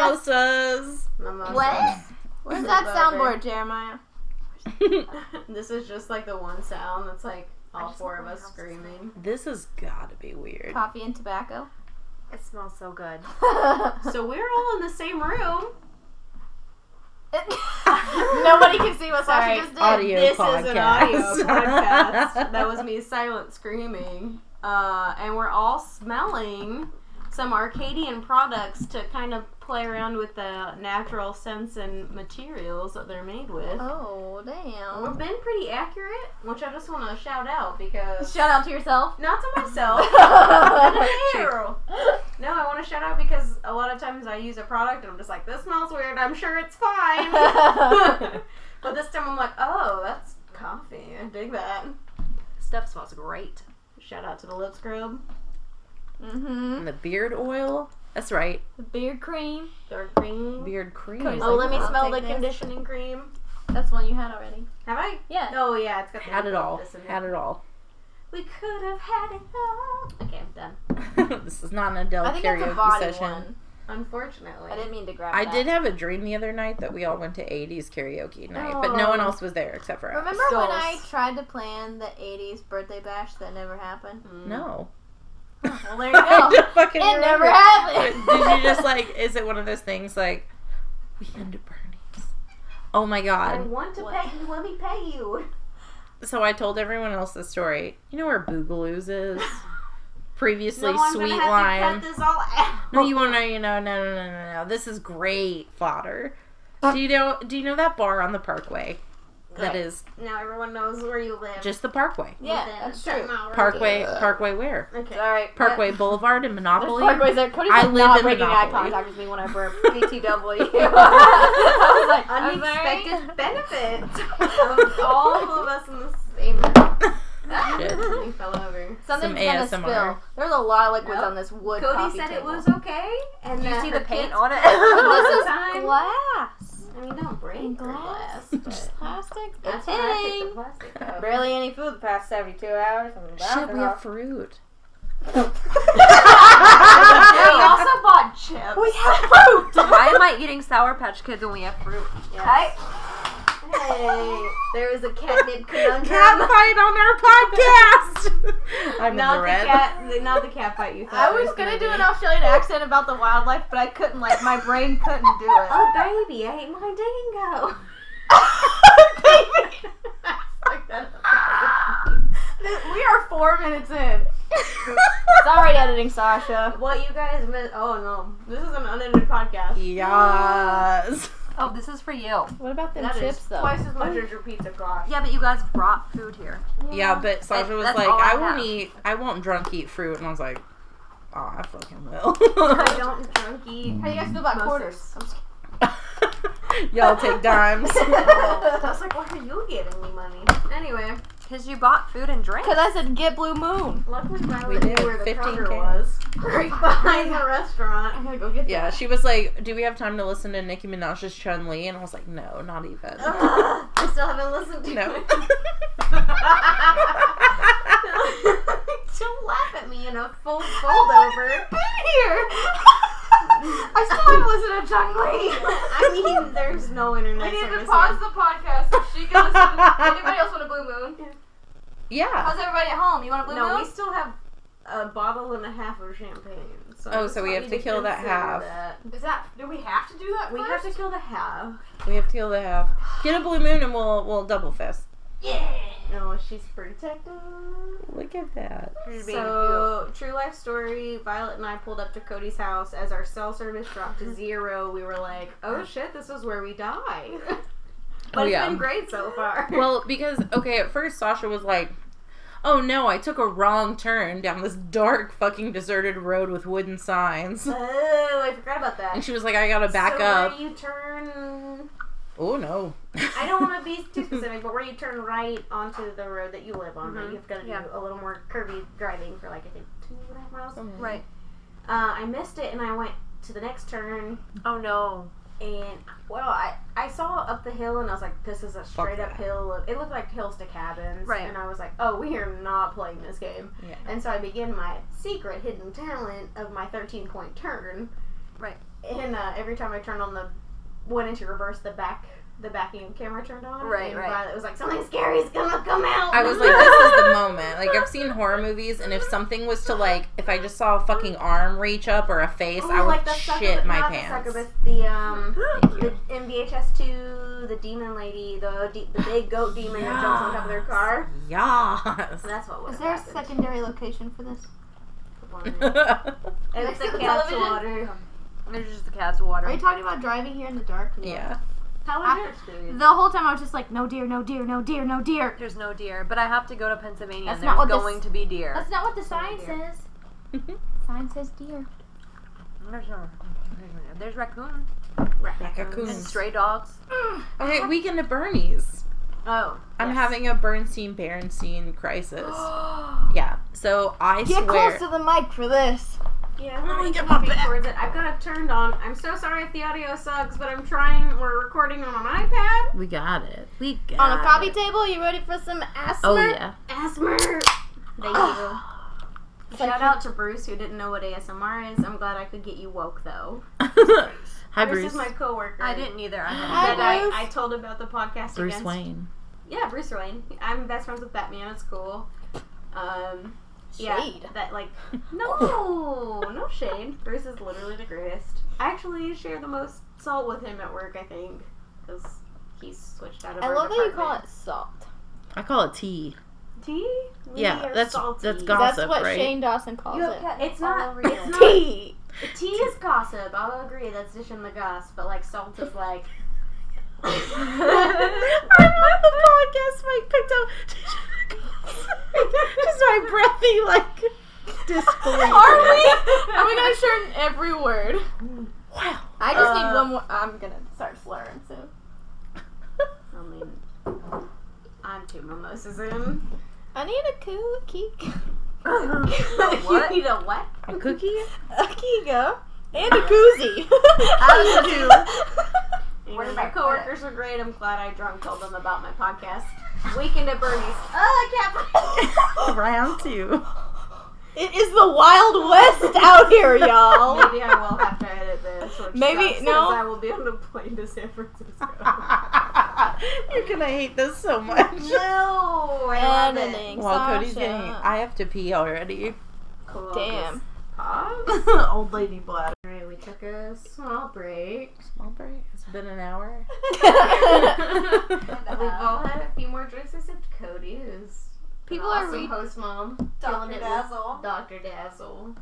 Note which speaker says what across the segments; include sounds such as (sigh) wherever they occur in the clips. Speaker 1: mimosas.
Speaker 2: (laughs) Mimosas.
Speaker 3: What? Where's that
Speaker 2: Whatever.
Speaker 3: soundboard, Jeremiah?
Speaker 2: this is just like the one sound that's like
Speaker 4: I
Speaker 2: all
Speaker 4: just
Speaker 2: four
Speaker 4: want
Speaker 2: of
Speaker 4: my
Speaker 2: us
Speaker 4: house to
Speaker 2: screaming.
Speaker 1: (laughs) this has got to be weird.
Speaker 3: (laughs) Coffee and
Speaker 1: (laughs)
Speaker 3: tobacco.
Speaker 4: It smells so good.
Speaker 2: So we're all in the same room.
Speaker 3: Nobody can see what Sasha
Speaker 2: Sorry,
Speaker 3: just did.
Speaker 1: audio.
Speaker 2: this is an audio
Speaker 1: podcast.
Speaker 2: podcast. That was me silent screaming. Uh, and we're all smelling some Arcadian products to kind of play around with the natural scents and materials that they're made with.
Speaker 3: Oh
Speaker 2: We've
Speaker 3: damn!
Speaker 2: been pretty accurate, which I just want to shout out because
Speaker 3: Shout out
Speaker 1: (laughs)
Speaker 3: to yourself.
Speaker 2: not to myself. Ew. No, I want to shout out because a lot of times I use a product and I'm just like, this smells weird. I'm sure it's
Speaker 3: (laughs)
Speaker 2: fine. (laughs)
Speaker 3: Mm-hmm.
Speaker 2: but this time I'm like, oh, that's coffee. I dig that.
Speaker 4: Stuff smells great.
Speaker 2: Shout out to the lip scrub,
Speaker 3: mm-hmm.
Speaker 1: And the beard oil. That's right.
Speaker 3: Beard cream.
Speaker 2: dark cream.
Speaker 1: Beard cream.
Speaker 3: Cody's
Speaker 2: Oh,
Speaker 3: like,
Speaker 2: let me
Speaker 3: I'll
Speaker 2: smell
Speaker 3: take
Speaker 2: the
Speaker 3: this.
Speaker 2: conditioning cream.
Speaker 3: That's one you had already.
Speaker 2: Have I?
Speaker 3: Yeah.
Speaker 2: Oh yeah, it's got the
Speaker 1: had it all.
Speaker 2: this in it.
Speaker 1: Had it all. (laughs)
Speaker 2: We could have had it all. Okay, I'm done.
Speaker 1: this is not an Adele
Speaker 3: I think it's a
Speaker 1: karaoke
Speaker 3: body
Speaker 1: session.
Speaker 3: one.
Speaker 2: Unfortunately,
Speaker 3: I didn't mean to grab.
Speaker 1: I
Speaker 3: that.
Speaker 1: did have a dream the other night that we all went to 80s karaoke night, but no
Speaker 2: Oh.
Speaker 1: one else was there except for us.
Speaker 3: Remember when I
Speaker 2: Skulls.
Speaker 3: tried to plan the '80s birthday bash that never happened?
Speaker 2: Mm.
Speaker 1: No.
Speaker 3: Well, (laughs) there
Speaker 1: (laughs)
Speaker 3: you
Speaker 1: I
Speaker 3: go.
Speaker 1: don't fucking
Speaker 3: it
Speaker 1: remember.
Speaker 3: never happened.
Speaker 1: Did you just like, is it one of those things like, we end at Bernie's? Oh my
Speaker 2: I
Speaker 1: god.
Speaker 2: want to
Speaker 3: What?
Speaker 2: pay you. Let me pay you.
Speaker 1: So I told everyone else the story. You know where Boogaloo's is? Previously,
Speaker 2: No, I'm
Speaker 1: Sweet
Speaker 2: gonna have to
Speaker 1: Lime.
Speaker 2: cut this all out.
Speaker 1: No, you won't know. You know, no, no, no, no, no. This is great fodder.
Speaker 3: Uh,
Speaker 1: Do you know? Do you know that bar on the Parkway? That
Speaker 2: Okay.
Speaker 1: is
Speaker 2: Now everyone knows where you live.
Speaker 1: just the Parkway.
Speaker 3: (laughs) Yeah,
Speaker 2: Within
Speaker 3: that's
Speaker 2: a certain
Speaker 3: true.
Speaker 2: hour.
Speaker 1: Parkway.
Speaker 3: Yeah.
Speaker 1: Parkway where?
Speaker 2: Okay.
Speaker 3: All right.
Speaker 1: Parkway Boulevard and
Speaker 3: There's
Speaker 1: Monopoly. (laughs)
Speaker 3: Parkways there. Cody's
Speaker 1: I
Speaker 3: like
Speaker 1: live
Speaker 3: not
Speaker 1: in
Speaker 3: breaking eye
Speaker 1: Monopoly.
Speaker 3: contact with me when I burp. BTW. (laughs) I was like, I'm sorry.
Speaker 2: Unexpected (laughs) benefits of all of us in the same room.
Speaker 1: Shit.
Speaker 2: We fell over.
Speaker 1: Some
Speaker 3: Something's gonna
Speaker 1: ASMR.
Speaker 3: spill. There's a lot of liquids
Speaker 2: Nope.
Speaker 3: on this wood
Speaker 2: Cody
Speaker 3: coffee
Speaker 2: said it
Speaker 3: table.
Speaker 2: was okay, and
Speaker 4: Do you
Speaker 2: that
Speaker 4: see
Speaker 2: her
Speaker 4: the paint
Speaker 2: kids-
Speaker 4: on
Speaker 3: (laughs)
Speaker 2: All
Speaker 4: it?
Speaker 2: the
Speaker 3: This is
Speaker 2: time.
Speaker 3: glass.
Speaker 2: I mean, don't break
Speaker 3: In
Speaker 2: her
Speaker 3: glass.
Speaker 2: glass.
Speaker 3: Just
Speaker 2: but
Speaker 3: plastic.
Speaker 2: that's
Speaker 3: It's
Speaker 2: where I picked the
Speaker 3: hitting.
Speaker 2: plastic up.
Speaker 1: (laughs)
Speaker 3: Barely any food the past 72 hours. I'm
Speaker 1: Shit, we
Speaker 3: bouncing
Speaker 1: have
Speaker 3: off. (laughs)
Speaker 1: fruit. (laughs)
Speaker 2: we also bought chips.
Speaker 3: We have fruit.
Speaker 1: (laughs)
Speaker 4: Why am I eating Sour Patch Kids when we have fruit?
Speaker 2: Yes. Hey, there is a (laughs) catnip conundrum.
Speaker 1: Cat fight on our podcast. I'm in
Speaker 2: not
Speaker 1: the
Speaker 2: the
Speaker 1: red. (laughs)
Speaker 2: cat, the- not the cat fight you
Speaker 3: I
Speaker 2: thought. it
Speaker 3: was gonna do
Speaker 2: be.
Speaker 3: an Australian accent about the wildlife, but I couldn't. Like my brain couldn't
Speaker 2: (laughs)
Speaker 3: do it.
Speaker 2: Oh baby, I ate my (laughs) dingo. Like that.
Speaker 3: we are four minutes in. Sorry, editing Sasha.
Speaker 2: What you guys miss? Oh no, this is an unedited podcast.
Speaker 1: yes.
Speaker 4: Oh, this is for you.
Speaker 3: What about them
Speaker 2: That is
Speaker 3: chips though?
Speaker 2: twice as much as your pizza cost.
Speaker 4: Yeah, but you guys brought food here.
Speaker 1: Yeah, but Sasha was
Speaker 4: That's
Speaker 1: like,
Speaker 4: all I
Speaker 1: I, won't
Speaker 4: have.
Speaker 1: eat. I won't drunk eat fruit, and I was like, oh, I fucking will.
Speaker 2: I (laughs) don't drunk eat.
Speaker 3: How do you
Speaker 2: (laughs)
Speaker 3: guys feel about
Speaker 2: quarters?
Speaker 3: quarters?
Speaker 1: Y'all take
Speaker 2: (laughs)
Speaker 1: dimes.
Speaker 2: I was like, why are you giving me money? Anyway,
Speaker 4: Because you bought food and drinks.
Speaker 3: Because I said get blue moon.
Speaker 2: luckily Riley
Speaker 1: We
Speaker 2: knew
Speaker 1: did,
Speaker 2: where the
Speaker 1: 15K.
Speaker 2: Kroger was. (laughs) Right behind the restaurant. I'm gonna go (laughs) get
Speaker 1: Yeah, she was like, "Do we have time to listen to Nicki Minaj's Chun Li?" And I was like, "No,
Speaker 2: (laughs)
Speaker 1: not even.
Speaker 2: that. Ugh, I still haven't listened to (laughs)
Speaker 1: No." (laughs)
Speaker 2: it.
Speaker 3: (laughs)
Speaker 2: Don't laugh at me in a full foldover.
Speaker 3: here. I still haven't listened to Chung Lee.
Speaker 2: I mean, there's no internet
Speaker 3: we need to
Speaker 2: service
Speaker 3: pause
Speaker 2: here.
Speaker 3: the podcast so she can listen. To, anybody else want a blue moon?
Speaker 1: yeah.
Speaker 3: How's everybody at home? You want a blue
Speaker 2: No,
Speaker 3: moon?
Speaker 2: we still have a bottle and a half of champagne. So
Speaker 1: Oh,
Speaker 2: I just
Speaker 1: so we
Speaker 2: want
Speaker 1: have
Speaker 2: you
Speaker 1: to kill that
Speaker 2: consider
Speaker 1: half.
Speaker 2: that.
Speaker 3: Is that? Do we have to do that?
Speaker 2: We have to kill the half.
Speaker 1: We have to kill the half. Get a blue moon, and we'll we'll double fist.
Speaker 3: Yeah.
Speaker 2: No, she's protective.
Speaker 1: Look at that.
Speaker 2: So, true life story. Violet and I pulled up to Cody's house as our cell service dropped
Speaker 1: (laughs)
Speaker 2: to zero. We were like, "Oh shit, this is where we die."
Speaker 1: Oh,
Speaker 2: but it's
Speaker 1: yeah.
Speaker 2: been great so far.
Speaker 1: (laughs) Well, because okay, at first Sasha was like, "Oh no, I took a wrong turn down this dark fucking deserted road with wooden
Speaker 2: (laughs)
Speaker 1: signs."
Speaker 2: oh, I forgot about
Speaker 1: And
Speaker 2: that.
Speaker 1: she was like, "I gotta back
Speaker 2: so
Speaker 1: up."
Speaker 2: Where you turn?
Speaker 1: Oh no.
Speaker 2: I don't
Speaker 1: (laughs)
Speaker 2: want to be too specific, but where you turn right onto the road that you live on,
Speaker 1: Mm-hmm.
Speaker 2: right?
Speaker 4: Mhm.
Speaker 2: You've got to
Speaker 4: Yeah.
Speaker 2: do a little more curvy driving for like I think two and a half miles.
Speaker 1: Mm-hmm. Um,
Speaker 2: Uh,
Speaker 4: Right.
Speaker 2: I missed it, and I went to the next turn.
Speaker 4: Oh no.
Speaker 2: And well, I I saw up the hill and I was like, this is a straight
Speaker 1: that.
Speaker 2: up hill. It looked like hills to cabins,
Speaker 4: Right.
Speaker 2: And I was like, oh, we are not playing this game.
Speaker 1: Yeah.
Speaker 2: And so I began my secret hidden talent of my thirteen point turn,
Speaker 4: Right.
Speaker 2: And uh, every time I turned on the, went into reverse, the back, the backing camera turned on.
Speaker 4: Right,
Speaker 2: and
Speaker 4: right.
Speaker 2: Violet was like, something scary's gonna come out. (laughs)
Speaker 1: I was like, this is the moment. Like, I've seen horror movies, and if something was to, like, if I just saw a fucking arm reach up or a face,
Speaker 2: Oh,
Speaker 1: I would
Speaker 2: like the
Speaker 1: shit
Speaker 2: succubus-
Speaker 1: my
Speaker 2: not
Speaker 1: pants.
Speaker 2: The, succubus, the um, (gasps)
Speaker 1: Thank
Speaker 2: the MVHS two, the demon lady, the de- the big goat demon that jumps on top of their car.
Speaker 1: Yes.
Speaker 2: That's what was.
Speaker 3: Is there a secondary location for this?
Speaker 2: (laughs) It looks like
Speaker 3: Next to the
Speaker 2: cat's
Speaker 3: television?
Speaker 2: water.
Speaker 4: There's just the cat's water.
Speaker 3: Are you talking about driving here in the dark?
Speaker 1: (laughs) yeah.
Speaker 2: How was your experience?
Speaker 3: The whole time I was just like, no deer, no deer, no deer, no deer.
Speaker 4: There's no deer, but I have to go to Pennsylvania.
Speaker 3: That's
Speaker 4: and there's
Speaker 3: not what this-
Speaker 4: going to be deer.
Speaker 3: That's not what the sign
Speaker 4: deer.
Speaker 3: says. Sign says deer.
Speaker 4: There's no. there's no- There's raccoon and
Speaker 1: Raccoons.
Speaker 4: stray dogs.
Speaker 1: Okay, weekend at Bernie's.
Speaker 2: Oh,
Speaker 1: I'm
Speaker 2: yes. (gasps)
Speaker 1: having a Bernstein Berenstein crisis. yeah. So I
Speaker 3: Get
Speaker 1: swear.
Speaker 3: close to the mic for this.
Speaker 2: Yeah,
Speaker 1: Let
Speaker 2: we're
Speaker 1: me
Speaker 2: gonna
Speaker 1: get
Speaker 2: get
Speaker 1: my back.
Speaker 2: towards it. I've got it turned on. I'm so sorry if the audio sucks, but I'm trying. We're recording on an iPad.
Speaker 1: we got it. We got
Speaker 3: On a coffee table, you ready for some asthma?
Speaker 1: Oh yeah. (laughs)
Speaker 2: Asthma.
Speaker 3: Thank you.
Speaker 2: Shout out to Bruce who didn't know what ASMR is. I'm glad I could get you woke though.
Speaker 1: Hi
Speaker 2: Bruce,
Speaker 1: Bruce.
Speaker 2: is my coworker.
Speaker 4: I didn't (laughs) either. I had
Speaker 3: Hi,
Speaker 2: That I,
Speaker 3: Bruce.
Speaker 2: I told about the podcast.
Speaker 1: Bruce
Speaker 2: against-
Speaker 1: Wayne.
Speaker 2: Yeah, Bruce Wayne. I'm best friends with Batman. It's cool. Um, yeah,
Speaker 3: Shade.
Speaker 2: that like no, no shade. Bruce is literally the greatest. I actually share the most salt with him at work. I think because he's switched out of.
Speaker 3: (gasps) I
Speaker 2: our
Speaker 3: love that you call
Speaker 2: department.
Speaker 3: it salt.
Speaker 1: I call it tea.
Speaker 2: Tea? We
Speaker 1: Yeah,
Speaker 2: are
Speaker 1: that's-
Speaker 2: salty.
Speaker 1: that's gone. Gossip,
Speaker 3: That's what
Speaker 1: right?
Speaker 3: Shane Dawson calls it.
Speaker 2: It's not. It's not.
Speaker 3: Tea.
Speaker 2: Tea is gossip. I'll agree. That's dishing the goss. But like salt is like. (laughs)
Speaker 1: I love the podcast Mike picked up (laughs) just my breathy like disbelief.
Speaker 3: Are we? Are we gonna shorten every word?
Speaker 1: Wow.
Speaker 3: I just
Speaker 2: Uh,
Speaker 3: need one more. I'm gonna start slurring soon.
Speaker 2: I mean, I'm two mimosas in.
Speaker 3: I need a cookie.
Speaker 2: (laughs) you need a what?
Speaker 1: A cookie?
Speaker 3: (laughs)
Speaker 1: (laughs)
Speaker 3: A Kigo. And a (laughs) koozie.
Speaker 4: Attitude.
Speaker 2: One of my coworkers were great. I'm glad I drunk told them about my podcast. Weekend at Bernie's. (laughs) Oh, I
Speaker 1: Round (laughs) two.
Speaker 3: (laughs) It is the Wild West out here, (laughs) y'all.
Speaker 2: can't. Maybe I will have to edit (laughs) this. Which
Speaker 3: Maybe-
Speaker 2: sucks,
Speaker 3: no.
Speaker 2: 'cause I will be on the plane to San Francisco.
Speaker 1: You're gonna hate this so much.
Speaker 2: (laughs) (laughs) no, I love it.
Speaker 3: Editing.
Speaker 1: While Cody's
Speaker 3: Sasha.
Speaker 1: getting, I have to pee already.
Speaker 2: Cool,
Speaker 3: Damn.
Speaker 2: just pause. (laughs)
Speaker 1: Old lady bladder.
Speaker 2: Alright, we took a small break.
Speaker 1: Small break. It's been an
Speaker 3: (laughs)
Speaker 1: hour. (laughs)
Speaker 2: We've all had a few more drinks except Cody, who's
Speaker 3: People
Speaker 2: an
Speaker 3: are
Speaker 2: awesome
Speaker 3: re-
Speaker 2: host mom.
Speaker 3: Dr.
Speaker 2: Killing it with
Speaker 3: Dazzle.
Speaker 2: Dr. Dazzle.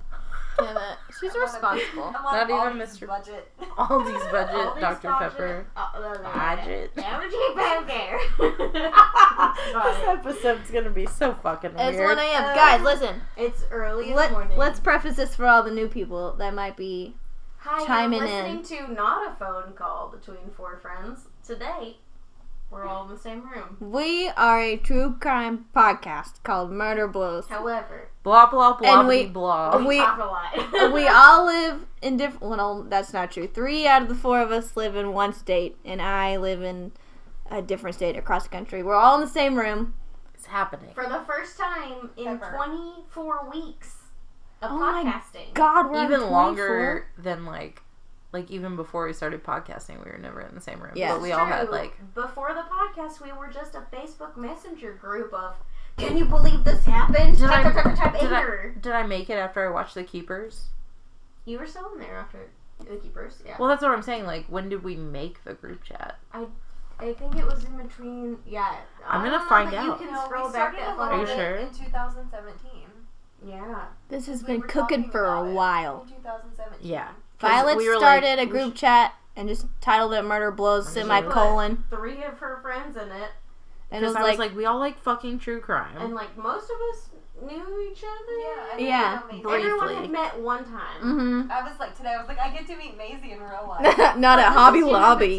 Speaker 3: Damn it. She's responsible.
Speaker 1: Not even Mr.
Speaker 4: Budget.
Speaker 1: Aldi's budget,
Speaker 2: All these
Speaker 1: Dr.
Speaker 2: Dodger-
Speaker 1: Pepper.
Speaker 2: Uh, no, no, no, no.
Speaker 1: Budget.
Speaker 2: Allergy bone
Speaker 3: (laughs)
Speaker 2: care.
Speaker 1: this
Speaker 2: Sorry.
Speaker 1: episode's gonna be so fucking
Speaker 3: It's
Speaker 1: weird.
Speaker 3: 1 a.m.
Speaker 2: Uh,
Speaker 3: Guys, listen.
Speaker 2: It's early in the
Speaker 3: Let,
Speaker 2: morning.
Speaker 3: let's preface this for all the new people that might be.
Speaker 2: Hi,
Speaker 3: chime
Speaker 2: you're
Speaker 3: in.
Speaker 2: listening to not a phone call between four friends. Today, we're all in the same room.
Speaker 3: We are a true crime podcast called Murder Blows.
Speaker 2: However,
Speaker 1: blah blah blah
Speaker 3: And we-
Speaker 1: blah.
Speaker 3: We-
Speaker 2: we talk a lot. (laughs)
Speaker 3: we all live in different. Well, no, that's not true. Three out of the four of us live in one state, and I live in a different state across the country. We're all in the same room.
Speaker 1: It's happening.
Speaker 2: For the first time in 24 weeks of
Speaker 3: Oh my
Speaker 2: podcasting.
Speaker 3: God, we're on
Speaker 1: Even
Speaker 3: 24?
Speaker 1: longer than like, like even before we started podcasting, we were never in the same room.
Speaker 3: Yeah.
Speaker 1: but we all had like
Speaker 2: Before the podcast, we were just a Facebook Messenger group of. Can you believe this happened?
Speaker 1: Did I-
Speaker 2: type, type, type, type,
Speaker 1: did I-
Speaker 2: enter."
Speaker 1: Did I make it after I watched The Keepers?
Speaker 2: You were still in there after the keepers. Yeah.
Speaker 1: Well, that's what I'm saying. Like, when did we make the group chat?
Speaker 2: I think it was in between. Yeah.
Speaker 1: I'm
Speaker 2: I
Speaker 1: gonna
Speaker 2: don't know
Speaker 1: find
Speaker 2: that
Speaker 1: out.
Speaker 2: You can
Speaker 4: No,
Speaker 2: scroll
Speaker 4: we
Speaker 2: back
Speaker 4: started
Speaker 2: that
Speaker 4: a
Speaker 1: Are
Speaker 4: little
Speaker 1: you
Speaker 2: far.
Speaker 1: bit.
Speaker 4: bit
Speaker 1: sure?
Speaker 4: in 2017.
Speaker 2: Yeah.
Speaker 3: This has
Speaker 4: We
Speaker 3: been
Speaker 4: were
Speaker 3: cooking
Speaker 4: talking
Speaker 3: for a
Speaker 4: about it.
Speaker 3: while.
Speaker 4: 2017.
Speaker 1: Yeah. 'Cause
Speaker 3: Violet
Speaker 1: we were like,
Speaker 3: started
Speaker 1: we
Speaker 3: a group
Speaker 1: should-
Speaker 3: chat and just titled it "Murder Blows"
Speaker 1: Murder
Speaker 3: semicolon,
Speaker 2: Three of her friends in it,
Speaker 3: and it
Speaker 1: Because
Speaker 3: was
Speaker 1: I was
Speaker 3: like,
Speaker 1: like, we all like fucking true crime.
Speaker 2: and like most of us knew each
Speaker 4: Yeah. I
Speaker 2: other.
Speaker 4: think
Speaker 3: Yeah.
Speaker 4: I met
Speaker 1: Brief.
Speaker 4: Maisie.
Speaker 2: Everyone
Speaker 1: briefly.
Speaker 2: had met one time.
Speaker 3: mm-hmm.
Speaker 4: I was like today. I was like, I get to meet Maisie in real
Speaker 3: (laughs)
Speaker 4: life.
Speaker 3: not at Hobby Lobby.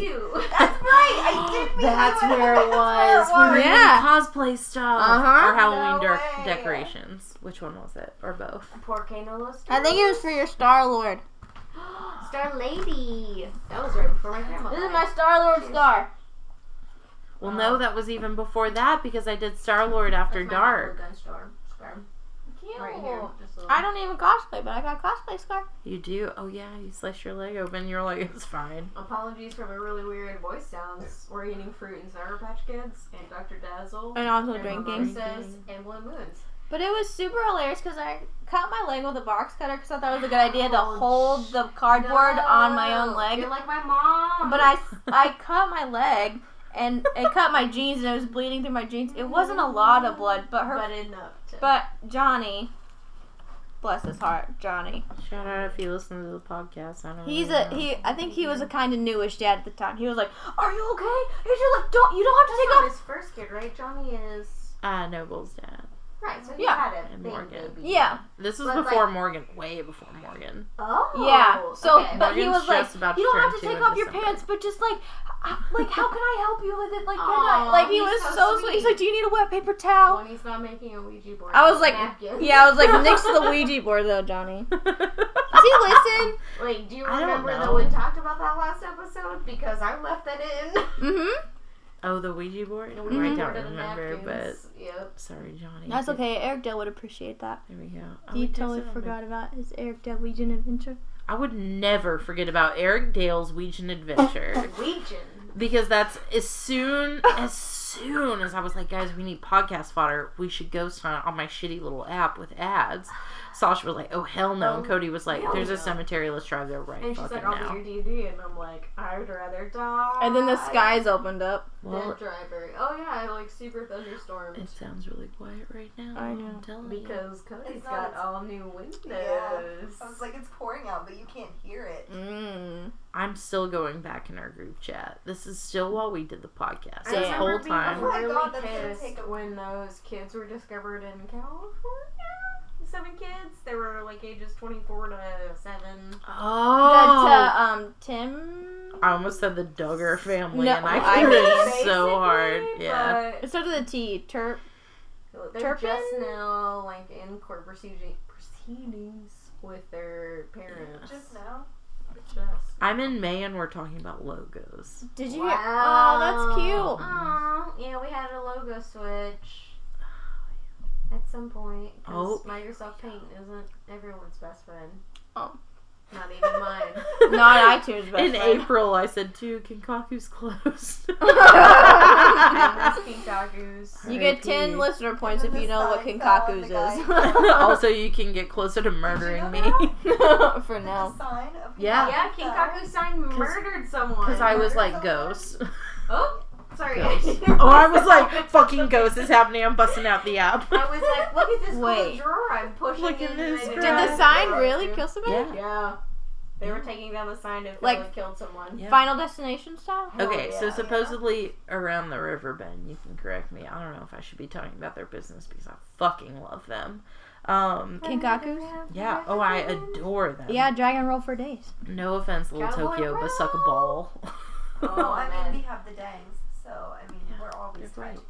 Speaker 1: (laughs)
Speaker 4: That's right. I did meet
Speaker 1: That's
Speaker 4: you. (laughs)
Speaker 1: where it was.
Speaker 4: That's where
Speaker 1: We
Speaker 4: it
Speaker 1: were
Speaker 4: was.
Speaker 3: Yeah.
Speaker 1: doing cosplay stuff
Speaker 3: Uh-huh.
Speaker 1: or Halloween
Speaker 4: No
Speaker 1: dec-
Speaker 4: way.
Speaker 1: decorations. Which one was it, or both?
Speaker 3: I think it
Speaker 2: (gasps)
Speaker 3: was for your Star Lord.
Speaker 2: Star Lady. That was right
Speaker 1: (gasps)
Speaker 2: before my grandma.
Speaker 3: This is
Speaker 2: died.
Speaker 3: my Star Lord star.
Speaker 1: Well,
Speaker 2: Um,
Speaker 1: no, that was even before that because I did Star Lord
Speaker 2: That's
Speaker 1: after
Speaker 2: my
Speaker 1: dark.
Speaker 2: local gun store. Scar.
Speaker 4: Cute.
Speaker 2: Right here. Just a little.
Speaker 3: I don't even cosplay, but I got a cosplay scar.
Speaker 1: You do? Oh yeah, you slice your leg open. You're like, it's fine.
Speaker 2: Apologies for my really weird voice sounds. We're eating fruit and Sour Patch Kids and Dr. Dazzle.
Speaker 3: And also
Speaker 2: and
Speaker 3: drinking.
Speaker 2: mimosas and Blue Moons.
Speaker 3: But it was super hilarious because I cut my leg with a box cutter because I thought it was a good idea to hold the cardboard on my own
Speaker 2: No,
Speaker 3: leg.
Speaker 2: You're like my mom.
Speaker 3: But I, I cut my leg and it cut my jeans and it was bleeding through my jeans. It wasn't a lot of blood, but her,
Speaker 2: But enough. To,
Speaker 3: but Johnny, bless his heart, Johnny.
Speaker 1: Shout out if you listen to the podcast. I don't.
Speaker 3: He's
Speaker 1: really
Speaker 3: a
Speaker 1: know.
Speaker 3: he. I think he was a kind of newish dad at the time. He was like, "Are you okay? Is your leg? Don't you don't have to
Speaker 2: That's
Speaker 3: take
Speaker 2: not
Speaker 3: off."
Speaker 2: his first kid, right? Johnny is.
Speaker 1: uh, Noble's dad.
Speaker 2: Right, so he
Speaker 3: Yeah.
Speaker 2: had a
Speaker 1: And
Speaker 2: big
Speaker 1: Morgan.
Speaker 2: baby.
Speaker 3: Yeah,
Speaker 1: This was
Speaker 2: But,
Speaker 1: before
Speaker 2: like-
Speaker 1: Morgan. Way before Morgan.
Speaker 2: Oh.
Speaker 3: yeah. So,
Speaker 2: okay.
Speaker 3: but he
Speaker 1: Morgan's
Speaker 3: was like,
Speaker 1: just about to
Speaker 3: "You don't
Speaker 1: turn
Speaker 3: have to
Speaker 1: two
Speaker 3: take
Speaker 1: in
Speaker 3: off your
Speaker 1: December." (laughs)
Speaker 3: pants, but just like, h- like, how can I help you with it? Like, can I?
Speaker 2: Aw,
Speaker 3: Like, he
Speaker 2: he's
Speaker 3: was
Speaker 2: so
Speaker 3: so sweet. He's like, "Do you need a wet paper towel?"
Speaker 2: when he's not making a Ouija board.
Speaker 3: I was like,
Speaker 2: napkins.
Speaker 3: "Yeah." I was like, "Next
Speaker 2: (laughs)
Speaker 3: to the Ouija board, though, Johnny." Does he listen?
Speaker 2: Wait, do you
Speaker 1: I don't
Speaker 2: remember that
Speaker 1: know.
Speaker 2: we talked about that last episode? Because I left that in.
Speaker 3: Mm-hmm.
Speaker 1: oh, the Ouija board.
Speaker 2: (laughs)
Speaker 1: I
Speaker 3: Ouija
Speaker 2: Or
Speaker 1: don't
Speaker 2: the
Speaker 1: remember, but
Speaker 2: napkins. Yep.
Speaker 1: sorry, Johnny.
Speaker 3: That's
Speaker 1: Did-
Speaker 3: okay. Eric Dale would appreciate that.
Speaker 1: There Oh, we go. I
Speaker 3: He
Speaker 1: would text
Speaker 3: totally
Speaker 1: him, but-
Speaker 3: forgot about his Eric Dale Legion adventure.
Speaker 1: I would never forget about Eric Dale's
Speaker 2: (laughs)
Speaker 1: Ouija Adventure
Speaker 2: Legion.
Speaker 1: because that's as soon as soon as I was like, guys, we need podcast fodder. We should ghost hunt on my shitty little app with ads. Sasha was like, oh hell no, and
Speaker 2: Oh,
Speaker 1: Cody was like,
Speaker 2: hell
Speaker 1: there's a
Speaker 2: no.
Speaker 1: cemetery. Let's drive there right
Speaker 2: And she's
Speaker 1: fucking
Speaker 2: like,
Speaker 1: now.
Speaker 2: I'll be your DD. And I'm like, I would rather die.
Speaker 3: And then the skies opened up.
Speaker 2: Dead
Speaker 1: well,
Speaker 2: driver. Oh, yeah, like super thunderstorms.
Speaker 1: it sounds really quiet right now.
Speaker 3: I know.
Speaker 1: am telling you.
Speaker 2: because Cody's
Speaker 4: It's
Speaker 2: got
Speaker 4: not-
Speaker 2: all new windows.
Speaker 4: I was like, it's pouring out, but you can't hear it.
Speaker 3: Mm.
Speaker 1: I'm still going back in our group chat. This is still while we did the podcast.
Speaker 2: I
Speaker 1: This
Speaker 3: Damn.
Speaker 1: whole
Speaker 2: remember being
Speaker 1: time.
Speaker 4: Oh my
Speaker 2: really
Speaker 4: God, that's gonna
Speaker 2: pissed
Speaker 4: take a-
Speaker 2: when those kids were discovered in California. The Seven kids. They were like ages 24 to 7.
Speaker 1: Oh,
Speaker 3: That uh, um Tim.
Speaker 1: I almost said the Duggar family,
Speaker 3: No,
Speaker 1: and I
Speaker 3: I
Speaker 1: threw
Speaker 3: mean-
Speaker 1: it so hard. Yeah.
Speaker 3: It started with a T. Turp.
Speaker 2: But they're
Speaker 3: Turpin?
Speaker 2: just now like in court proceeding, proceedings with their parents.
Speaker 4: Just now.
Speaker 2: Just.
Speaker 1: I'm in May, and we're talking about
Speaker 2: (laughs)
Speaker 1: logos.
Speaker 3: Did you hear?
Speaker 2: Wow.
Speaker 3: Oh, that's cute.
Speaker 2: Aw, yeah, we had a logo switch at some point. 'cause
Speaker 1: Oh.
Speaker 2: Microsoft Paint isn't everyone's best friend.
Speaker 3: Oh.
Speaker 2: Not even mine.
Speaker 3: (laughs)
Speaker 1: (laughs)
Speaker 3: Not iTunes, but
Speaker 1: In April, I said too.
Speaker 2: (laughs)
Speaker 1: Kinkaku's closed. (laughs)
Speaker 2: I miss pink tacos.
Speaker 3: (laughs) You get
Speaker 1: RIP.
Speaker 3: ten listener points if
Speaker 4: And then
Speaker 3: you
Speaker 4: the
Speaker 3: know what
Speaker 4: sign fell on
Speaker 3: Kinkaku's
Speaker 4: the guy.
Speaker 1: also, you can get closer to
Speaker 2: (laughs)
Speaker 1: murdering me
Speaker 3: is. (laughs) For
Speaker 4: No.
Speaker 3: now.
Speaker 4: sign of
Speaker 1: Yeah.
Speaker 2: Yeah, King Kaku sign murdered someone.
Speaker 1: because I was like ghost.
Speaker 2: oh, sorry.
Speaker 1: Ghost.
Speaker 2: (laughs)
Speaker 1: Oh, I was like fucking ghost is happening. I'm busting out the app.
Speaker 2: I was like, look at this
Speaker 3: Wait.
Speaker 2: cool drawer I'm pushing.
Speaker 1: Look at
Speaker 2: in
Speaker 1: this
Speaker 2: and I
Speaker 1: drawer.
Speaker 3: Did
Speaker 2: didn't
Speaker 3: the
Speaker 2: know
Speaker 3: sign
Speaker 2: what
Speaker 3: really
Speaker 2: to do.
Speaker 3: kill somebody?
Speaker 1: Yeah.
Speaker 2: Yeah. They were taking down the sign if
Speaker 3: Like-
Speaker 2: like, killed someone.
Speaker 1: (laughs) Yeah.
Speaker 3: Final Destination style.
Speaker 2: Oh,
Speaker 1: Okay,
Speaker 4: Hell
Speaker 1: so
Speaker 4: yeah.
Speaker 1: supposedly around the river bend, you can correct me. I don't know if I should be talking about their business because I fucking love them. Um,
Speaker 3: Kinkaku's.
Speaker 1: yeah. Oh, I adore them.
Speaker 3: Yeah, Dragon Roll for days.
Speaker 1: No offense, Little
Speaker 2: Cowboy
Speaker 1: Tokyo, but suck a ball. (laughs)
Speaker 4: Well, Oh, I
Speaker 2: man.
Speaker 4: mean, we have the dangs, so I mean, we're always
Speaker 1: you're
Speaker 4: tied
Speaker 1: right.
Speaker 4: to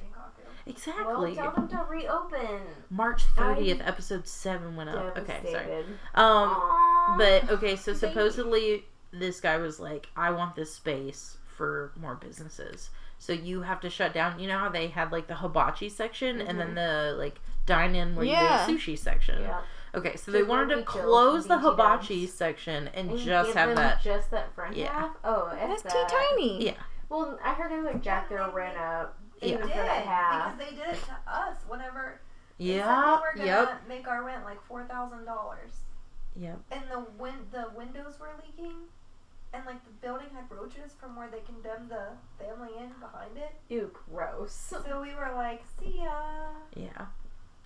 Speaker 4: Pinkaku.
Speaker 2: Well,
Speaker 1: exactly.
Speaker 2: tell them to reopen.
Speaker 1: March
Speaker 2: I'm
Speaker 1: 30th, episode 7 went up. Oh, Okay, sorry.
Speaker 2: Devastated.
Speaker 1: Um,
Speaker 2: Aw.
Speaker 1: but okay, so
Speaker 2: Baby.
Speaker 1: supposedly this guy was like, I want this space for more businesses. So you have to shut down. You know how they had like the hibachi section and then the like dine in where
Speaker 3: Yeah.
Speaker 1: you get sushi section.
Speaker 2: Yeah.
Speaker 1: Okay, so they
Speaker 2: Just
Speaker 1: wanted
Speaker 2: where
Speaker 1: to
Speaker 2: we go,
Speaker 1: close the
Speaker 2: BG
Speaker 1: hibachi
Speaker 2: dubs.
Speaker 1: section and,
Speaker 2: And
Speaker 1: just
Speaker 2: give
Speaker 1: have
Speaker 2: them
Speaker 1: that.
Speaker 2: Just that front
Speaker 1: Yeah.
Speaker 2: half? Oh, it's
Speaker 3: That's too tiny.
Speaker 1: Yeah.
Speaker 2: Well, I heard it was like Jack Girl ran up.
Speaker 4: They
Speaker 1: Yeah.
Speaker 4: did
Speaker 2: Even for that half.
Speaker 4: because they did it to us whenever they said
Speaker 1: Yeah.
Speaker 4: they were
Speaker 1: Yep.
Speaker 4: gonna make our rent like four thousand dollars,
Speaker 1: Yep.
Speaker 4: and the win- the windows were leaking, and like the building had roaches from where they condemned the family in behind it.
Speaker 2: Ew, gross.
Speaker 4: So we were like, see ya.
Speaker 1: Yeah.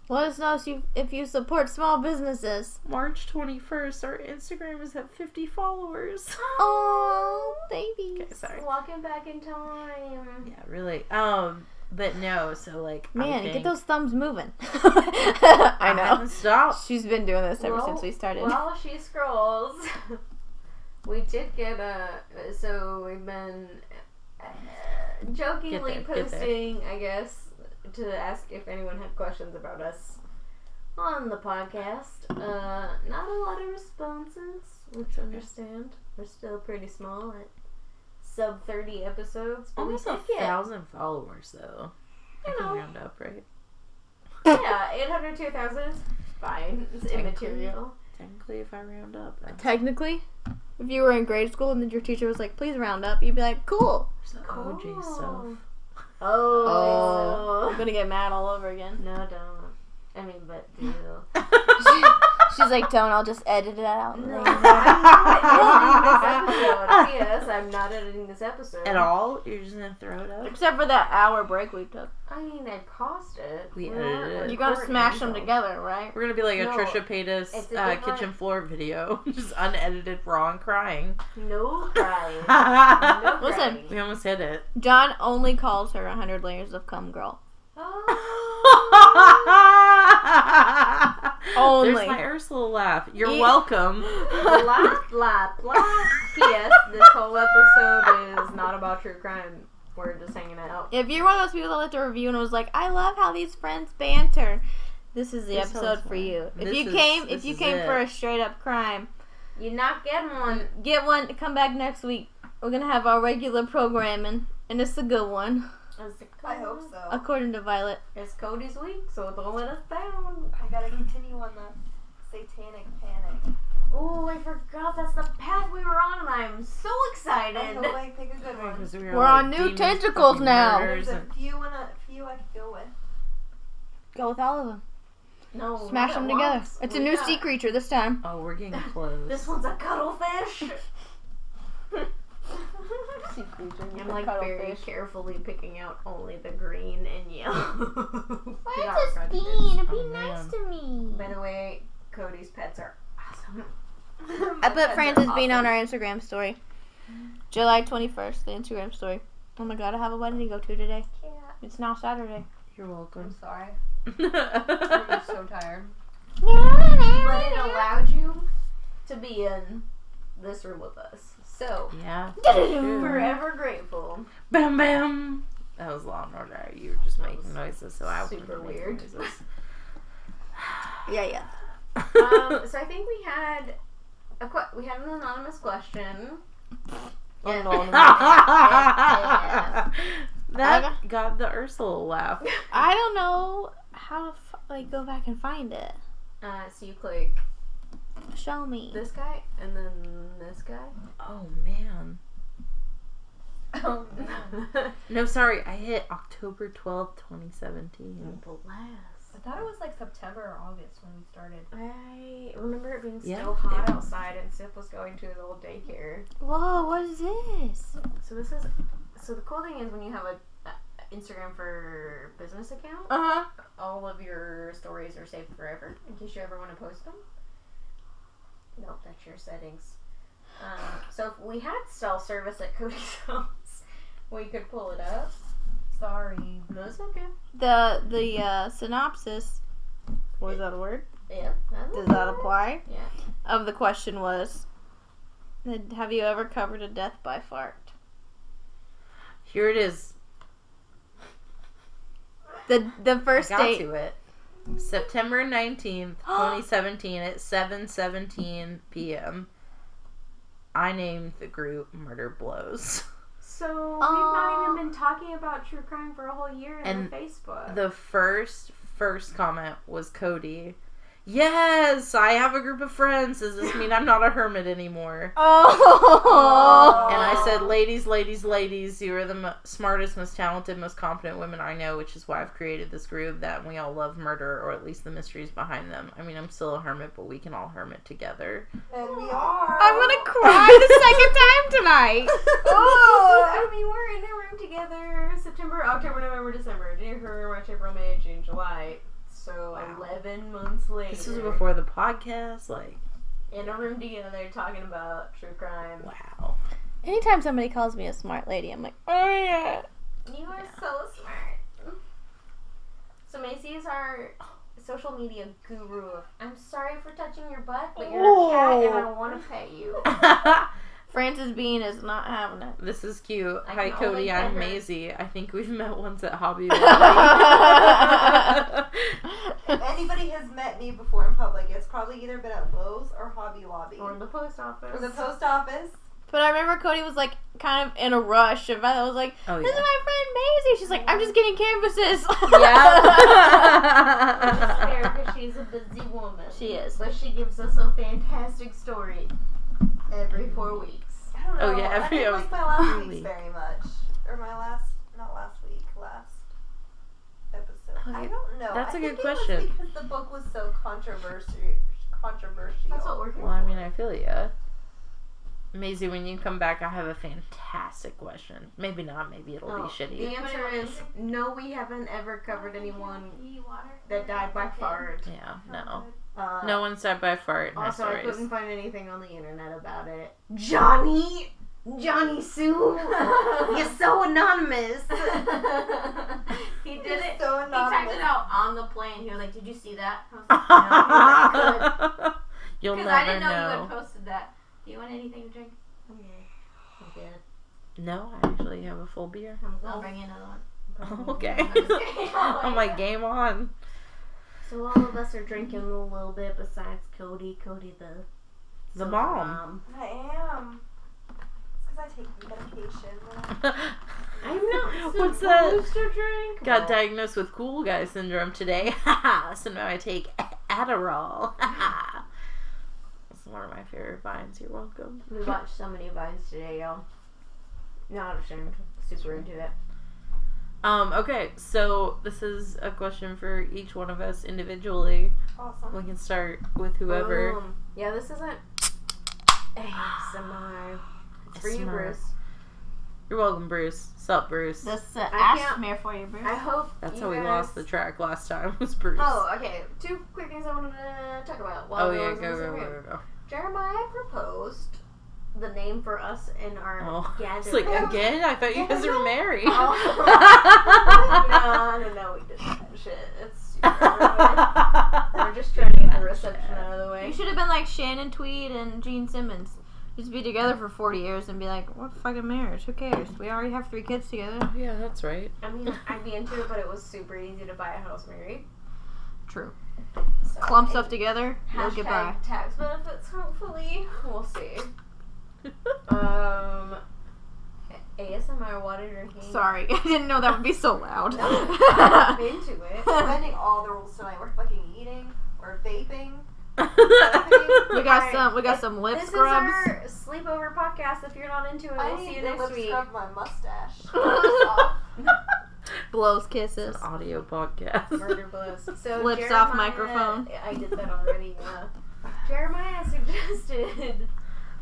Speaker 3: Let us know if you, if you support small businesses.
Speaker 1: March 21st, our Instagram is at 50 followers. (laughs)
Speaker 3: Oh, baby.
Speaker 1: okay, sorry.
Speaker 2: Walking back in time.
Speaker 1: Yeah, really. Um, but no, so like, I
Speaker 3: Man,
Speaker 1: think
Speaker 3: get those thumbs moving. (laughs) I know.
Speaker 1: haven't stopped.
Speaker 3: She's been doing this ever
Speaker 2: Well-
Speaker 3: since we started.
Speaker 2: While she scrolls, (laughs) we did get a. So we've been uh, jokingly
Speaker 1: Get there, get there.
Speaker 2: posting, I guess, to ask if anyone had questions about us on the podcast. Uh, not a lot of responses, which I understand. We're still pretty small at sub 30 episodes. But
Speaker 1: Almost
Speaker 2: we
Speaker 1: a
Speaker 2: did get,
Speaker 1: thousand followers though. I
Speaker 2: You
Speaker 1: can
Speaker 2: know.
Speaker 1: round up, right?
Speaker 2: Yeah, 800 to 1,000. fine. It's immaterial.
Speaker 1: Technically, if I round up, that's
Speaker 3: Technically, if you were in grade school and then your teacher was like, "Please round up," you'd be like, "Cool."
Speaker 1: the OG stuff.
Speaker 2: Oh,
Speaker 3: I'm gonna get mad all over again.
Speaker 2: No, don't. I mean, but
Speaker 4: (laughs)
Speaker 2: do. Oh. (laughs)
Speaker 3: She's like, "Don't." I'll just edit it out.
Speaker 2: No,
Speaker 3: later."
Speaker 2: I'm not editing this episode. Yes, I'm not editing this episode.
Speaker 1: (laughs) At all? You're just gonna throw it up?
Speaker 3: (laughs) Except for that hour break we took.
Speaker 2: I mean, I paused it.
Speaker 1: We
Speaker 2: We're
Speaker 1: edited
Speaker 2: not
Speaker 1: it.
Speaker 3: You gotta
Speaker 2: recording,
Speaker 3: smash them
Speaker 2: so-
Speaker 3: together, right?
Speaker 1: We're gonna be like a
Speaker 2: No,
Speaker 1: Trisha Paytas
Speaker 2: a
Speaker 1: uh,
Speaker 2: different-
Speaker 1: kitchen floor video, (laughs) just unedited, raw, and crying.
Speaker 2: No
Speaker 3: (laughs)
Speaker 2: crying. No
Speaker 1: (laughs) we
Speaker 3: Listen.
Speaker 2: crying.
Speaker 3: (laughs)
Speaker 1: almost
Speaker 2: (laughs)
Speaker 1: hit it. (laughs)
Speaker 3: John only calls her a hundred layers of cum girl.
Speaker 2: Oh,
Speaker 3: Only.
Speaker 1: There's my Ursula laugh. You're
Speaker 2: (laughs)
Speaker 3: Eat-
Speaker 1: welcome.
Speaker 2: blah blah blah. P.S. This whole episode is not about true crime. We're just hanging out.
Speaker 3: If you're one of those people that left a review and was like, "I love how these friends banter," this is the
Speaker 1: This
Speaker 3: episode
Speaker 1: one's
Speaker 3: for
Speaker 1: fine.
Speaker 3: you. If
Speaker 1: This
Speaker 3: you
Speaker 1: is-
Speaker 3: came, if
Speaker 1: this
Speaker 3: you
Speaker 1: is
Speaker 3: came
Speaker 1: it.
Speaker 3: for a straight up crime,
Speaker 2: You not getting one.
Speaker 3: get one. Come back next week. We're gonna have our regular programming, and it's a good one,
Speaker 2: It's
Speaker 4: I hope so.
Speaker 3: according to Violet.
Speaker 2: It's Cody's week, so don't let us down.
Speaker 4: I gotta continue on the satanic panic.
Speaker 2: Oh, I forgot that's the path we were on, and I'm so
Speaker 4: I
Speaker 2: excited.
Speaker 4: know, like, pick a good one.
Speaker 1: Because we
Speaker 3: We're on new
Speaker 1: demons,
Speaker 3: tentacles
Speaker 1: fucking
Speaker 3: now.
Speaker 1: murderers,
Speaker 4: There's a
Speaker 1: and-
Speaker 4: few and a few I could go with.
Speaker 3: Go with all of them.
Speaker 2: No,
Speaker 3: Smash
Speaker 2: not
Speaker 3: them
Speaker 2: at
Speaker 3: together.
Speaker 2: once.
Speaker 3: It's Oh, a Oh
Speaker 2: We
Speaker 3: new
Speaker 2: got-
Speaker 3: sea creature this time.
Speaker 1: Oh, we're getting close.
Speaker 2: This one's a
Speaker 1: (laughs)
Speaker 2: cuttlefish.
Speaker 3: Sea creature.
Speaker 2: I'm like very carefully picking out only the green and
Speaker 1: (laughs)
Speaker 2: yellow.
Speaker 1: Be nice
Speaker 3: to me.
Speaker 2: By the way, Cody's pets are awesome.
Speaker 3: I put Francis Bean on our Instagram story. July 21st, the Instagram story. Oh my god, I have a wedding to go to today.
Speaker 4: Yeah.
Speaker 3: It's now Saturday.
Speaker 1: You're welcome.
Speaker 4: (laughs) I'm sorry. I'm
Speaker 1: That's
Speaker 4: so tired.
Speaker 2: But it allowed you to be in this room with us. So,
Speaker 1: yeah.
Speaker 3: Du-du-du.
Speaker 2: forever grateful.
Speaker 1: Bam bam. That was Law and Order. You were just making noises, so I
Speaker 2: super
Speaker 1: wasn't making
Speaker 2: weird.
Speaker 1: noises.
Speaker 3: Yeah, yeah.
Speaker 1: (laughs)
Speaker 2: Um, (laughs) so I think we had a que- we had an anonymous question.
Speaker 1: that got the Ursula laugh.
Speaker 3: I don't know how to f- like go back and find it.
Speaker 2: Uh, so you click
Speaker 3: Show me.
Speaker 2: this guy and then this guy.
Speaker 1: Oh man.
Speaker 4: Oh,
Speaker 1: No, sorry. I hit October twelfth, 2017.
Speaker 2: (laughs) Bless.
Speaker 4: I thought it was like September or August when we started.
Speaker 2: I remember it being
Speaker 1: Yeah.
Speaker 2: so hot outside, and Sip was going to his old daycare.
Speaker 3: Whoa, what is this?
Speaker 2: So this is. So the cool thing is when you have a, uh Instagram for business account,
Speaker 1: Uh huh.
Speaker 2: all of your stories are saved forever in case you ever want to post them. Nope, that's your settings. Um, so if we had cell service at Cody's (laughs) house, we could pull it up.
Speaker 4: Sorry.
Speaker 2: No, it's okay.
Speaker 3: The the uh, synopsis. Was that a word?
Speaker 2: Yeah. that's
Speaker 3: Does that
Speaker 2: okay.
Speaker 3: apply?
Speaker 2: Yeah.
Speaker 3: Of the question was, have you ever covered a death by fart?
Speaker 1: Here it is.
Speaker 3: The the
Speaker 1: I
Speaker 3: first
Speaker 1: got
Speaker 3: date.
Speaker 1: to it. September
Speaker 3: (gasps)
Speaker 1: 19th, 2017 at 7:17 p.m. I named the group Murder Blows.
Speaker 2: So
Speaker 3: Aw.
Speaker 2: we've not even been talking about true crime for a whole year on
Speaker 1: And
Speaker 2: Facebook.
Speaker 1: The first first comment was Cody. Yes, I have a group of friends. Does this mean I'm not a hermit anymore?
Speaker 3: Oh.
Speaker 1: And I said, ladies, ladies, ladies, you are the m- smartest, most talented, most competent women I know, which is why I've created this group that we all love murder, or at least the mysteries behind them. I mean, I'm still a hermit, but we can all hermit together.
Speaker 4: And (laughs) we are.
Speaker 3: I'm gonna cry the (laughs) second time tonight.
Speaker 2: (laughs) Oh, and we were in a room together September, October, November, December, January, March, April, May, June, July. So
Speaker 1: Wow.
Speaker 2: 11 months (laughs) later.
Speaker 1: This was before the podcast. Like,
Speaker 2: In a room together talking about true crime.
Speaker 1: wow. (laughs)
Speaker 3: Anytime somebody calls me a smart lady, I'm like, oh yeah.
Speaker 2: You are so smart. So Macy is our social media guru. of, I'm sorry for touching your butt, but you're a cat and I want to pet you.
Speaker 3: Francis Bean is not having it.
Speaker 1: this is cute.
Speaker 2: I
Speaker 1: Hi,
Speaker 2: can only
Speaker 1: Cody. I'm
Speaker 2: better.
Speaker 1: Maisie. I think we've met once
Speaker 2: (laughs)
Speaker 1: at Hobby Lobby.
Speaker 4: If anybody has met me before in public, it's probably either been at Lowe's or Hobby Lobby.
Speaker 2: Or in the post office.
Speaker 4: Or the post office.
Speaker 3: but I remember Cody was like, kind of in a rush. And Violet was like,
Speaker 1: Oh
Speaker 3: "This is my friend Maisie." She's like, "I'm just getting canvases." (laughs)
Speaker 5: Just
Speaker 1: yeah.
Speaker 5: fair,
Speaker 1: (laughs)
Speaker 5: 'cause she's a busy woman.
Speaker 3: she is.
Speaker 5: But she gives us a fantastic story every four weeks.
Speaker 4: I don't know.
Speaker 1: Oh, yeah,
Speaker 4: I
Speaker 1: every-
Speaker 4: didn't like my last
Speaker 1: every
Speaker 4: week's
Speaker 1: week.
Speaker 4: very much, or my last not last week, last episode. I
Speaker 1: Okay,
Speaker 4: don't know.
Speaker 1: that's
Speaker 4: a
Speaker 1: a good question.
Speaker 4: because the book was so controversial. Controversial.
Speaker 5: That's what we're here
Speaker 1: well, I
Speaker 5: for.
Speaker 1: mean, I feel ya. Maisie, when you come back, I have a fantastic question. Maybe not. Maybe it'll
Speaker 5: Oh,
Speaker 1: be shitty.
Speaker 5: The answer is no, we haven't ever covered anyone that died by fart.
Speaker 1: Yeah. No.
Speaker 5: Uh,
Speaker 1: No one's died by fart in
Speaker 2: Oh,
Speaker 1: our
Speaker 5: Also, I
Speaker 1: stories.
Speaker 5: couldn't find anything on the internet about it. Johnny, Johnny
Speaker 1: (laughs)
Speaker 5: Sue,
Speaker 3: (laughs)
Speaker 5: you're so anonymous.
Speaker 2: He did
Speaker 4: You're
Speaker 2: it.
Speaker 4: so
Speaker 2: he typed
Speaker 4: anonymous.
Speaker 2: it out on the plane. He was like, "Did you see that?" I was like, "No." He's like, "Good."
Speaker 1: (laughs) You'll
Speaker 2: Because
Speaker 1: never
Speaker 2: I didn't know, you
Speaker 1: know.
Speaker 2: had posted that. Do you want anything to drink?
Speaker 1: No, I actually have a full beer.
Speaker 2: I'll bring you another one.
Speaker 1: (laughs) okay.
Speaker 2: Oh,
Speaker 1: (laughs) I'm like, game on. (laughs)
Speaker 5: So all of us are drinking a little bit besides Cody. Cody the
Speaker 1: The
Speaker 5: soda
Speaker 1: mom.
Speaker 4: I am. It's because I take medication. when I-
Speaker 1: (laughs)
Speaker 5: I'm not.
Speaker 1: What's
Speaker 5: supposed
Speaker 1: that?
Speaker 5: To drink.
Speaker 1: Got diagnosed with cool guy syndrome today. (laughs) so now I take Adderall. (laughs) That's one of my favorite vines. You're welcome.
Speaker 2: We watched so many vines today, y'all. Not ashamed. Super into it.
Speaker 1: Um, okay, so this is a question for each one of us individually.
Speaker 4: Awesome.
Speaker 1: We can start with whoever.
Speaker 2: Um, yeah, this isn't ASMR. It's for you,
Speaker 1: ASMR.
Speaker 2: Bruce.
Speaker 1: You're welcome, Bruce. Sup, Bruce?
Speaker 3: This is an
Speaker 2: I can't-
Speaker 3: asthma for you, Bruce.
Speaker 2: I hope
Speaker 1: That's
Speaker 2: you
Speaker 1: how we
Speaker 2: guys...
Speaker 1: lost the track last time. (laughs) Was Bruce?
Speaker 2: Oh, okay. Two quick things I wanted to talk about. While
Speaker 1: Oh,
Speaker 2: we
Speaker 1: yeah,
Speaker 2: was in the
Speaker 1: go go
Speaker 2: same room.
Speaker 1: go go go.
Speaker 2: Jeremiah proposed the name for us in our
Speaker 1: Oh, (laughs) it's
Speaker 2: gathering.
Speaker 1: like again. I thought you guys were married.
Speaker 2: Oh.
Speaker 1: (laughs)
Speaker 2: (laughs) no, no, no, we didn't. have Shit, it's. We're just trying to get the reception out of the
Speaker 3: you
Speaker 2: way.
Speaker 3: should have been like Shannon Tweed and Gene Simmons. Just be together for 40 years and be like, what fucking marriage? Who cares? We already have three kids together.
Speaker 1: yeah,
Speaker 2: (laughs)
Speaker 1: that's right.
Speaker 2: I mean, I'd be into it, but it was super easy to buy a house married.
Speaker 3: True.
Speaker 2: So
Speaker 3: Clump stuff together. You'll get by.
Speaker 2: Hashtag tax benefits, hopefully. We'll see. Um, ASMR water drinking.
Speaker 3: Sorry, (laughs) I didn't know that would be so
Speaker 2: (laughs)
Speaker 3: loud.
Speaker 2: I'm into
Speaker 3: (laughs)
Speaker 2: it.
Speaker 4: We're bending all the rules tonight. We're fucking eating. We're vaping.
Speaker 3: we got some. We got some lip
Speaker 2: This
Speaker 3: scrubs.
Speaker 2: is our sleepover podcast. If you're not into it,
Speaker 4: I
Speaker 2: we'll see
Speaker 4: need
Speaker 2: you
Speaker 4: to
Speaker 2: next
Speaker 4: lip
Speaker 2: week.
Speaker 4: scrub my
Speaker 2: (laughs)
Speaker 4: mustache. Off.
Speaker 3: Blows kisses. (laughs)
Speaker 1: Audio podcast.
Speaker 2: Murder bliss. So
Speaker 3: Flips
Speaker 2: Jeremiah,
Speaker 3: off microphone.
Speaker 2: I did that already. Uh, Jeremiah suggested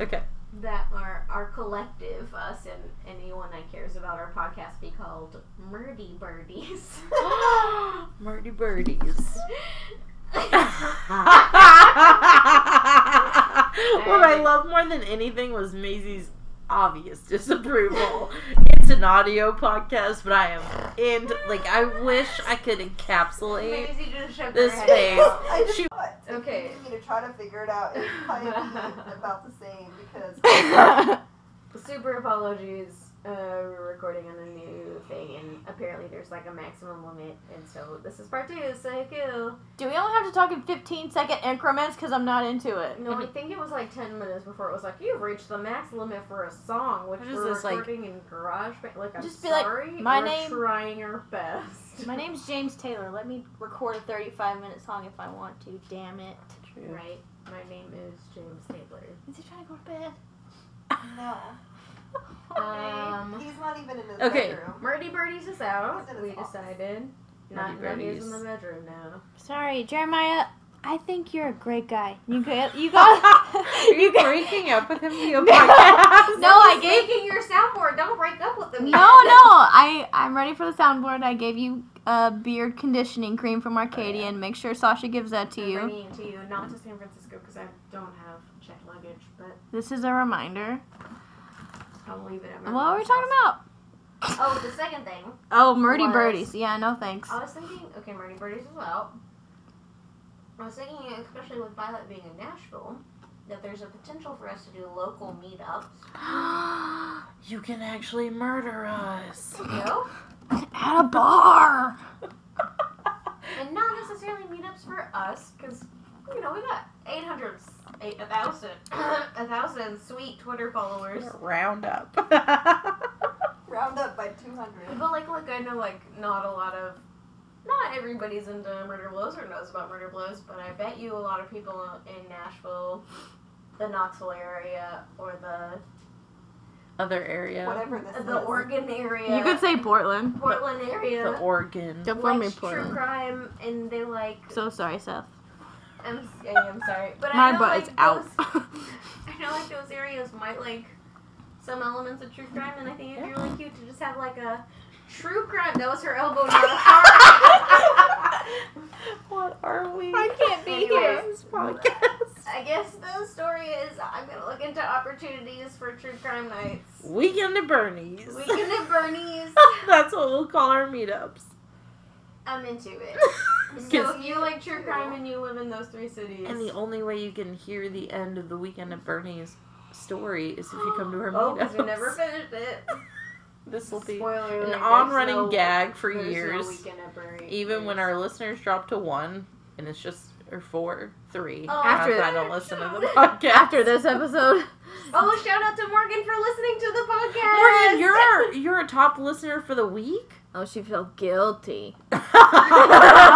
Speaker 1: okay.
Speaker 2: that our our collective, us and anyone that cares about our podcast, be called Murdy
Speaker 3: (laughs)
Speaker 2: Birdies. (laughs)
Speaker 1: Marty Birdies. what I love more than anything was Maisie's obvious disapproval. It's an audio podcast, but I am and like I wish I could encapsulate
Speaker 2: Maisie just shook
Speaker 1: This
Speaker 2: her head.
Speaker 1: face.
Speaker 4: (laughs) I just
Speaker 1: She-
Speaker 4: thought if
Speaker 2: Okay.
Speaker 4: You need to try to figure it out. It's
Speaker 2: (laughs)
Speaker 4: probably about the same because
Speaker 2: Super apologies. Uh, we're recording on a new thing, and apparently there's like a maximum limit, and so this is part two. So cool.
Speaker 3: Do we only have to talk in 15 second increments? Because I'm not into it.
Speaker 2: No, I think it was like ten minutes before it was like you've reached the max limit for a song, which
Speaker 1: What is
Speaker 2: we're
Speaker 1: this, like-
Speaker 2: recording in garage. Ba- Like I'm
Speaker 3: Just be like,
Speaker 2: sorry,
Speaker 3: "My
Speaker 2: we're
Speaker 3: name-
Speaker 2: trying our best.
Speaker 3: My name's James Taylor. Let me record a 35 minute song if I want to. Damn it.
Speaker 2: (laughs) right. My name is James Taylor.
Speaker 3: Is he trying to go to bed?
Speaker 4: no,
Speaker 2: Um,
Speaker 3: Uh,
Speaker 4: he's not even in his
Speaker 1: Okay.
Speaker 4: bedroom.
Speaker 2: Murdy Birdies Um, is out.
Speaker 4: He's in
Speaker 2: We
Speaker 4: his office.
Speaker 2: decided.
Speaker 1: Murdy
Speaker 2: Not Murdy's in
Speaker 1: Birdies.
Speaker 2: the bedroom now.
Speaker 3: Sorry, Jeremiah. I think you're a great guy. You got.
Speaker 2: (laughs)
Speaker 3: You got.
Speaker 1: Are you
Speaker 3: got-
Speaker 1: breaking up with him via (laughs)
Speaker 3: No.
Speaker 1: podcast?
Speaker 3: No, I gave
Speaker 2: Making your soundboard. Don't break up with them.
Speaker 3: No, no.
Speaker 2: (laughs)
Speaker 3: I I'm ready for the soundboard. I gave you uh, beard conditioning cream
Speaker 2: Oh,
Speaker 3: from Arcadian. Make sure Sasha gives that to
Speaker 2: I'm
Speaker 3: you.
Speaker 2: bringing it to you, not to San Francisco because I don't have checked luggage, but
Speaker 3: This is a reminder.
Speaker 2: I'll leave it at my
Speaker 3: What were we
Speaker 2: mom's
Speaker 3: talking about?
Speaker 2: house. Oh, the second thing.
Speaker 3: Oh, Murdy
Speaker 2: Was- Oh,
Speaker 3: Birdies. Yeah, no thanks.
Speaker 2: I was thinking, okay, Marty Birdies as well. I was thinking, especially with Violet being in Nashville, that there's a potential for us to do local meetups.
Speaker 1: (gasps) You can actually murder us.
Speaker 2: You know?
Speaker 3: At a bar.
Speaker 2: And not necessarily meetups for us, because, you know, we got 800 a, a thousand, (coughs) a thousand sweet Twitter followers. (laughs)
Speaker 1: Round up.
Speaker 4: Round up by 200.
Speaker 2: But like, look, I know like not a lot of, not everybody's into murder blows or knows about murder blows, but I bet you a lot of people in Nashville, the Knoxville area, or the
Speaker 1: Other area.
Speaker 4: Whatever this
Speaker 2: the
Speaker 4: is.
Speaker 2: Oregon area.
Speaker 3: You could say Portland.
Speaker 2: Portland area.
Speaker 1: The Oregon.
Speaker 3: Don't blame me,
Speaker 2: likes true
Speaker 3: Portland.
Speaker 2: crime, and they like.
Speaker 3: So sorry, Seth.
Speaker 2: I'm, yeah, I'm sorry, but I
Speaker 3: My
Speaker 2: know,
Speaker 3: butt
Speaker 2: like,
Speaker 3: is out.
Speaker 2: those- (laughs) I know like those areas might like some elements of true crime, and I think it'd be really cute to just have like a true crime. That was her elbow, not a heart.
Speaker 1: What are we?
Speaker 3: can't
Speaker 2: be here.
Speaker 1: This podcast.
Speaker 2: I guess the story is I'm gonna look into opportunities for true crime nights.
Speaker 1: Weekend at Bernie's.
Speaker 2: Weekend
Speaker 1: (laughs)
Speaker 2: at Bernie's.
Speaker 1: That's what we'll call our
Speaker 2: (laughs)
Speaker 1: meetups.
Speaker 2: I'm into it.
Speaker 3: (laughs)
Speaker 2: So
Speaker 1: 'Cause-
Speaker 2: if you like true crime and you live in those three cities.
Speaker 1: and the only way you can hear the end of the Weekend at Bernie's story is if you come to her
Speaker 2: Oh,
Speaker 1: meetups.
Speaker 2: because we never finished it.
Speaker 1: (laughs) This will be
Speaker 2: Spoiler alert,
Speaker 1: an
Speaker 2: there's
Speaker 1: on-running
Speaker 2: no-
Speaker 1: gag for
Speaker 2: there's no
Speaker 1: years.
Speaker 2: weekend at Bernie's.
Speaker 1: even when our listeners drop to one, and it's just or four, three.
Speaker 2: Oh,
Speaker 1: after
Speaker 3: after-
Speaker 1: I don't listen (laughs) to the podcast.
Speaker 3: (laughs) After this episode,
Speaker 2: Oh, shout out to Morgan for listening to the podcast.
Speaker 1: (laughs) Morgan, you're our, you're a top listener for the week.
Speaker 3: oh, she felt guilty.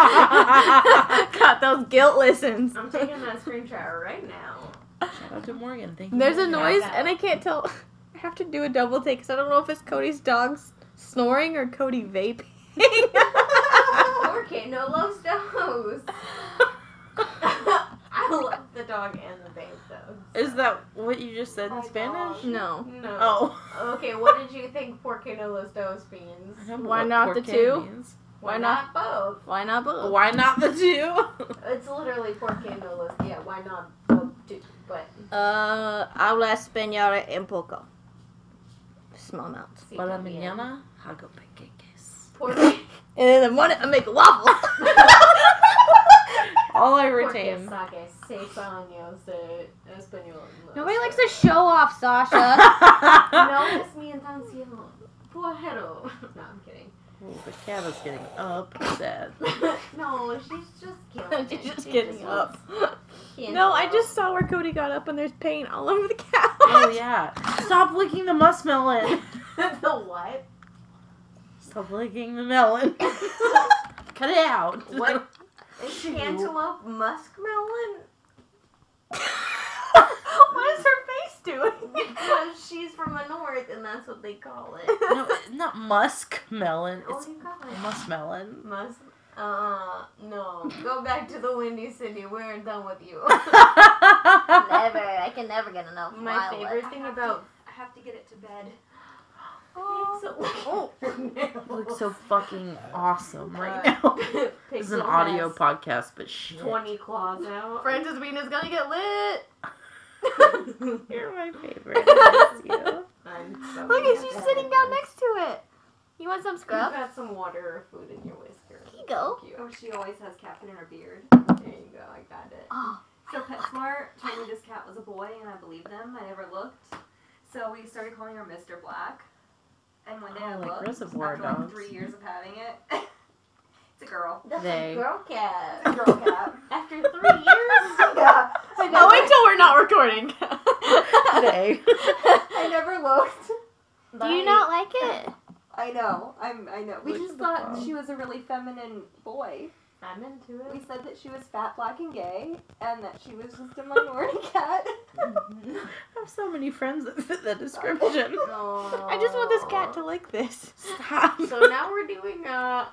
Speaker 1: Shout
Speaker 3: Got those guilt
Speaker 2: (laughs)
Speaker 3: listens.
Speaker 2: I'm taking that screenshot right now. (laughs)
Speaker 1: out (laughs) to Morgan. Thank you.
Speaker 3: There's a
Speaker 1: Morgan.
Speaker 3: noise, and I can't tell. I have to do a double take because I don't know if it's Cody's dog s- snoring or Cody vaping. (laughs)
Speaker 2: Poor kid, no loves dogs. I love the dog and the babe though.
Speaker 1: Is that what you just said in
Speaker 4: My
Speaker 1: Spanish?
Speaker 4: dog.
Speaker 3: no.
Speaker 2: No.
Speaker 1: (laughs) Oh.
Speaker 2: Okay, what did you think Poor kid no loves dogs means?
Speaker 1: I don't know
Speaker 3: Why
Speaker 1: what
Speaker 3: not the
Speaker 1: porqué
Speaker 3: two?
Speaker 1: means.
Speaker 3: Why
Speaker 2: both?
Speaker 3: Why not both?
Speaker 1: Why not the two?
Speaker 2: It's literally Poor kid no loves. Yeah, why not both? Two? But
Speaker 3: Uh, habla español en poco. Small amounts.
Speaker 1: (laughs) Para la mañana hago panqueques.
Speaker 2: Poor kid.
Speaker 3: And in the morning, I make waffles.
Speaker 1: (laughs) All I
Speaker 2: Porque
Speaker 1: retain.
Speaker 2: sake, seis años de español.
Speaker 3: Nobody likes Ah. to show
Speaker 1: (laughs)
Speaker 3: off, Sasha.
Speaker 2: No es mi intención. Pero. (laughs) No, I'm kidding.
Speaker 3: (laughs)
Speaker 1: Ooh, the cat is getting upset. (laughs)
Speaker 2: no, she's just killing.
Speaker 3: She's
Speaker 2: it.
Speaker 3: just
Speaker 2: She
Speaker 3: getting
Speaker 2: wants
Speaker 3: up.
Speaker 2: kids
Speaker 3: No, I
Speaker 2: up.
Speaker 3: just saw where Cody got up, and there's paint all over (laughs) the couch.
Speaker 1: Oh yeah. Stop licking the muskmelon.
Speaker 2: (laughs) the
Speaker 3: (laughs)
Speaker 2: what?
Speaker 1: Stop licking the melon. (laughs) Cut it out.
Speaker 2: What? Is
Speaker 1: Shoot.
Speaker 2: cantaloupe muskmelon?
Speaker 3: (laughs) what is her face doing?
Speaker 2: Because she's from the north, and that's what they call
Speaker 3: (laughs)
Speaker 2: it.
Speaker 1: (laughs) No, it's not muskmelon.
Speaker 2: What
Speaker 1: It's
Speaker 2: do you call it?
Speaker 1: muskmelon.
Speaker 2: Musk. Uh, no. Go back to the Windy City. We're done with
Speaker 3: (laughs)
Speaker 2: you.
Speaker 1: Never. (laughs)
Speaker 3: I can never get enough.
Speaker 2: My favorite thing
Speaker 3: (laughs)
Speaker 2: about.
Speaker 4: I have to get it to bed.
Speaker 2: (laughs) Oh, (laughs)
Speaker 1: Looks
Speaker 3: (laughs)
Speaker 1: so fucking awesome right
Speaker 2: Uh, (laughs)
Speaker 1: now. (laughs) This is an audio podcast, but shit.
Speaker 2: Twenty claws out.
Speaker 3: Francis Bean is gonna
Speaker 2: (laughs)
Speaker 3: get lit.
Speaker 1: You're my favorite. I miss you.
Speaker 2: I'm so
Speaker 3: Look,
Speaker 2: glad
Speaker 3: at she's
Speaker 2: that
Speaker 3: sitting down next to it. You want some
Speaker 2: You
Speaker 3: scrub?
Speaker 2: got some water or food in your whisker.
Speaker 3: Here you go.
Speaker 2: Thank you.
Speaker 4: Oh, she always has caffeine in her beard.
Speaker 2: There you go. I got it.
Speaker 3: Oh,
Speaker 4: So PetSmart told me this cat was a boy, and I believed them. I never looked. So we started calling her Mr. Black. And one day I
Speaker 1: Oh, like
Speaker 4: looked
Speaker 1: Reservoir
Speaker 4: after like
Speaker 1: Dogs.
Speaker 4: three years of having it. (laughs) it's a girl.
Speaker 2: That's
Speaker 1: They-
Speaker 2: a girl
Speaker 3: (laughs)
Speaker 4: It's a
Speaker 2: cat.
Speaker 4: girl (laughs) cat.
Speaker 2: After three years.
Speaker 4: yeah. I never,
Speaker 3: oh wait till we're not recording. (laughs)
Speaker 2: (laughs)
Speaker 1: Today.
Speaker 4: I never looked.
Speaker 3: Do you not like it?
Speaker 4: I know. I'm. I know. We
Speaker 1: Look
Speaker 4: just
Speaker 1: at the
Speaker 4: thought
Speaker 1: bottom.
Speaker 4: she was a really feminine boy.
Speaker 2: I'm into
Speaker 4: We
Speaker 2: it.
Speaker 4: said that she was fat, black, and gay, and that she was just a minority (laughs) cat.
Speaker 1: I have so many friends (laughs) that fit
Speaker 2: (laughs)
Speaker 1: that description.
Speaker 3: (laughs) I just want this cat to like this.
Speaker 1: Stop.
Speaker 2: So now we're doing uh,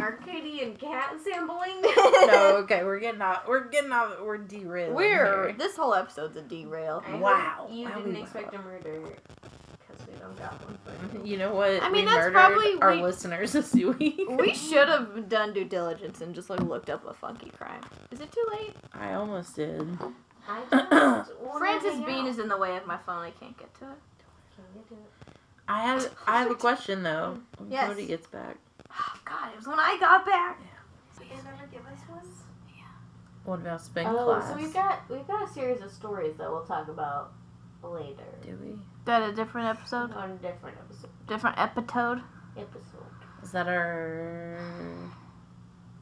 Speaker 2: Arcadian cat
Speaker 3: (laughs)
Speaker 2: sampling.
Speaker 1: (laughs) no, okay, we're getting off. We're getting off. We're derailing.
Speaker 3: We're
Speaker 1: here.
Speaker 3: this whole episode's a derail.
Speaker 2: I hope
Speaker 1: Wow.
Speaker 2: You
Speaker 1: Wow, we
Speaker 2: didn't
Speaker 1: went
Speaker 2: expect a murder because we don't got one. For
Speaker 3: Mhm.
Speaker 2: you.
Speaker 1: (laughs) You know what?
Speaker 3: I mean,
Speaker 1: we
Speaker 3: that's
Speaker 1: murdered
Speaker 3: probably-
Speaker 1: our
Speaker 3: we-
Speaker 1: listeners this week.
Speaker 3: We (laughs) should have done due diligence and just like looked up a funky crime. Is it too late?
Speaker 1: (laughs) I almost did.
Speaker 2: I
Speaker 3: (clears throat)
Speaker 2: just wanna
Speaker 3: Francis
Speaker 2: hang
Speaker 3: Bean
Speaker 2: out.
Speaker 3: is in the way of my phone. I can't get to it. (sighs)
Speaker 2: Can you do it?
Speaker 1: I have. I have a question though. When
Speaker 3: Yes.
Speaker 1: Cody gets back,
Speaker 3: Oh God, it was when I got back.
Speaker 4: Did they never give us one?
Speaker 1: what about spin
Speaker 2: Oh,
Speaker 1: class?
Speaker 2: so we've got we've got a series of stories that we'll talk about later
Speaker 1: Do we?
Speaker 3: That a different episode,
Speaker 2: on a different episode.
Speaker 3: different episode.
Speaker 2: Episode.
Speaker 1: Is that our?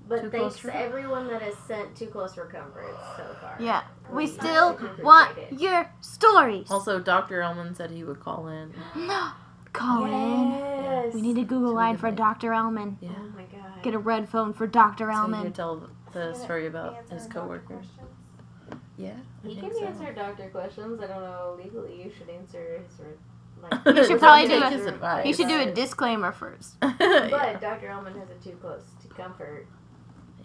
Speaker 2: But
Speaker 1: Too
Speaker 2: thanks
Speaker 1: close
Speaker 2: to
Speaker 1: for-
Speaker 2: everyone that has sent Too Close for Comfort so far.
Speaker 3: Yeah. We
Speaker 2: Please,
Speaker 3: still
Speaker 2: appreciate
Speaker 3: want
Speaker 2: it.
Speaker 3: your stories. (gasps)
Speaker 1: Also, Dr. Elman said he would call in.
Speaker 3: No. Call in.
Speaker 2: Yes.
Speaker 3: We need a Google
Speaker 1: So we
Speaker 3: line
Speaker 1: can
Speaker 3: for
Speaker 1: make-
Speaker 3: Dr. Elman.
Speaker 1: Yeah.
Speaker 2: Oh my god.
Speaker 3: Get a red phone for Dr.
Speaker 1: So he
Speaker 3: Elman.
Speaker 1: could tell the story about his coworker. Yeah. I
Speaker 2: He can
Speaker 1: think so.
Speaker 2: answer doctor questions. I don't know legally. You should answer his. Re-
Speaker 1: You
Speaker 3: (laughs)
Speaker 2: like,
Speaker 1: should
Speaker 3: should probably do
Speaker 1: take
Speaker 3: a-
Speaker 1: his advice.
Speaker 3: You should do a
Speaker 2: Right.
Speaker 3: disclaimer first.
Speaker 2: But
Speaker 1: (laughs) Yeah.
Speaker 2: Dr. Elman has a too close to comfort.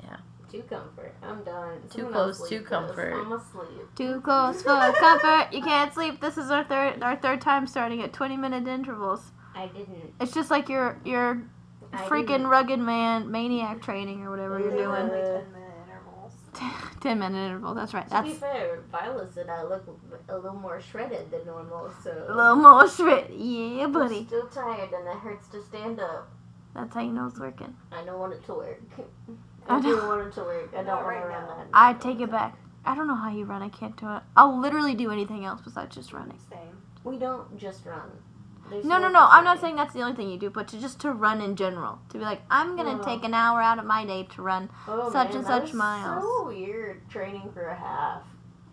Speaker 1: Yeah.
Speaker 2: Too comfort. I'm done.
Speaker 1: Too
Speaker 2: Someone
Speaker 1: close,
Speaker 2: else
Speaker 1: too
Speaker 2: leave this.
Speaker 1: comfort.
Speaker 2: I'm asleep.
Speaker 3: Too close for comfort. You can't sleep. This is our third our third time starting at 20 minute intervals.
Speaker 2: I didn't.
Speaker 3: It's just like your your
Speaker 2: I
Speaker 3: freaking rugged man maniac training or whatever you're
Speaker 4: They were
Speaker 3: doing.
Speaker 4: only 10 minute intervals.
Speaker 3: 10 minute interval. That's right.
Speaker 2: To be
Speaker 3: That's
Speaker 2: fair, Violet said I look a little more shredded than normal, so
Speaker 3: a little more (laughs) shred. Yeah,
Speaker 2: I'm
Speaker 3: buddy.
Speaker 2: still tired and it hurts to stand up.
Speaker 3: That's how you know it's working.
Speaker 2: I don't want it to work.
Speaker 3: I
Speaker 2: I do
Speaker 3: don't-
Speaker 2: want it to work. I don't
Speaker 4: Not
Speaker 2: want
Speaker 4: right
Speaker 2: to run
Speaker 4: now.
Speaker 2: that.
Speaker 3: I take it back. I don't know how you run. I can't do it. I'll literally do anything else besides just running.
Speaker 4: Same.
Speaker 2: We don't just run. There's
Speaker 3: No, no,
Speaker 2: more
Speaker 3: no. I'm not
Speaker 2: to
Speaker 3: saying that's the only thing you do, but to just to run in general. To be like, I'm gonna
Speaker 2: No.
Speaker 3: take an hour out of my day to run.
Speaker 2: Oh,
Speaker 3: such
Speaker 2: man,
Speaker 3: and
Speaker 2: that
Speaker 3: such
Speaker 2: is
Speaker 3: miles.
Speaker 2: So weird training for a half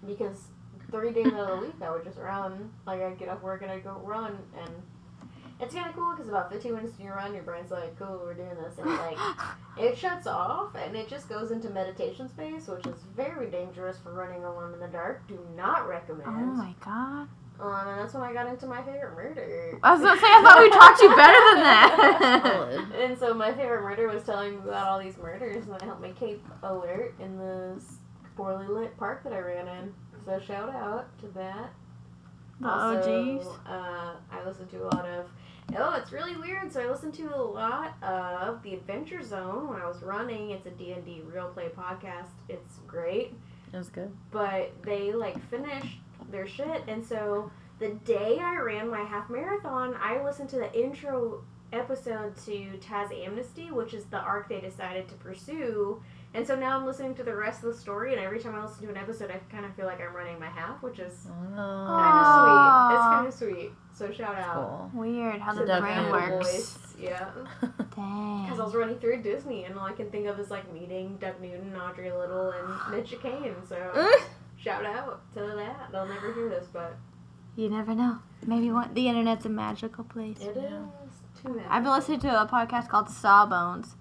Speaker 2: because three days out of the week I would just run. Like I'd get off work and I'd go run, and it's kind of cool because about 15 minutes in your run, your brain's like, "Cool, we're doing this," and (laughs)
Speaker 3: (laughs)
Speaker 2: like
Speaker 3: Oh
Speaker 2: it shuts off and it just goes into meditation space, which is very dangerous for running alone in the dark. Do not recommend.
Speaker 3: oh my god.
Speaker 2: Um, and that's when I got into my favorite murder.
Speaker 3: I was gonna say, I thought we taught
Speaker 2: (laughs)
Speaker 3: you better than that.
Speaker 1: Solid.
Speaker 2: And so my favorite murder was telling me about all these murders, and I helped make Cape Alert in this poorly lit park that I ran in. So shout out to that.
Speaker 3: the
Speaker 2: also,
Speaker 3: OGs.
Speaker 2: Uh, I listened to a lot of. Oh, it's really weird. So I listened to a lot of The Adventure Zone when I was running. It's a D&D real play podcast. It's great
Speaker 1: That's good.
Speaker 2: but they like finished their shit and so the day i ran my half marathon i listened to the intro episode to taz amnesty which is the arc they decided to pursue and so now i'm listening to the rest of the story and every time i listen to an episode i kind of feel like i'm running my half which is
Speaker 3: Aw.
Speaker 2: kind of sweet it's kind of sweet so shout out
Speaker 3: (gasps)
Speaker 1: Cool.
Speaker 3: Weird how
Speaker 2: to
Speaker 3: the
Speaker 1: Deduct
Speaker 3: brain
Speaker 1: animal
Speaker 2: little
Speaker 3: works.
Speaker 2: voice. yeah because I
Speaker 3: Dang.
Speaker 2: was running through Disney, and all I can think of is like meeting Doug Newton, Audrey Little,
Speaker 3: (gasps)
Speaker 2: and Mitch Kane. So shout out to that. They'll never hear this, but
Speaker 3: you never know. Maybe one, the internet's a magical place.
Speaker 2: it is
Speaker 1: Yeah.
Speaker 2: too mad.
Speaker 3: I've been listening to a podcast called Sawbones.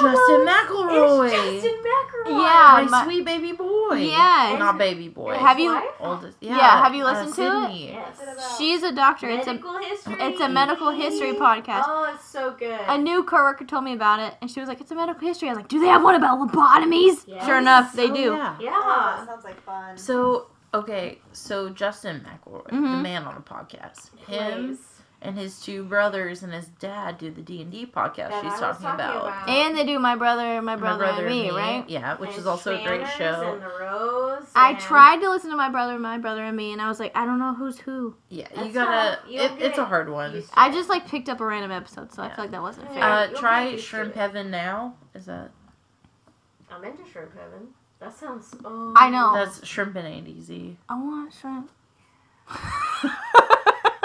Speaker 1: Justin
Speaker 2: It's
Speaker 1: McElroy.
Speaker 2: Justin McElroy.
Speaker 3: Yeah.
Speaker 1: my,
Speaker 3: my-
Speaker 1: sweet baby boy.
Speaker 3: Yeah.
Speaker 1: Not baby boy.
Speaker 3: Have you-
Speaker 2: Wife?
Speaker 1: Oldest. Yeah.
Speaker 3: Yeah, have you listened to it?
Speaker 1: Sydney.
Speaker 2: Yes.
Speaker 3: She's a doctor. It's a
Speaker 2: Medical history.
Speaker 3: it's a medical history podcast.
Speaker 2: Oh, it's so good.
Speaker 3: A new coworker told me about it, and she was like, "It's a medical history." I was like, "Do they have one about lobotomies?"
Speaker 2: Yes.
Speaker 3: Sure enough, they
Speaker 1: Oh,
Speaker 3: do.
Speaker 1: yeah.
Speaker 4: Oh,
Speaker 2: yeah.
Speaker 4: that sounds like fun.
Speaker 1: So okay, so Justin McElroy, the
Speaker 3: Mhm.
Speaker 1: man on the podcast, him
Speaker 2: Place
Speaker 1: and his two brothers and his dad do the D and D podcast.
Speaker 2: that I
Speaker 1: she's
Speaker 2: was
Speaker 1: talking, about,
Speaker 3: And they do my brother, my
Speaker 1: My
Speaker 3: brother, and, me, right?
Speaker 1: Yeah, which
Speaker 2: And
Speaker 1: is also a great
Speaker 2: Shannon's
Speaker 1: show.
Speaker 2: And the Rose.
Speaker 3: I
Speaker 2: and-
Speaker 3: tried to listen to my brother, my brother, and me, and I was like, I don't know who's who.
Speaker 1: yeah, you
Speaker 2: That's
Speaker 1: gotta.
Speaker 2: tough. You'll
Speaker 1: It,
Speaker 2: get
Speaker 1: it's a
Speaker 2: it.
Speaker 1: hard one.
Speaker 2: Used to
Speaker 3: I
Speaker 2: it.
Speaker 3: just like picked up a random episode, so I
Speaker 1: Yeah.
Speaker 3: feel like that wasn't fair.
Speaker 2: Yeah.
Speaker 1: Uh,
Speaker 2: you'll get
Speaker 1: try
Speaker 2: used to
Speaker 1: Shrimp
Speaker 2: it.
Speaker 1: Heaven now. Is that
Speaker 2: I'm into shrimp heaven. That sounds. Oh,
Speaker 3: I know.
Speaker 1: that's Shrimp and Ain't
Speaker 3: (laughs)
Speaker 1: Easy?
Speaker 3: I want shrimp.
Speaker 2: Oh my god.
Speaker 1: (laughs)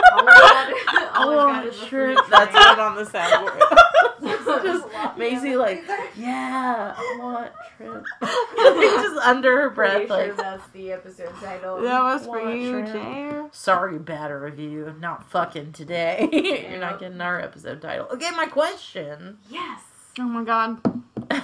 Speaker 1: I
Speaker 2: Oh my god.
Speaker 1: want
Speaker 2: it's a
Speaker 1: shrimp.
Speaker 2: food (laughs)
Speaker 1: That's
Speaker 2: train.
Speaker 1: not on the soundboard. just
Speaker 4: Sloppy
Speaker 1: Maisie
Speaker 4: on
Speaker 1: like,
Speaker 4: the pizza.
Speaker 1: yeah, I want (laughs) shrimp. just under her
Speaker 2: Pretty
Speaker 1: breath,
Speaker 2: sure
Speaker 1: like,
Speaker 2: that's the episode title.
Speaker 3: That was for
Speaker 1: Want
Speaker 3: you,
Speaker 1: shrimp.
Speaker 3: Jer.
Speaker 1: Sorry, bad review. Not fucking today. (laughs) You're not getting our episode title. Okay, my question.
Speaker 2: Yes.
Speaker 3: Oh my god, (laughs)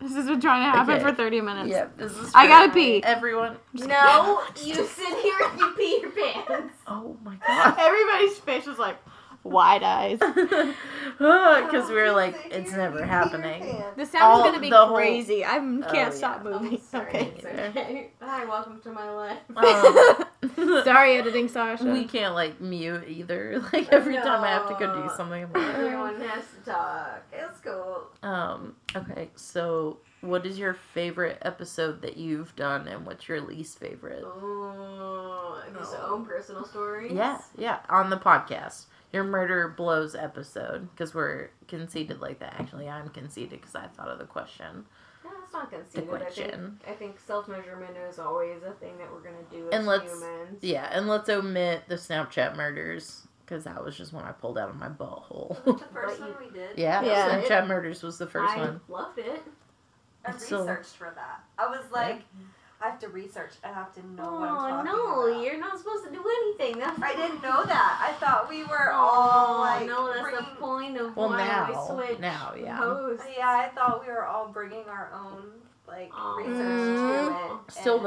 Speaker 3: this has been trying to happen
Speaker 1: Okay.
Speaker 3: for 30 minutes.
Speaker 1: yeah, this is.
Speaker 3: I
Speaker 1: for
Speaker 3: gotta pee.
Speaker 1: Everyone.
Speaker 2: No,
Speaker 1: (laughs)
Speaker 2: you sit here and you pee your pants.
Speaker 1: Oh my god. (laughs)
Speaker 3: Everybody's face was like wide eyes.
Speaker 1: Because we were like,
Speaker 4: Sit
Speaker 1: it's
Speaker 4: here, you
Speaker 1: never
Speaker 4: pee your
Speaker 1: happening.
Speaker 4: pants.
Speaker 3: The
Speaker 1: All-
Speaker 3: sound is gonna be
Speaker 1: the whole-
Speaker 3: crazy. I can't
Speaker 1: Oh, yeah.
Speaker 3: stop moving.
Speaker 1: (laughs)
Speaker 2: I'm sorry.
Speaker 3: Okay.
Speaker 2: It's okay. Hi, welcome to my life.
Speaker 1: (laughs) Um,
Speaker 3: (laughs) (laughs) Sorry, editing Sasha.
Speaker 1: We (laughs) can't like mute either. (laughs) Like every time I have to go do
Speaker 2: No.
Speaker 1: something. I'm
Speaker 2: (laughs)
Speaker 1: like,
Speaker 2: Everyone has to talk. It's cool.
Speaker 1: Um, okay, so what is your favorite episode that you've done and what's your least favorite?
Speaker 2: Oh, just
Speaker 4: No.
Speaker 2: own personal stories.
Speaker 1: Yeah, yeah, on the podcast. Your murder blows episode because we're conceited like that. Actually, I'm conceited because I thought of the question.
Speaker 2: No, that's not
Speaker 1: The
Speaker 2: conceited. I think,
Speaker 1: question.
Speaker 2: I think self measurement is always a thing that we're gonna do as
Speaker 1: And let's-
Speaker 2: humans.
Speaker 1: Yeah, and let's omit the Snapchat murders because that was just when I pulled out of my butthole. (laughs)
Speaker 4: Was it the first
Speaker 2: But you-
Speaker 4: one we did?
Speaker 1: yeah,
Speaker 3: Yeah.
Speaker 1: Snapchat murders was the first
Speaker 2: I
Speaker 1: one.
Speaker 2: loved it.
Speaker 4: I
Speaker 1: It's so-
Speaker 4: researched for that. I was like, I have to research. I have to know what
Speaker 2: Oh
Speaker 4: I'm talking
Speaker 2: no,
Speaker 4: about.
Speaker 2: you're not supposed to do anything. That's
Speaker 4: I didn't know that. I thought we were all
Speaker 2: Oh
Speaker 4: like
Speaker 2: no, that's
Speaker 4: bringing.
Speaker 2: the point of
Speaker 1: Well,
Speaker 2: why
Speaker 1: now,
Speaker 2: we switched
Speaker 1: now, yeah.
Speaker 2: hosts.
Speaker 4: Yeah, I thought we were all bringing our own like
Speaker 2: Oh.
Speaker 4: research
Speaker 3: Mm.
Speaker 4: to it.
Speaker 1: Mm-hmm. Still
Speaker 4: and-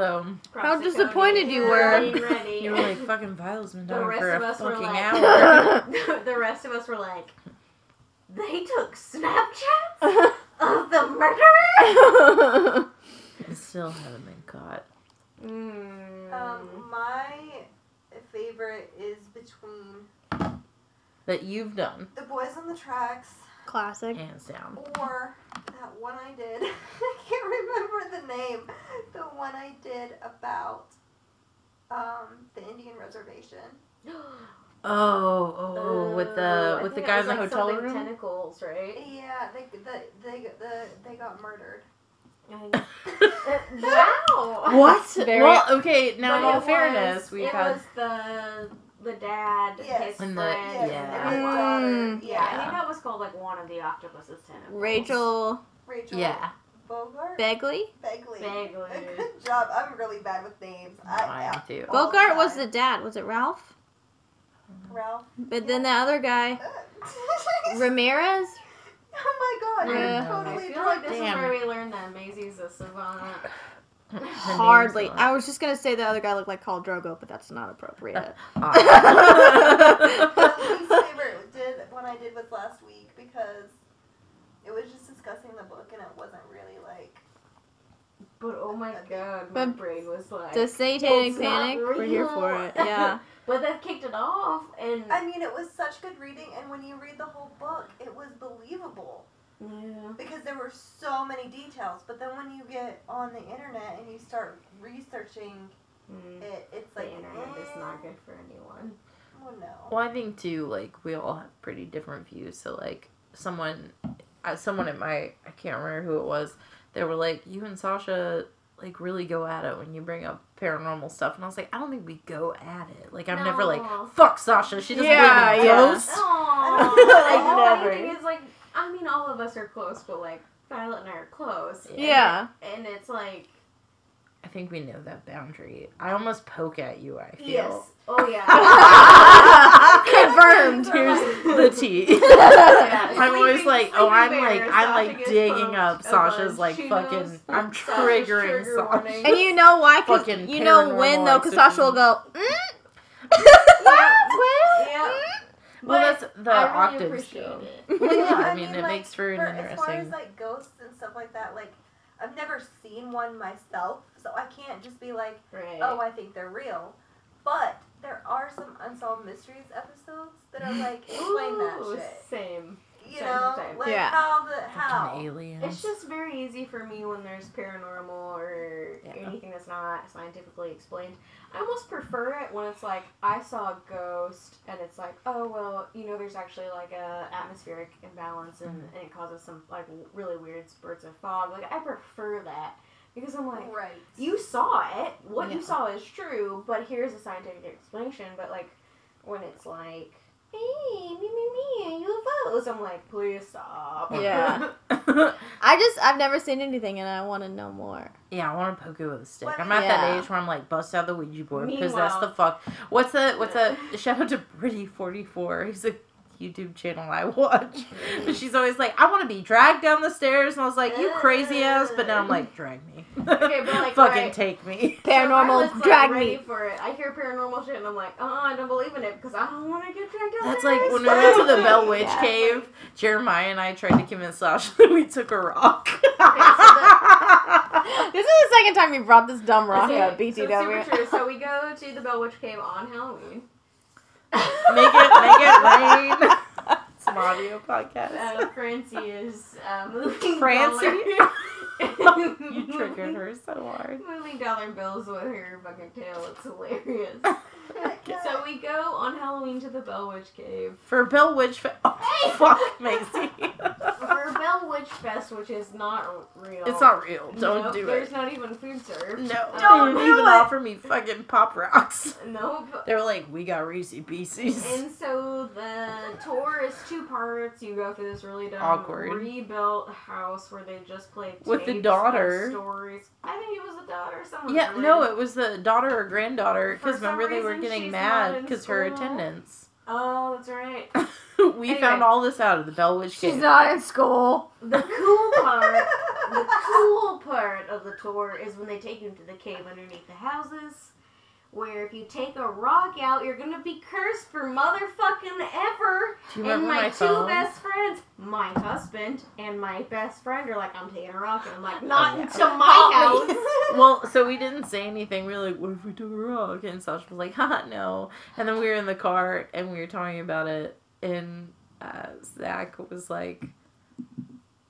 Speaker 1: though,
Speaker 3: How
Speaker 2: Proxicoding.
Speaker 3: disappointed
Speaker 1: (laughs)
Speaker 3: you were.
Speaker 2: Ready, ready.
Speaker 1: you
Speaker 2: (laughs)
Speaker 1: were like fucking Vile's been
Speaker 2: The
Speaker 1: done
Speaker 2: rest
Speaker 1: for
Speaker 2: of
Speaker 1: a
Speaker 2: us were
Speaker 1: fucking
Speaker 2: like- (laughs)
Speaker 1: hour.
Speaker 2: the rest of us were like, they took Snapchats of the murderer.
Speaker 1: And still haven't been caught.
Speaker 2: Mm. (gasps)
Speaker 1: (gasps)
Speaker 4: Um, my favorite is between
Speaker 1: That you've done
Speaker 4: the boys on the tracks
Speaker 3: Classic.
Speaker 1: hands down.
Speaker 4: or that one I did. (laughs) I can't remember the name. The one I did about um the Indian reservation.
Speaker 1: Oh, oh, oh, with the
Speaker 2: Uh, I
Speaker 1: with the
Speaker 2: think it
Speaker 1: guy
Speaker 2: was
Speaker 1: in the
Speaker 2: like
Speaker 1: hotel
Speaker 2: something
Speaker 1: room.
Speaker 2: Tentacles,
Speaker 1: (laughs)
Speaker 2: right?
Speaker 4: Yeah, they the, they the, they got murdered. (laughs)
Speaker 2: (laughs) wow.
Speaker 1: (laughs) what?
Speaker 3: Very-
Speaker 1: well, okay. Now,
Speaker 2: uh, But
Speaker 1: in all
Speaker 2: it
Speaker 1: fairness,
Speaker 2: was-
Speaker 1: we've
Speaker 2: it
Speaker 1: had
Speaker 2: was the the dad,
Speaker 4: Yes.
Speaker 2: his
Speaker 1: And the-
Speaker 2: friend,
Speaker 4: Yes,
Speaker 1: yeah.
Speaker 4: they were
Speaker 2: and
Speaker 3: Mm.
Speaker 4: slaughtered.
Speaker 2: Yeah, I
Speaker 4: Yeah.
Speaker 2: think that was called like one of the octopus's tentacles.
Speaker 3: Rachel
Speaker 4: Rachel
Speaker 1: yeah.
Speaker 4: Bogart.
Speaker 3: Begley.
Speaker 4: Begley.
Speaker 2: Begley.
Speaker 4: (laughs) Good job. I'm really bad with names.
Speaker 1: I am
Speaker 4: I,
Speaker 2: (laughs)
Speaker 1: too.
Speaker 4: Oh,
Speaker 3: Bogart was
Speaker 4: God.
Speaker 3: the dad. Was it Ralph?
Speaker 4: I Ralph. (laughs)
Speaker 3: But then the other guy, Ramirez.
Speaker 4: oh my god,
Speaker 1: Yeah.
Speaker 4: you're
Speaker 2: I
Speaker 4: totally
Speaker 2: feel like this
Speaker 1: Damn.
Speaker 2: is where we learned that Maisie's a savant.
Speaker 1: The names
Speaker 3: Hardly.
Speaker 1: are-
Speaker 3: I was just gonna say the other guy looked like Khal Drogo, but that's not
Speaker 2: (laughs)
Speaker 3: appropriate.
Speaker 1: Ah.
Speaker 4: least favorite did one I did was last week because it was just discussing the book and it wasn't really like
Speaker 2: But oh my god, my
Speaker 3: But
Speaker 2: brain was like.
Speaker 3: the Satanic
Speaker 2: It's not
Speaker 3: Panic. We're here for
Speaker 2: real.
Speaker 3: it.
Speaker 2: (laughs)
Speaker 3: Yeah.
Speaker 2: but that kicked it off, and
Speaker 1: Mm.
Speaker 4: I mean it was such good reading and when you read the whole book it was believable
Speaker 2: yeah.
Speaker 4: because there were so many details but then when you get on the internet and you start researching
Speaker 2: Mm.
Speaker 4: it it's
Speaker 2: The
Speaker 4: like
Speaker 2: internet is not good for anyone.
Speaker 4: well, no.
Speaker 1: (laughs) Well, I think too, like we all have pretty different views. So like someone, uh, someone at my, I can't remember who it was. They were like, you and Sasha like really go at it when you bring up paranormal stuff, and I was like, I don't think we go at it. Like I'm never like,
Speaker 2: No.
Speaker 1: fuck Sasha, she doesn't
Speaker 3: Yeah,
Speaker 1: believe in
Speaker 3: yeah.
Speaker 1: ghosts. (laughs)
Speaker 2: Aww. I
Speaker 1: Like,
Speaker 2: think it's like I mean all of us are close, but like Violet and I are close.
Speaker 3: Yeah.
Speaker 2: And it's like
Speaker 1: I think we know that boundary. I almost poke at you. I feel.
Speaker 4: (laughs)
Speaker 2: Oh yeah. (laughs)
Speaker 1: Confirmed. Here's the tea. (laughs) I'm always
Speaker 2: Sleeping-
Speaker 1: like, oh,
Speaker 2: sleeping
Speaker 1: I'm
Speaker 2: bear,
Speaker 1: like, I
Speaker 2: Sasha
Speaker 1: like
Speaker 2: gets
Speaker 1: digging
Speaker 2: poked
Speaker 1: up
Speaker 2: a
Speaker 1: Sasha's
Speaker 2: bunch.
Speaker 1: like
Speaker 2: She
Speaker 1: fucking.
Speaker 2: knows
Speaker 1: I'm
Speaker 2: Sasha's
Speaker 1: triggering
Speaker 2: trigger
Speaker 1: Sasha.
Speaker 2: warning.
Speaker 3: And you know why? 'Cause
Speaker 1: Fucking
Speaker 3: you know when though, because Sasha will go. Mm?
Speaker 2: (laughs)
Speaker 3: What?
Speaker 2: Yeah.
Speaker 1: Well,
Speaker 2: But
Speaker 1: that's the
Speaker 2: I really
Speaker 1: octaves
Speaker 2: appreciate
Speaker 1: show.
Speaker 2: it. (laughs)
Speaker 4: Well,
Speaker 1: Yeah, I
Speaker 4: (laughs) I
Speaker 1: mean,
Speaker 4: mean,
Speaker 1: it
Speaker 4: like,
Speaker 1: makes for an
Speaker 4: For, as far as
Speaker 1: interesting.
Speaker 4: like ghosts and stuff like that, like I've never seen one myself, so I can't just be like,
Speaker 2: Right.
Speaker 4: oh, I think they're real. But there are some unsolved mysteries episodes that
Speaker 2: (gasps)
Speaker 4: are like explain that
Speaker 2: Ooh,
Speaker 4: shit.
Speaker 2: Same.
Speaker 4: You
Speaker 2: same,
Speaker 4: know,
Speaker 2: same.
Speaker 4: like
Speaker 3: Yeah.
Speaker 4: how the
Speaker 1: Fucking
Speaker 4: how.
Speaker 1: aliens.
Speaker 2: It's just very easy for me when there's paranormal or
Speaker 1: Yeah.
Speaker 2: anything that's not scientifically explained. I almost prefer it when it's like I saw a ghost and it's like, oh well, you know, there's actually like a atmospheric imbalance and,
Speaker 1: Mm-hmm.
Speaker 2: and it causes some like w- really weird spurts of fog. Like I prefer that because I'm like,
Speaker 4: Right. (laughs)
Speaker 2: you saw it. What
Speaker 1: Yeah.
Speaker 2: you saw is true, but here's a scientific explanation. But like when it's like, hey, me me me, UFOs, I'm like, please stop. (laughs)
Speaker 3: Yeah.
Speaker 1: (laughs)
Speaker 3: I just I've never seen anything, and I want to know more.
Speaker 1: yeah, I want to poke it with a stick.
Speaker 4: Well, I
Speaker 1: I'm
Speaker 4: mean-
Speaker 1: at that
Speaker 3: Yeah.
Speaker 1: age where I'm like, bust out the Ouija board because that's
Speaker 2: Meanwhile-
Speaker 1: the fuck. What's that? What's that? Shout out to Britty forty four. He's a YouTube channel I watch. But she's always like, I want to be dragged down the stairs, and I was like, you crazy ass. But now I'm like, drag me.
Speaker 2: Okay, but, like,
Speaker 1: (laughs) fucking
Speaker 2: right.
Speaker 1: take me.
Speaker 3: Paranormal,
Speaker 2: so if I was, like,
Speaker 3: drag (laughs)
Speaker 2: ready
Speaker 3: me.
Speaker 2: for it. I hear paranormal shit and I'm like, oh, I don't believe in it because I don't want to get dragged out.
Speaker 1: That's
Speaker 2: there.
Speaker 1: like when we went to the Bell Witch
Speaker 3: Yeah.
Speaker 1: Cave. Jeremiah and I tried to convince Sasha (laughs) that we took a rock.
Speaker 2: (laughs)
Speaker 3: This is the second time you brought this dumb rock
Speaker 2: Okay,
Speaker 3: up,
Speaker 2: so super
Speaker 3: BTW.
Speaker 2: true. So we go to the Bell Witch Cave on Halloween.
Speaker 1: (laughs) make it, make it rain. It's an audio
Speaker 2: (laughs) Uh,
Speaker 1: podcast.
Speaker 2: Francie is uh, moving.
Speaker 1: Francie?
Speaker 3: (laughs)
Speaker 2: dollar- (laughs)
Speaker 1: (laughs) you triggered her so hard.
Speaker 2: Moving dollar bills with her fucking tail. It's
Speaker 1: (laughs)
Speaker 2: hilarious. So
Speaker 4: so
Speaker 2: we go on Halloween to the Bell Witch Cave.
Speaker 1: (laughs)
Speaker 2: (laughs)
Speaker 1: For Bell Witch, fa- oh, fuck Macy.
Speaker 2: For Bell Village Fest, which is not r- real.
Speaker 1: It's not real. Don't
Speaker 2: Nope,
Speaker 1: do
Speaker 2: There's
Speaker 1: it.
Speaker 2: not even food served.
Speaker 1: No.
Speaker 2: Don't
Speaker 1: They
Speaker 2: do
Speaker 1: even
Speaker 2: it.
Speaker 1: offer me fucking pop rocks. (laughs)
Speaker 2: Nope.
Speaker 1: They were like, we got Reese's Pieces.
Speaker 2: And so the tour is two parts. You go through this really dumb
Speaker 1: Awkward.
Speaker 2: rebuilt house where they just play
Speaker 1: With the
Speaker 2: tapes of
Speaker 1: daughter.
Speaker 2: stories. I think it was the daughter. Someone
Speaker 1: (laughs) Yeah,
Speaker 2: related.
Speaker 1: no, it was the daughter or granddaughter.
Speaker 2: For
Speaker 1: Because
Speaker 2: some
Speaker 1: remember, they were
Speaker 2: reason,
Speaker 1: getting
Speaker 2: she's not
Speaker 1: mad
Speaker 2: in
Speaker 1: because her
Speaker 2: school.
Speaker 1: attendance.
Speaker 2: (laughs) Oh, that's right.
Speaker 1: we
Speaker 2: Anyway.
Speaker 1: found all this out of the Bell Witch
Speaker 3: She's
Speaker 1: game.
Speaker 3: not in school.
Speaker 2: The cool part, the cool part of the tour is when they take you into the cave underneath the houses, where if you take a rock out, you're gonna be cursed for motherfucking ever.
Speaker 1: do you
Speaker 2: and
Speaker 1: remember
Speaker 2: my,
Speaker 1: my,
Speaker 2: two
Speaker 1: phone?
Speaker 2: best friends, my husband and my best friend, are like, I'm taking a rock, and I'm like, not
Speaker 1: Oh, yeah.
Speaker 2: into my
Speaker 1: (laughs)
Speaker 2: house.
Speaker 1: well, so we didn't say anything. We were like, what if we took a rock? And Sasha was like, ha, no. And then we were in the car and we were talking about it. And uh, Zach was like,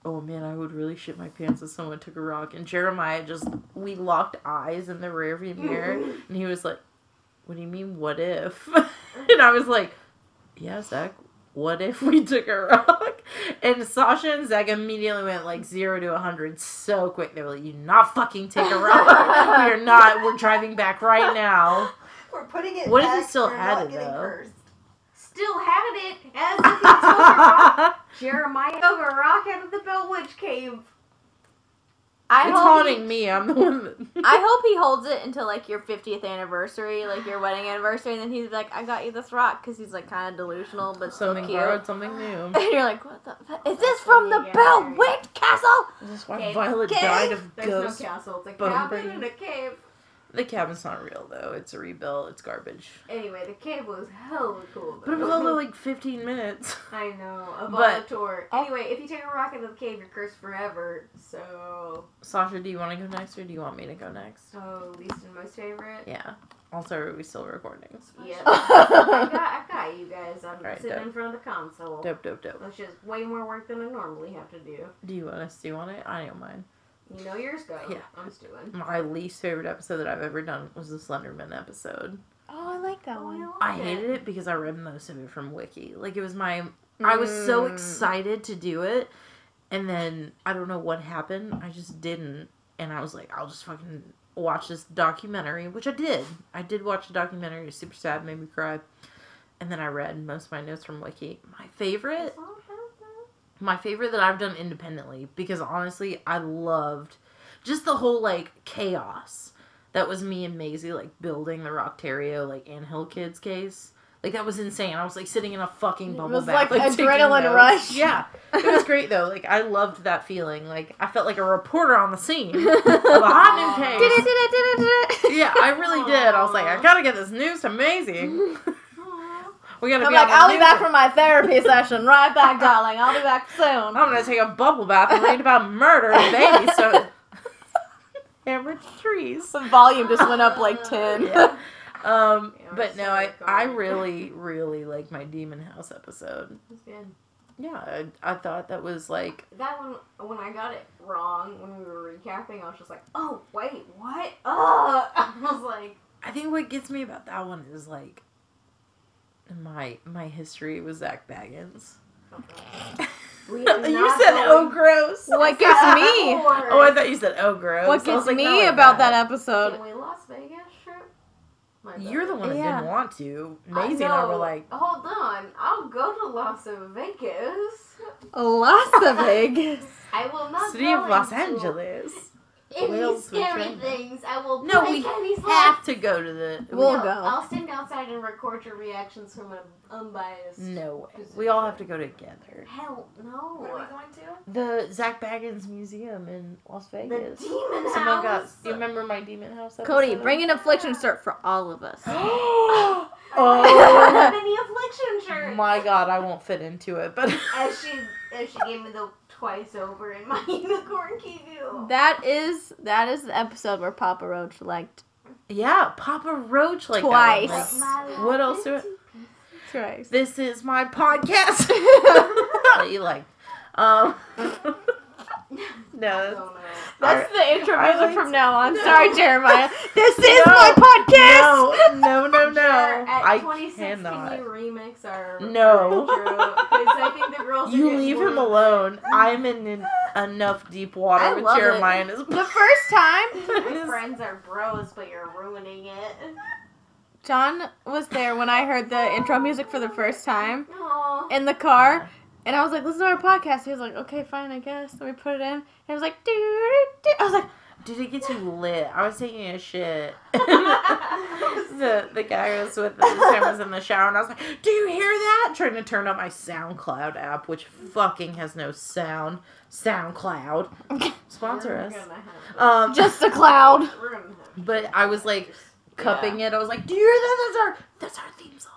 Speaker 1: oh man, I would really shit my pants if someone took a rock. And Jeremiah just, we locked eyes in the rearview
Speaker 2: (laughs)
Speaker 1: mirror. and he was like, what do you mean, what if? (laughs) and I was like, yeah, Zach. What if we took a rock? And Sasha and Zach immediately went like zero to a hundred so quick. They were like, "You not fucking take
Speaker 2: (laughs)
Speaker 1: a rock. we are not. We're driving back right now."
Speaker 4: (laughs) We're putting it.
Speaker 1: What if
Speaker 4: back,
Speaker 1: he still
Speaker 4: we're
Speaker 1: had
Speaker 4: not
Speaker 1: it,
Speaker 4: getting
Speaker 1: though?
Speaker 4: Cursed.
Speaker 2: Still had it as if he took a
Speaker 1: (laughs)
Speaker 2: rock. Jeremiah took a rock out of the Bell Witch cave.
Speaker 3: I
Speaker 1: it's
Speaker 3: hope, he,
Speaker 1: haunting me. I'm the one. (laughs) That...
Speaker 3: I hope he holds it until like your 50th anniversary, like your wedding anniversary, and then he's like, I got you this rock because he's like kind of delusional but still
Speaker 1: something
Speaker 3: cute.
Speaker 1: borrowed, something new.
Speaker 3: (laughs) And you're like, what the fuck? Is this
Speaker 2: That's
Speaker 3: from
Speaker 2: when
Speaker 3: the
Speaker 2: you get
Speaker 3: Bell
Speaker 2: married.
Speaker 3: Witch (laughs) Castle?
Speaker 1: This is why
Speaker 3: Okay,
Speaker 1: Violet
Speaker 3: okay.
Speaker 1: died of
Speaker 2: There's
Speaker 1: ghost.
Speaker 2: no castle. It's a
Speaker 1: bumping.
Speaker 2: cabin in a cave.
Speaker 1: the cabin's not real though. It's a rebuilt. It's garbage.
Speaker 2: Anyway, the cave was hella cool.
Speaker 1: (laughs) But it was only like 15 minutes.
Speaker 2: (laughs) I know. Of all
Speaker 1: But-
Speaker 2: the tour. Anyway, if you take a rock out of the cave, you're cursed forever. So,
Speaker 1: (laughs) Sasha, do you want to go next or do you want me to go next?
Speaker 2: oh, least and most favorite.
Speaker 1: Yeah. Also, are we still recording?
Speaker 2: Yeah.
Speaker 1: (laughs)
Speaker 2: I got,
Speaker 3: I
Speaker 2: I got you guys. I'm
Speaker 1: Alright,
Speaker 2: sitting
Speaker 1: dope.
Speaker 2: in front of the console.
Speaker 1: Dope, dope, dope.
Speaker 2: Which is way more work than I normally have to do.
Speaker 1: Do you want us to on it? I don't mind.
Speaker 2: You know yours go.
Speaker 1: Yeah.
Speaker 2: I'm stewing.
Speaker 1: My least favorite episode that I've ever done was the Slenderman episode.
Speaker 3: Oh, I like that one.
Speaker 2: Oh,
Speaker 1: I
Speaker 2: love
Speaker 1: hated it because I read most of it from Wiki. Like it was my I was so
Speaker 3: Mm.
Speaker 1: excited to do it and then I don't know what happened. I just didn't and I was like, I'll just fucking watch this documentary, which I did. I did watch the documentary, it was super sad, made me cry. And then I read most of my notes from Wiki. My favorite my favorite that I've done independently because honestly, I loved just the whole like chaos that was me and Maisie like building the Rocktario like Ann Hill Kids case. Like that was insane. I was like sitting in a fucking bubble
Speaker 3: was
Speaker 1: bath,
Speaker 3: like
Speaker 1: taking
Speaker 3: adrenaline
Speaker 1: notes.
Speaker 3: rush.
Speaker 1: Yeah, it
Speaker 3: (laughs)
Speaker 1: was great though. Like I loved that feeling. Like I felt like a reporter on the scene of a hot new
Speaker 3: (laughs)
Speaker 1: case. Yeah, I really did. I was like, I gotta get this news to Maisie. we gotta
Speaker 3: I'm
Speaker 1: be
Speaker 3: like,
Speaker 1: on the
Speaker 3: I'll be
Speaker 1: news.
Speaker 3: back for my therapy session right back, darling. I'll be back soon.
Speaker 1: I'm gonna take a bubble bath and read about murder and baby so hammered trees.
Speaker 3: Some volume just went up like 10. (laughs)
Speaker 1: Yeah. Um,
Speaker 2: Yeah,
Speaker 1: but no,
Speaker 2: so
Speaker 1: I, I
Speaker 2: good.
Speaker 1: really, really like my Demon House episode.
Speaker 2: That's good.
Speaker 1: Yeah, I, I thought that was like,
Speaker 2: That one, when I got it wrong, when we were recapping, I was just like, oh, wait, what? (laughs) Ugh! I was like,
Speaker 1: I think what gets me about that one is like, my my history with Zach Baggins.
Speaker 2: oh, God.
Speaker 1: you (laughs)
Speaker 2: We
Speaker 1: said,
Speaker 2: are not
Speaker 1: oh
Speaker 2: going-
Speaker 1: gross.
Speaker 3: What gets me?
Speaker 2: Or-
Speaker 1: Oh, I thought you said, oh gross. I
Speaker 3: What
Speaker 1: was
Speaker 3: gets
Speaker 1: like,
Speaker 3: me
Speaker 1: not like
Speaker 3: about that, episode?
Speaker 2: Can we Las Vegas trip? My
Speaker 1: You're the
Speaker 2: bad.
Speaker 1: one that
Speaker 3: Yeah.
Speaker 1: didn't want to. Maisie and I were
Speaker 2: know.
Speaker 1: like,
Speaker 2: hold on, I'll go to Las Vegas.
Speaker 3: Las Vegas.
Speaker 2: I will not.
Speaker 1: City of
Speaker 2: go
Speaker 1: Los
Speaker 2: into
Speaker 1: Angeles.
Speaker 2: Any
Speaker 1: Wales would
Speaker 2: scary
Speaker 1: drink that.
Speaker 2: things? I will.
Speaker 1: No,
Speaker 2: play
Speaker 1: we
Speaker 2: Kenny's
Speaker 1: Have to go to the.
Speaker 3: Well, We'll
Speaker 2: no,
Speaker 3: go.
Speaker 2: I'll stand outside and record your reactions from an unbiased.
Speaker 1: No way.
Speaker 2: position.
Speaker 1: We all have to go together.
Speaker 2: Hell
Speaker 4: What are
Speaker 2: no.
Speaker 4: we going to?
Speaker 1: The Zach Baggins Museum in Las
Speaker 2: The
Speaker 1: Vegas.
Speaker 2: demon
Speaker 1: Someone got.
Speaker 2: house. (gasps)
Speaker 1: You remember my demon (gasps) house? Episode?
Speaker 3: (laughs) Cody, bring an affliction cert for all of us.
Speaker 2: oh.
Speaker 1: Oh.
Speaker 2: mini affliction shirt.
Speaker 1: My God, I won't fit into it, but
Speaker 2: As she as she gave me the twice over in my (laughs) unicorn kigu.
Speaker 3: That is that is the episode where Papa Roach liked
Speaker 1: (laughs) yeah, Papa Roach like that one,
Speaker 3: Twice.
Speaker 1: like, What else do I-
Speaker 3: Trace.
Speaker 1: this is my podcast that you like. Um, (laughs)
Speaker 2: I
Speaker 1: no,
Speaker 2: don't know.
Speaker 3: That's the intro
Speaker 1: I
Speaker 3: music
Speaker 1: liked-
Speaker 3: from now on.
Speaker 1: No. (laughs)
Speaker 3: Sorry, Jeremiah. This is
Speaker 1: No.
Speaker 3: my podcast.
Speaker 1: no, no, no, no.
Speaker 2: Sure, at
Speaker 1: I
Speaker 2: 2016
Speaker 1: cannot.
Speaker 2: you remix our
Speaker 1: No.
Speaker 2: because I think the
Speaker 1: (laughs)
Speaker 2: girls. are
Speaker 1: You
Speaker 2: getting
Speaker 1: leave
Speaker 2: bored
Speaker 1: him
Speaker 2: of
Speaker 3: (laughs)
Speaker 1: alone. I'm in en- enough deep water
Speaker 3: I
Speaker 1: with
Speaker 3: love it.
Speaker 1: Jeremiah and his (laughs)
Speaker 3: The first time
Speaker 2: My friends are bros, but you're ruining it.
Speaker 3: John was there when I heard the intro music for the first time
Speaker 2: Aww.
Speaker 3: in the car, and I was like, "Listen to our podcast." He was like, "Okay, fine, I guess." And we put it in, and I was like, "Doo doo." I was like,
Speaker 1: Did it get too lit? I was taking a
Speaker 3: (laughs)
Speaker 1: shit. (laughs) the the guy I was with at the time was in the shower, and I was like, "Do you hear that?" Trying to turn on my SoundCloud app, which fucking has no sound. SoundCloud (laughs)
Speaker 3: (laughs)
Speaker 1: sponsor
Speaker 2: we're
Speaker 1: us.
Speaker 2: Gonna have it.
Speaker 1: Um,
Speaker 3: "Just a cloud."
Speaker 2: we're gonna have it.
Speaker 1: (laughs) but I was like cupping it. I was like, "Do you hear that? That's our that's our theme song."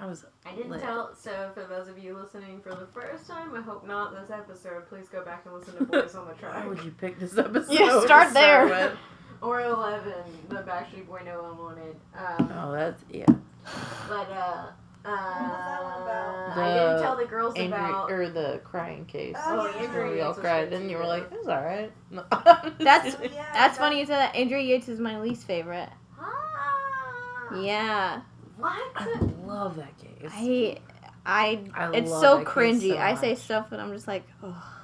Speaker 1: I was
Speaker 2: I didn't
Speaker 1: Lit.
Speaker 2: tell. So for those of you listening for the first time, I hope not this episode. Please go back and listen
Speaker 1: (laughs)
Speaker 2: to Boys on the Track
Speaker 1: Why would you pick this episode?
Speaker 3: Yeah,
Speaker 1: to
Speaker 3: start there. (laughs)
Speaker 1: with?
Speaker 2: or Eleven, the Backstreet Boy no one wanted. Um,
Speaker 1: Oh, that's yeah.
Speaker 2: But uh, uh,
Speaker 4: that one about?
Speaker 2: I didn't
Speaker 1: The
Speaker 2: tell the girls about.
Speaker 1: Angry or the crying case.
Speaker 4: Oh,
Speaker 2: Oh,
Speaker 4: yeah.
Speaker 2: Andrew
Speaker 4: Where
Speaker 1: we all
Speaker 2: Yates was
Speaker 1: cried,
Speaker 2: great,
Speaker 1: and you
Speaker 2: too.
Speaker 1: were like, "It's all right." (laughs) No.
Speaker 3: That's-
Speaker 4: So, yeah,
Speaker 3: That's
Speaker 4: that-
Speaker 3: funny you said that. Andrew Yates is my least favorite.
Speaker 2: Ah,
Speaker 3: Yeah,
Speaker 1: (laughs) I (laughs)
Speaker 2: What?
Speaker 1: love that case.
Speaker 3: I, I.
Speaker 1: I
Speaker 3: It's
Speaker 1: love
Speaker 3: so
Speaker 1: that case
Speaker 3: cringy.
Speaker 1: so
Speaker 3: I say
Speaker 1: much.
Speaker 3: stuff, and I'm just like, oh.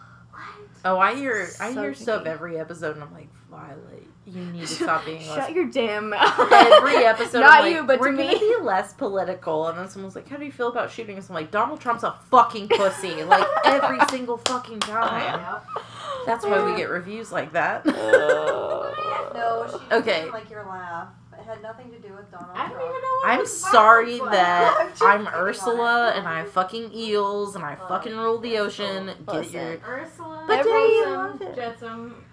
Speaker 1: Oh, I hear I
Speaker 3: so
Speaker 1: hear stuff
Speaker 3: cringy.
Speaker 1: every episode, and I'm like, Violet, you need
Speaker 3: (laughs)
Speaker 1: to stop being (laughs)
Speaker 3: Shut
Speaker 1: less.
Speaker 3: your damn mouth.
Speaker 1: Every episode,
Speaker 3: Not
Speaker 1: I'm like,
Speaker 3: you, but
Speaker 1: we're
Speaker 3: to
Speaker 1: gonna
Speaker 3: me.
Speaker 1: be less political, and then someone's like, "How do you feel about shooting us?" I'm like, "Donald Trump's a fucking pussy," like
Speaker 3: (laughs)
Speaker 1: every single fucking time.
Speaker 2: Yep.
Speaker 1: That's why we get reviews like that.
Speaker 3: (laughs)
Speaker 1: (laughs)
Speaker 4: No, she just
Speaker 1: Okay.
Speaker 4: didn't like your laugh. It had nothing to do with Donald
Speaker 2: I don't even know
Speaker 4: Trump.
Speaker 2: what
Speaker 1: I'm
Speaker 2: this
Speaker 1: sorry
Speaker 2: violence was.
Speaker 1: that
Speaker 4: Just
Speaker 1: I'm
Speaker 4: kidding on
Speaker 1: Ursula
Speaker 4: it.
Speaker 1: and I fucking eels and I
Speaker 2: Look,
Speaker 1: fucking rule the ocean. Get
Speaker 3: Listen.
Speaker 1: your
Speaker 2: (laughs) Ursula,
Speaker 3: But
Speaker 1: Jerry, you
Speaker 2: Jetsam,
Speaker 1: love it.
Speaker 2: Jetsam,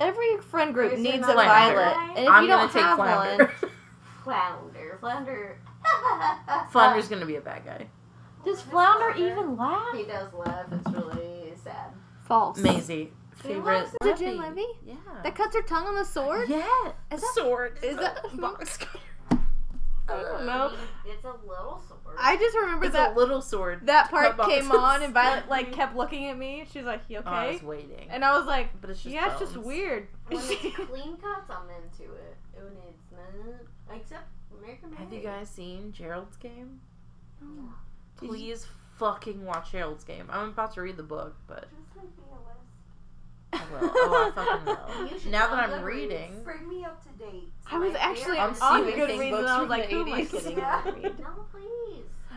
Speaker 3: Every friend group
Speaker 2: Is it
Speaker 3: needs a
Speaker 2: not
Speaker 1: like
Speaker 3: violet,
Speaker 2: that?
Speaker 3: and if
Speaker 1: I'm
Speaker 3: you
Speaker 1: gonna
Speaker 3: don't
Speaker 1: take
Speaker 3: have
Speaker 1: Flounder.
Speaker 3: one,
Speaker 1: (laughs)
Speaker 2: Flounder, Flounder.
Speaker 1: Flounder's gonna be a bad guy.
Speaker 3: does Flounder
Speaker 4: Flounder.
Speaker 3: even laugh?
Speaker 2: He does laugh. It's really sad.
Speaker 3: False.
Speaker 1: Maisie,
Speaker 2: He
Speaker 1: favorite.
Speaker 2: loves
Speaker 3: Is it Jim Levy
Speaker 1: Yeah.
Speaker 3: that cuts her tongue on the sword?
Speaker 1: yeah.
Speaker 3: Is that-
Speaker 1: sword.
Speaker 3: is
Speaker 1: a
Speaker 3: that-
Speaker 1: box cutter.
Speaker 3: (laughs) I don't know.
Speaker 2: It's a little sword.
Speaker 3: I just remember
Speaker 1: It's
Speaker 3: that
Speaker 1: a little sword.
Speaker 3: that
Speaker 1: cut
Speaker 3: part came
Speaker 1: boxes.
Speaker 3: on, and
Speaker 1: (laughs)
Speaker 3: Violet like kept looking at me. She's like, "You
Speaker 1: Oh, I
Speaker 3: okay?"
Speaker 1: was waiting,
Speaker 3: and I was like,
Speaker 1: but it's just
Speaker 3: "Yeah, it's just
Speaker 1: bones. (laughs)
Speaker 3: weird."
Speaker 2: When it's clean cuts, I'm into it. When it's not, except American Mary.
Speaker 1: Have you guys seen Gerald's Game?
Speaker 2: No.
Speaker 1: Please fucking watch Gerald's Game. I'm about to read the book, but
Speaker 4: Just like me a list.
Speaker 1: I will.
Speaker 3: (laughs)
Speaker 1: Oh, I fucking
Speaker 2: You
Speaker 1: will.
Speaker 2: should
Speaker 1: Now
Speaker 2: go
Speaker 1: that
Speaker 2: on
Speaker 1: I'm
Speaker 2: Goodreads.
Speaker 1: reading,
Speaker 4: Bring me up to date.
Speaker 3: I was
Speaker 2: my
Speaker 3: actually
Speaker 2: favorite.
Speaker 3: on
Speaker 1: I'm
Speaker 2: seeing
Speaker 3: Goodreads,
Speaker 1: everything
Speaker 3: and
Speaker 1: books
Speaker 3: I
Speaker 1: from
Speaker 3: was like,
Speaker 1: the
Speaker 3: "Who am I
Speaker 1: 80s." (laughs)
Speaker 3: kidding?"
Speaker 4: Yeah.
Speaker 2: (laughs)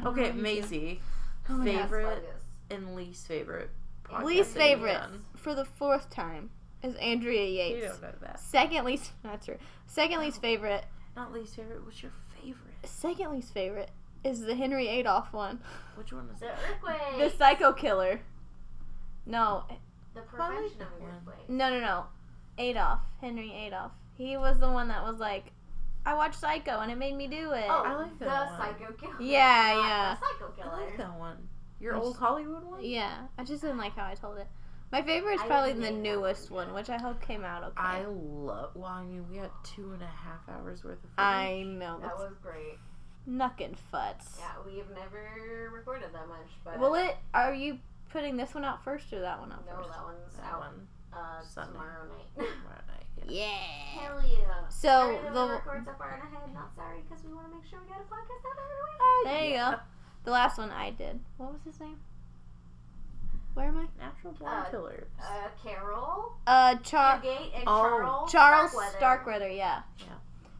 Speaker 2: No, please.
Speaker 1: okay, Maisie,
Speaker 3: Oh my God.
Speaker 1: Favorite?
Speaker 2: Yes,
Speaker 1: and least favorite. podcast
Speaker 3: Least
Speaker 1: that you've
Speaker 3: favorite
Speaker 1: done.
Speaker 3: for the fourth time is Andrea
Speaker 1: You
Speaker 3: Yates.
Speaker 1: don't know that.
Speaker 3: Second least, (laughs) not true. Second least favorite.
Speaker 1: Not least favorite. What's your favorite?
Speaker 3: Second least favorite is the Henry Adolf one.
Speaker 1: Which one is
Speaker 2: The
Speaker 1: that?
Speaker 2: earthquake.
Speaker 3: The Psycho Killer. No,
Speaker 2: the
Speaker 1: Probably
Speaker 2: prevention of
Speaker 1: that
Speaker 2: an
Speaker 1: one.
Speaker 2: earthquake.
Speaker 3: no, no, no. Adolf. Henry Adolf. He was the one that was like, I watched Psycho and it made me do it.
Speaker 2: Oh,
Speaker 1: I like
Speaker 2: the
Speaker 1: that one.
Speaker 2: psycho killer.
Speaker 3: Yeah,
Speaker 2: Not
Speaker 3: yeah.
Speaker 2: (laughs) The psycho
Speaker 1: I
Speaker 2: killer.
Speaker 1: like that one. Your
Speaker 3: I
Speaker 1: old
Speaker 3: just-
Speaker 1: Hollywood one.
Speaker 3: Yeah, I just didn't like how I told it. My favorite is
Speaker 2: I
Speaker 3: probably
Speaker 2: didn't
Speaker 3: the
Speaker 2: like that
Speaker 3: newest
Speaker 2: one.
Speaker 3: one, which I hope came out okay.
Speaker 1: I love. Well, I mean, we got two and a half hours worth of.
Speaker 3: I know.
Speaker 2: That
Speaker 3: That's
Speaker 2: was great.
Speaker 3: knuckin' futz.
Speaker 2: Yeah, we have never recorded that much, but
Speaker 3: Will it? Are you putting this one out first or that one
Speaker 2: No,
Speaker 3: out first?
Speaker 2: that one's
Speaker 1: That
Speaker 2: out (laughs)
Speaker 1: one.
Speaker 2: uh,
Speaker 1: Sunday.
Speaker 2: tomorrow night. (laughs)
Speaker 1: tomorrow night, yeah.
Speaker 3: Yeah.
Speaker 2: Hell yeah.
Speaker 3: So
Speaker 2: sorry that we
Speaker 3: the
Speaker 2: record so far and ahead. Not sorry because we want to make sure we got a podcast out every week.
Speaker 3: there you
Speaker 1: Yeah.
Speaker 3: go. The last one I did. What was his name? Where am I?
Speaker 1: Natural born
Speaker 2: Uh,
Speaker 1: killers.
Speaker 2: Uh, Carol,
Speaker 3: Uh, Char-
Speaker 2: Gate, and
Speaker 1: oh,
Speaker 2: Charles.
Speaker 3: Charles
Speaker 2: Starkweather.
Speaker 3: Starkweather, yeah.
Speaker 1: Yeah.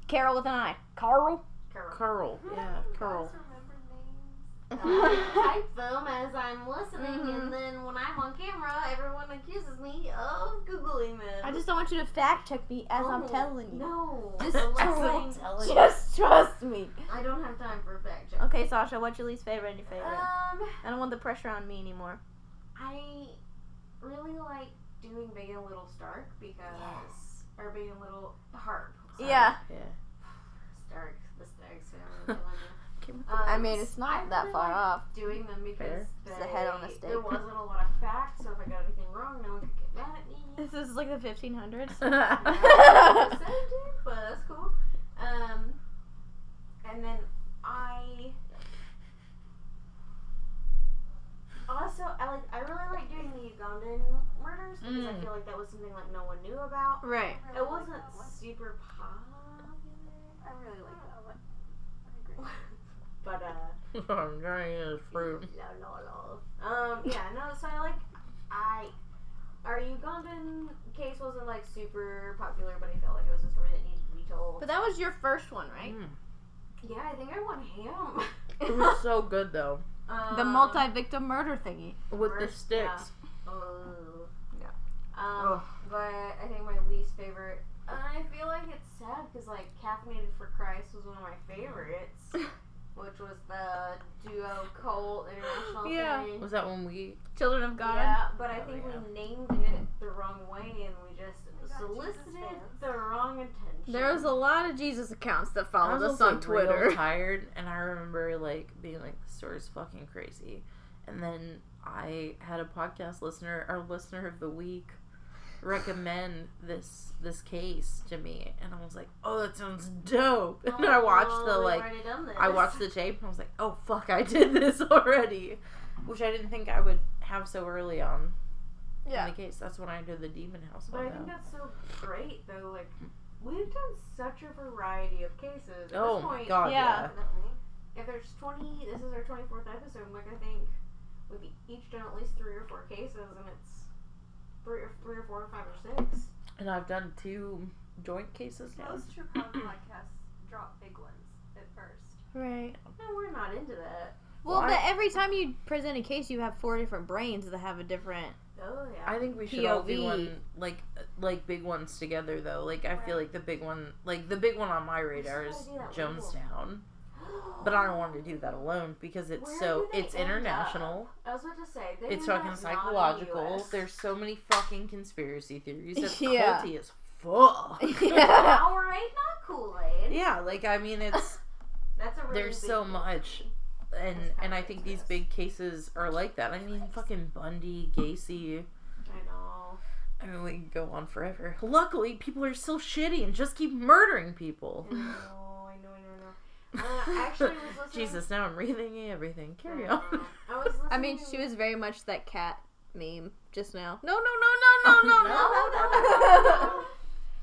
Speaker 3: Carol with an I. Carl?
Speaker 2: Carol. (laughs)
Speaker 1: curl. Yeah, curl.
Speaker 2: I type them as I'm listening,
Speaker 3: Mhm.
Speaker 2: and then when I'm on camera, everyone accuses me of googling them.
Speaker 3: I just don't want you to fact check me as I'm
Speaker 2: Oh,
Speaker 3: telling you.
Speaker 2: No,
Speaker 3: Just
Speaker 2: unless
Speaker 3: trust-
Speaker 2: I'm telling you.
Speaker 3: Just trust me.
Speaker 2: I don't have time for fact checking.
Speaker 3: Okay, Sasha, what's your least favorite and your favorite?
Speaker 2: Um,
Speaker 3: I don't want the pressure on me anymore.
Speaker 2: I really like doing Big and Little Stark because, or Big and Little Harp. sorry.
Speaker 3: Yeah.
Speaker 1: (laughs) Yeah.
Speaker 2: (laughs)
Speaker 1: (laughs)
Speaker 2: Stark, the Starks family.
Speaker 3: (laughs)
Speaker 1: Can't remember.
Speaker 2: Um,
Speaker 3: I mean, it's
Speaker 2: I
Speaker 3: not
Speaker 2: really
Speaker 3: that far
Speaker 2: like
Speaker 3: off.
Speaker 2: doing them because
Speaker 1: Fair.
Speaker 3: It's a head on a
Speaker 2: they-
Speaker 3: stake.
Speaker 2: There wasn't a lot of facts, so if I got anything wrong, no one could get mad at me.
Speaker 3: This is like the 1500s.
Speaker 2: I said it, but that's cool. Um, and then I also I like I really like doing the Ugandan murders because I
Speaker 1: Mm.
Speaker 2: feel like that was something like no one knew about.
Speaker 3: (laughs) Right.
Speaker 2: It wasn't
Speaker 4: I
Speaker 2: super popular,
Speaker 4: really like that one. I agree.
Speaker 2: but
Speaker 1: I'm trying this fruit.
Speaker 2: No, no, no.
Speaker 5: Um,
Speaker 2: Yeah, no, so like, I. Our Ugandan case wasn't like super popular, but I felt like it was a story that needed to be told.
Speaker 3: But that was your first one, right?
Speaker 1: Mm.
Speaker 2: yeah, I think I want ham.
Speaker 1: It (laughs) was so good though,
Speaker 2: um,
Speaker 3: The multi-victim murder thingy.
Speaker 1: with the
Speaker 2: First, yeah.
Speaker 1: sticks.
Speaker 2: Oh.
Speaker 3: Yeah.
Speaker 2: Um, but I think my least favorite. And I feel like it's sad because like Caffeinated for Christ was one of my
Speaker 1: (laughs)
Speaker 2: favorites, which was the duo Cole International
Speaker 3: Yeah.
Speaker 2: thing.
Speaker 1: Was that when we?
Speaker 3: Children of God.
Speaker 2: Yeah, but I
Speaker 1: Oh,
Speaker 2: think
Speaker 1: yeah.
Speaker 2: we named it the wrong way and we just
Speaker 4: We got Jesus
Speaker 2: solicited
Speaker 4: fans.
Speaker 2: the wrong attention.
Speaker 3: There
Speaker 2: (laughs)
Speaker 3: was a lot of Jesus accounts that
Speaker 2: Oh,
Speaker 3: followed us
Speaker 1: also,
Speaker 3: on
Speaker 1: like, real
Speaker 3: (laughs) Twitter.
Speaker 1: tired, (laughs) and I remember like being like, "This story's fucking crazy," and then I had a podcast listener, our listener of the week, recommend this this case to me, and I was like, "Oh, that sounds dope!" (laughs)
Speaker 2: Oh,
Speaker 1: And (laughs) I watched the
Speaker 2: we've
Speaker 1: like
Speaker 2: already done this.
Speaker 1: I watched the tape and I was like, oh fuck, I did (laughs) this already. Which I didn't think I would have so early on in the case. That's when I did the demon house.
Speaker 2: But I think that's so great though. Like we've done such a variety of cases. At
Speaker 1: Oh
Speaker 2: this
Speaker 1: my
Speaker 2: point,
Speaker 1: god,
Speaker 3: yeah.
Speaker 1: yeah.
Speaker 2: If there's 20, this is our 24th episode. Like I think we've each done at least three or four cases, and it's three or three or four or five or six.
Speaker 1: And I've done two joint cases now.
Speaker 4: Most true crime (coughs) podcasts drop big ones at first.
Speaker 3: Right.
Speaker 2: No, we're not into that.
Speaker 3: Well,
Speaker 1: Why-
Speaker 3: but every time you present a case, you have four different brains that have a different.
Speaker 2: Oh yeah. (gasps)
Speaker 1: I think we should all do
Speaker 3: POV.
Speaker 1: one like like big ones together though. Like I feel
Speaker 4: Right.
Speaker 1: like the big one like the big one on my radar
Speaker 2: gotta
Speaker 1: is
Speaker 2: do that
Speaker 1: Jonestown. But I don't want to do that alone because it's
Speaker 2: Where
Speaker 1: so
Speaker 2: do they
Speaker 1: it's
Speaker 2: end up?
Speaker 1: international.
Speaker 2: I was about to say they
Speaker 1: it's
Speaker 2: do not
Speaker 1: fucking
Speaker 2: not
Speaker 1: psychological.
Speaker 2: US. (laughs)
Speaker 1: There's so many fucking conspiracy theories. (laughs) It's
Speaker 3: Yeah.
Speaker 1: culty as fuck. (laughs)
Speaker 3: yeah.
Speaker 2: Powerade, not Kool Aid.
Speaker 1: Yeah, like I mean, it's
Speaker 2: That's a really
Speaker 1: there's
Speaker 2: big
Speaker 1: so
Speaker 2: deal.
Speaker 1: much, and
Speaker 2: That's
Speaker 1: and I
Speaker 2: how
Speaker 1: think
Speaker 2: it
Speaker 1: these
Speaker 2: is.
Speaker 1: big cases are like that. I mean, fucking Bundy, Gacy.
Speaker 2: I know.
Speaker 1: I mean, we can go on forever. Luckily, people are still shitty and just keep murdering people.
Speaker 2: I know. I know. I know. I know. Uh, I actually, was
Speaker 1: (laughs)
Speaker 2: listening.
Speaker 1: Jesus, now I'm reading everything.
Speaker 2: I
Speaker 1: Carry
Speaker 2: know.
Speaker 1: on. (laughs)
Speaker 2: I was listening.
Speaker 3: (laughs) I mean,
Speaker 2: to-
Speaker 3: she was very much that cat meme just now. No, no, no, no, no, no, (laughs)
Speaker 2: No, no, no, no, no.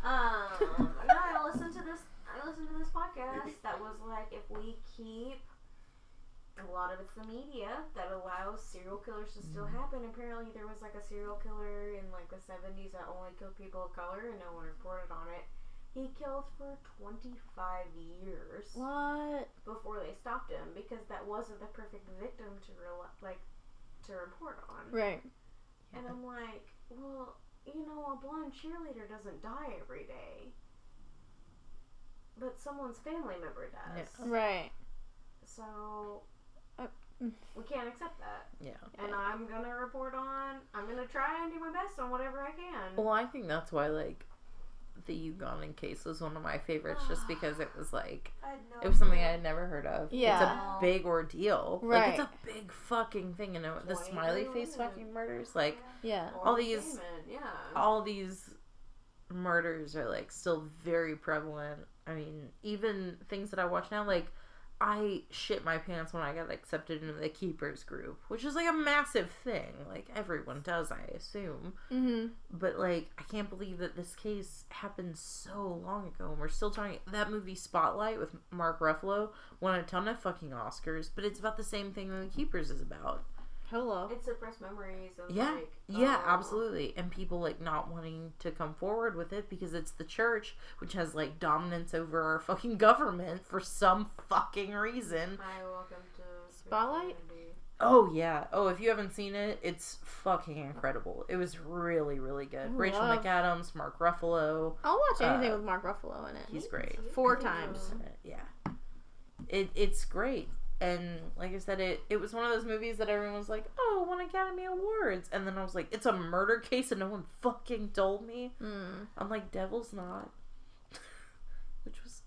Speaker 2: Um, no, I listened to this. I listened to this podcast that was like, if we keep a lot of it's the media that allows serial killers to still happen. Apparently, there was like a serial killer in like the seventies that only killed people of color, and no one reported on it. He killed for twenty five years
Speaker 3: What?
Speaker 2: before they stopped him because that wasn't the perfect victim to rel- like to report on.
Speaker 3: Right.
Speaker 2: And I'm like, well, you know, a blonde cheerleader doesn't die every day, but someone's family member does.
Speaker 3: Right.
Speaker 2: So
Speaker 3: Uh, mm.
Speaker 2: we can't accept that.
Speaker 1: Yeah.
Speaker 2: And I'm gonna report on. I'm gonna try and do my best on whatever I can.
Speaker 1: Well, I think that's why like the Ugandan case was one of my favorites,
Speaker 2: Ah.
Speaker 1: just because it was like
Speaker 4: I had no
Speaker 1: It was something I
Speaker 4: idea.
Speaker 1: had never heard of. It's
Speaker 3: Yeah.
Speaker 1: a big ordeal. Like, it's a
Speaker 3: Right.
Speaker 1: big fucking thing. And the
Speaker 2: Twenty
Speaker 1: smiley face
Speaker 2: women.
Speaker 1: fucking murders, like,
Speaker 3: Yeah.
Speaker 1: all these-
Speaker 2: women, yeah.
Speaker 1: all these murders are, like, still very prevalent. I mean, even things that I watch now, like, I shit my pants when I got accepted into the Keepers group, which is, like, a massive thing. Like, everyone does, I assume.
Speaker 3: Mm-hmm.
Speaker 1: But, like, I can't believe that this case happened so long ago and we're still talking. That movie Spotlight with Mark Ruffalo won a ton of fucking Oscars, but it's about the same thing that The Keepers is about.
Speaker 3: Hello.
Speaker 2: It suppressed memories of
Speaker 1: Yeah.
Speaker 2: like.
Speaker 1: Yeah,
Speaker 3: Oh.
Speaker 2: um,
Speaker 1: absolutely. And people, like, not wanting to come forward with it because it's the church, which has, like, dominance over our fucking (laughs) government for some fucking reason.
Speaker 2: Hi, welcome to
Speaker 3: Spotlight?
Speaker 2: Christianity.
Speaker 1: Oh, yeah. Oh, if you haven't seen it, it's fucking incredible. It was really, really good.
Speaker 3: I
Speaker 1: Rachel
Speaker 3: love-
Speaker 1: McAdams, Mark Ruffalo.
Speaker 3: I'll watch anything
Speaker 1: Uh,
Speaker 3: with Mark Ruffalo in it.
Speaker 1: He's great.
Speaker 3: Four times.
Speaker 1: Uh, yeah it it's great and like i said it it was one of those movies that everyone was like oh won academy awards and then i was like it's a murder case and no one fucking told me
Speaker 3: Mm.
Speaker 1: i'm like devil's not (laughs) which was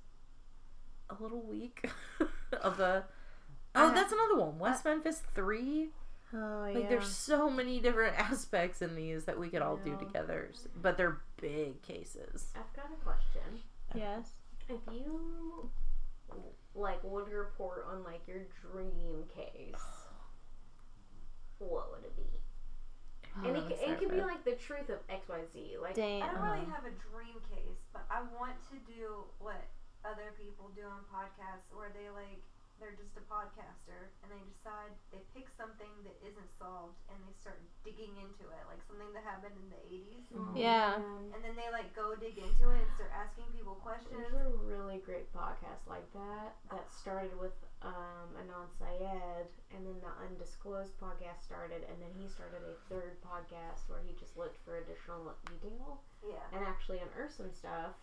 Speaker 1: a little weak (laughs) of a oh
Speaker 3: I-
Speaker 1: that's another one west memphis 3
Speaker 3: Oh
Speaker 1: like there's so many different (laughs) aspects in these that we could all do
Speaker 2: Yeah.
Speaker 1: together s- but they're big cases
Speaker 2: I've got a question.
Speaker 3: yes.
Speaker 2: If you like would report on like your dream case, what would it be?
Speaker 1: Oh,
Speaker 2: And it, c- it could be like the truth of X Y Z. Like
Speaker 4: I
Speaker 3: Damn.
Speaker 4: don't really
Speaker 1: Uh-huh.
Speaker 4: have a dream case, but I want to do what other people do on podcasts where they like they're just a podcaster and they decide they pick something that isn't solved and they start digging into it, like something that happened in the 80s.
Speaker 1: Mm-hmm.
Speaker 2: mm-hmm.
Speaker 3: Yeah.
Speaker 4: And then they like go dig into it and start asking people questions.
Speaker 2: There's a really great podcast like that that started with um, Anand Syed, and then the Undisclosed podcast started, and then he started a third podcast where he just looked for additional detail
Speaker 1: Mm-hmm.
Speaker 4: Yeah.
Speaker 2: and actually unearthed some stuff.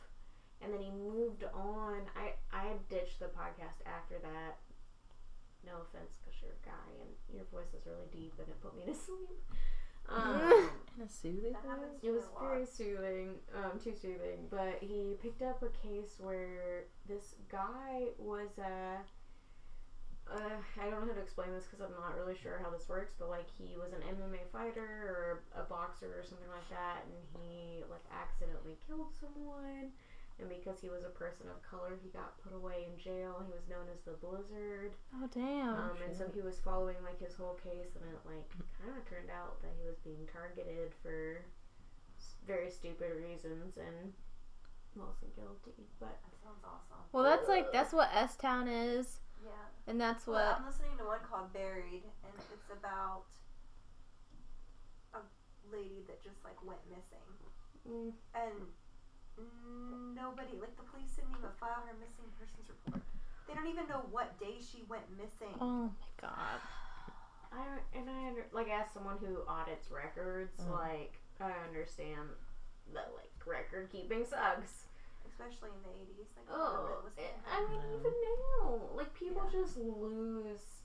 Speaker 2: And then he moved on. I, I ditched the podcast after that. No offense, because you're a guy and your voice is really deep and it put me to (laughs) sleep. Um,
Speaker 1: Kind of soothing.
Speaker 4: That happens to
Speaker 2: it
Speaker 4: me
Speaker 2: was
Speaker 4: a lot.
Speaker 2: very soothing, um, too soothing. But he picked up a case where this guy was Uh, uh, I don't know how to explain this because I'm not really sure how this works, but like he was an MMA fighter or a boxer or something like that, and he like accidentally killed someone, and because he was a person of color, he got put away in jail. He was known as the Blizzard.
Speaker 3: Oh damn.
Speaker 2: Um, and so he was following like his whole case, and it like kind of turned out that he was being targeted for s- very stupid reasons, and mostly guilty. But
Speaker 4: That sounds awesome.
Speaker 3: Well, that's like that's what S Town is,
Speaker 4: Yeah.
Speaker 3: and that's what.
Speaker 4: Well, I'm listening to one called Buried, and it's about a lady that just like went missing,
Speaker 2: mm,
Speaker 4: and nobody, like the police, didn't even file her missing persons report. They don't even know what day she went missing.
Speaker 3: oh my god.
Speaker 2: I and I under- like as someone who audits records,
Speaker 1: Mm.
Speaker 2: like I understand that like record keeping sucks.
Speaker 4: Especially in the 80s, like a lot of it
Speaker 2: Oh,
Speaker 4: was.
Speaker 2: it- I mean even now, like people just lose.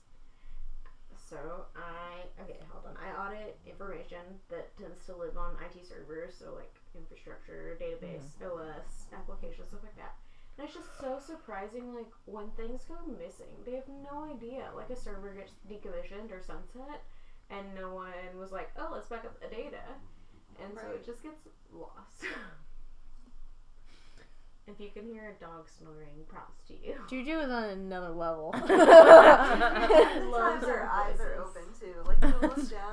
Speaker 2: So I okay, hold on. I audit information that tends to live on IT servers, so like infrastructure, database, OS, applications, stuff like that. And it's just so surprising, like when things go missing, they have no idea. Like a server gets decommissioned or sunset, and no one was like, "Oh, let's back up the data," and so
Speaker 4: Right.
Speaker 2: it just gets lost. (laughs) if you can hear a dog snoring, props to you.
Speaker 3: Juju is on another level.
Speaker 4: (laughs)
Speaker 3: (laughs)
Speaker 4: Sometimes
Speaker 2: loves
Speaker 4: her
Speaker 2: her
Speaker 4: eyes are open
Speaker 2: voices.
Speaker 4: too. Like she
Speaker 1: (laughs)
Speaker 4: looks down.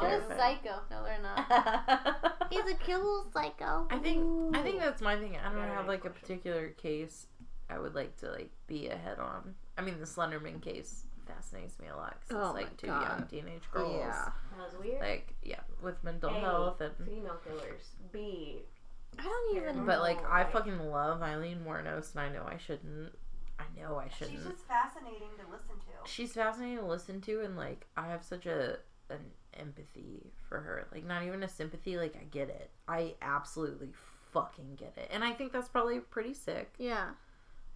Speaker 2: Fuck you,
Speaker 4: and her-
Speaker 1: Fuck,
Speaker 2: What a
Speaker 1: he's terrifying.
Speaker 3: psycho. No, they're not.
Speaker 1: (laughs)
Speaker 3: He's a cool psycho.
Speaker 1: I think I think that's my thing. I don't
Speaker 2: Yeah,
Speaker 1: have like a
Speaker 2: question.
Speaker 1: particular case I would like to like be ahead on. I mean, the Slenderman case fascinates me a lot because
Speaker 3: Oh
Speaker 1: it's
Speaker 3: my
Speaker 1: like two
Speaker 3: God.
Speaker 1: young teenage girls,
Speaker 3: Yeah.
Speaker 2: That was weird.
Speaker 1: like yeah, with mental
Speaker 2: A,
Speaker 1: health and.
Speaker 2: female killers. B.
Speaker 3: I don't even.
Speaker 1: But like, I
Speaker 2: Right.
Speaker 1: fucking love Eileen Warnos, and I know I shouldn't. I know I shouldn't.
Speaker 4: She's just fascinating to listen to.
Speaker 1: she's fascinating to listen to and like i have such a an empathy for her like not even a sympathy like i get it i absolutely fucking get it and i think that's probably pretty sick
Speaker 3: Yeah.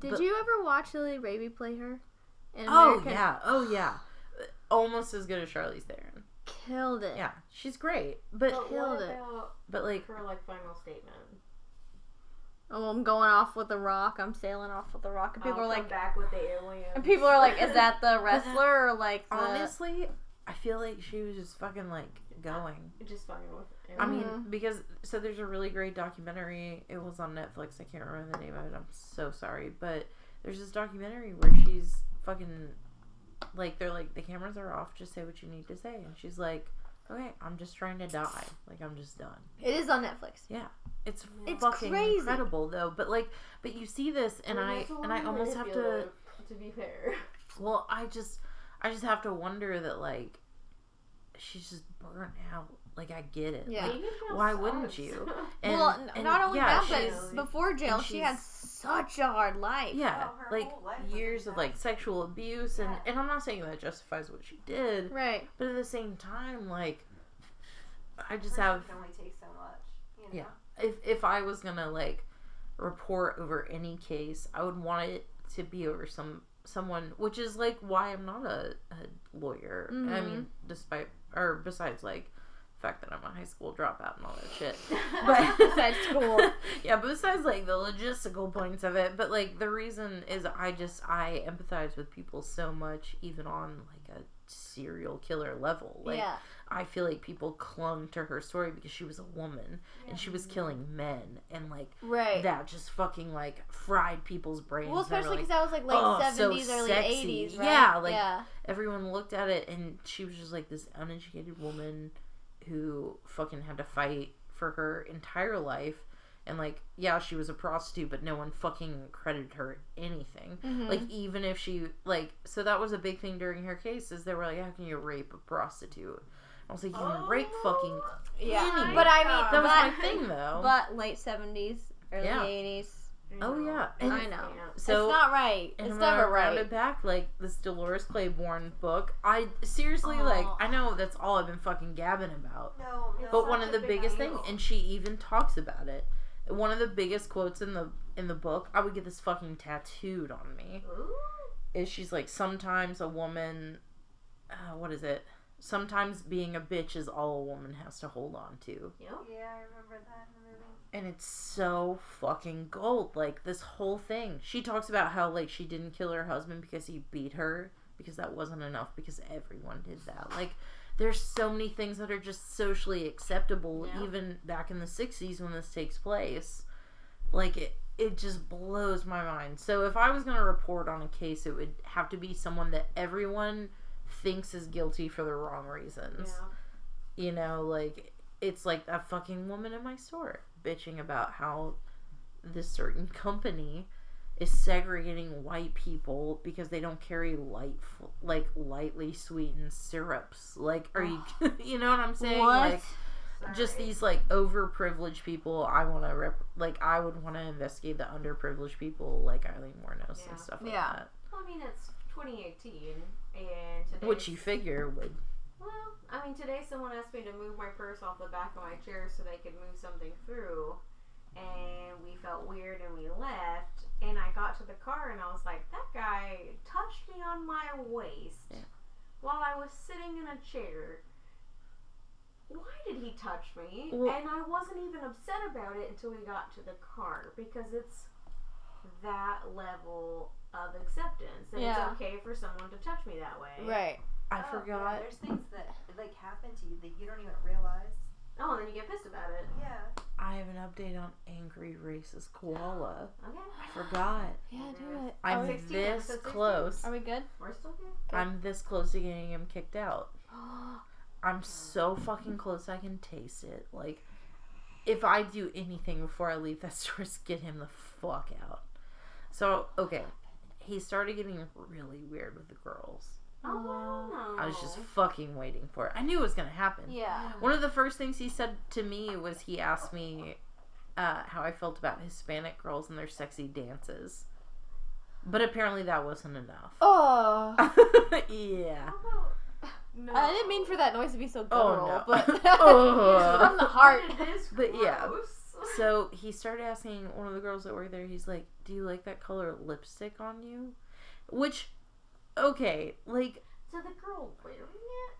Speaker 3: Did
Speaker 1: But-
Speaker 3: you ever watch Lily Raby play her? In
Speaker 1: oh yeah oh yeah (sighs) almost as good as charlie's theron
Speaker 3: Killed it.
Speaker 1: yeah she's great but
Speaker 2: But
Speaker 3: Killed
Speaker 2: what
Speaker 3: it.
Speaker 2: about
Speaker 1: but like
Speaker 2: her like final statement?
Speaker 3: Oh, I'm going off with the rock. I'm sailing off with the rock, and people
Speaker 2: I'll
Speaker 3: are
Speaker 2: come
Speaker 3: like,
Speaker 2: back with the aliens.
Speaker 3: and people are like, is that
Speaker 1: (laughs)
Speaker 3: the wrestler or like the?
Speaker 1: honestly i feel like she was just fucking like going
Speaker 2: (laughs) just fucking with?
Speaker 1: I mean,
Speaker 3: Mhm.
Speaker 1: because so there's a really great documentary. It was on Netflix. I can't remember the name of it. I'm so sorry, but there's this documentary where she's fucking like they're like the cameras are off. Just say what you need to say, and she's like, "Okay, I'm just trying to die. Like I'm just done."
Speaker 3: It is on Netflix.
Speaker 1: It's
Speaker 3: It's
Speaker 1: fucking
Speaker 3: crazy.
Speaker 1: incredible though. But like, but you see this, and I and I almost have to.
Speaker 2: To be fair, (laughs)
Speaker 1: Well, I just I just have to wonder that like she's just burnt out. Like I get it.
Speaker 3: Yeah.
Speaker 2: Maybe it
Speaker 1: Why
Speaker 2: sucks. (laughs)
Speaker 1: wouldn't you?
Speaker 3: well, n-
Speaker 1: and,
Speaker 3: not only
Speaker 1: yeah,
Speaker 3: that,
Speaker 1: she's-
Speaker 3: but before jail,
Speaker 1: and
Speaker 3: she had
Speaker 1: she's-
Speaker 3: such a hard life.
Speaker 1: yeah
Speaker 4: Oh, her
Speaker 1: like
Speaker 4: whole life was
Speaker 1: years of
Speaker 4: like
Speaker 1: like sexual abuse and
Speaker 4: Yeah.
Speaker 1: and i'm not saying that justifies what she did
Speaker 3: Right.
Speaker 1: but at the same time like i just
Speaker 4: Person
Speaker 1: have
Speaker 4: can only take so much. You know?
Speaker 1: Yeah. if if i was gonna like report over any case i would want it to be over some someone which is like why i'm not a, a lawyer i
Speaker 4: Mm-hmm.
Speaker 1: mean despite or besides like the fact that i'm a high school dropout and all that shit (laughs) but
Speaker 3: Besides school.
Speaker 1: (laughs) yeah, but besides like the logistical points of it, but like the reason is I just I empathize with people so much, even on like a serial killer level. Like
Speaker 3: yeah.
Speaker 1: I feel like people clung to her story because she was a woman and she was killing men and like
Speaker 3: Right.
Speaker 1: that just fucking like fried people's brains.
Speaker 3: well,
Speaker 1: and they were
Speaker 3: especially
Speaker 1: like,
Speaker 3: because that was like late
Speaker 1: "Oh, so
Speaker 3: 70s, early
Speaker 1: sexy."
Speaker 3: 80s, right?
Speaker 1: Yeah, like-
Speaker 3: yeah.
Speaker 1: everyone looked at it and she was just like this uneducated woman who fucking had to fight for her entire life and like yeah she was a prostitute but no one fucking credited her anything
Speaker 3: Mhm.
Speaker 1: like even if she like so that was a big thing during her case is they were like how can you rape a prostitute i was like you can rape fucking
Speaker 2: Oh,
Speaker 3: yeah.
Speaker 1: Anyway.
Speaker 3: Oh, But I mean,
Speaker 1: that was
Speaker 3: but,
Speaker 1: my
Speaker 3: (laughs)
Speaker 1: thing though
Speaker 3: but late seventies, early
Speaker 1: Yeah.
Speaker 3: eighties.
Speaker 1: oh yeah and,
Speaker 3: I know.
Speaker 1: so
Speaker 3: it's not right.
Speaker 1: and
Speaker 3: It's
Speaker 1: when I
Speaker 3: never
Speaker 1: rounded
Speaker 3: right.
Speaker 1: back like this Dolores Claiborne book. I seriously like
Speaker 3: Aw.
Speaker 1: I know that's all I've been fucking gabbing about.
Speaker 4: No, no.
Speaker 1: But one
Speaker 2: such
Speaker 1: of
Speaker 2: a
Speaker 1: the
Speaker 2: big
Speaker 1: biggest
Speaker 2: deal.
Speaker 1: things, and she even talks about it. One of the biggest quotes in the in the book, I would get this fucking tattooed on me. Is she's like sometimes a woman, uh, what is it? Sometimes being a bitch is all a woman has to hold on to,
Speaker 4: Yeah, I remember that in the movie.
Speaker 1: and it's so fucking gold. Like this whole thing, she talks about how like she didn't kill her husband because he beat her because that wasn't enough because everyone did that. Like there's so many things that are just socially acceptable
Speaker 2: Yeah.
Speaker 1: even back in the 60s when this takes place. Like it it just blows my mind. So if I was going to report on a case, it would have to be someone that everyone thinks is guilty for the wrong reasons. You know, like it's like that fucking woman in my store bitching about how this certain (laughs) company is segregating white people because they don't carry light like lightly sweetened syrups like are (sighs) you (laughs) you know what i'm saying like just these like overprivileged people i want to rep like i would want to investigate the underprivileged people like eileen warnos
Speaker 2: Yeah.
Speaker 1: and stuff
Speaker 3: Yeah.
Speaker 1: like
Speaker 2: Well, I mean, it's 2018, and
Speaker 1: that
Speaker 2: today.
Speaker 1: which you figure would
Speaker 2: Well, I mean, today someone asked me to move my purse off the back of my chair so they could move something through, and we felt weird and we left. And I got to the car and I was like, that guy touched me on my waist
Speaker 1: Yeah.
Speaker 2: while I was sitting in a chair. Why did he touch me?
Speaker 1: Well-
Speaker 2: and I wasn't even upset about it until we got to the car because it's that level of acceptance. And
Speaker 3: Yeah.
Speaker 2: it's okay for someone to touch me that way.
Speaker 3: Right.
Speaker 1: i
Speaker 4: Oh, Yeah,
Speaker 1: forgot
Speaker 4: there's things that like happen to you that you don't even realize.
Speaker 2: Oh, and then you get pissed about it.
Speaker 4: Yeah.
Speaker 1: i have an update on angry racist koala
Speaker 2: Okay.
Speaker 1: i forgot
Speaker 3: Yeah, do it.
Speaker 1: i'm
Speaker 2: 16,
Speaker 1: this
Speaker 2: episode 16.
Speaker 1: close
Speaker 3: Are
Speaker 1: (gasps)
Speaker 3: we good?
Speaker 2: We're still good.
Speaker 1: i'm this close to getting him kicked out I'm so (laughs) fucking close. I can taste it. Like, if I do anything before I leave (laughs) that store, is get him the fuck out. So okay, he started getting really weird with the girls.
Speaker 2: Oh, wow.
Speaker 1: I was just fucking waiting for it. I knew it was gonna happen.
Speaker 3: Yeah.
Speaker 1: One of the first things he said to me was he asked me uh, how I felt about Hispanic girls and their sexy dances, but apparently that wasn't enough.
Speaker 3: Oh.
Speaker 1: (laughs) yeah. (laughs)
Speaker 2: No.
Speaker 3: I didn't mean for that noise to be so
Speaker 1: Oh,
Speaker 3: guttural,
Speaker 1: no.
Speaker 3: but
Speaker 1: (laughs)
Speaker 3: (laughs)
Speaker 1: Oh.
Speaker 3: from the heart.
Speaker 1: (laughs)
Speaker 2: It is
Speaker 1: But, yeah.
Speaker 2: gross.
Speaker 1: So he started asking one of the girls that were there, he's like, Do you like that color lipstick on you? Which, okay, like,
Speaker 2: So the girl wearing it?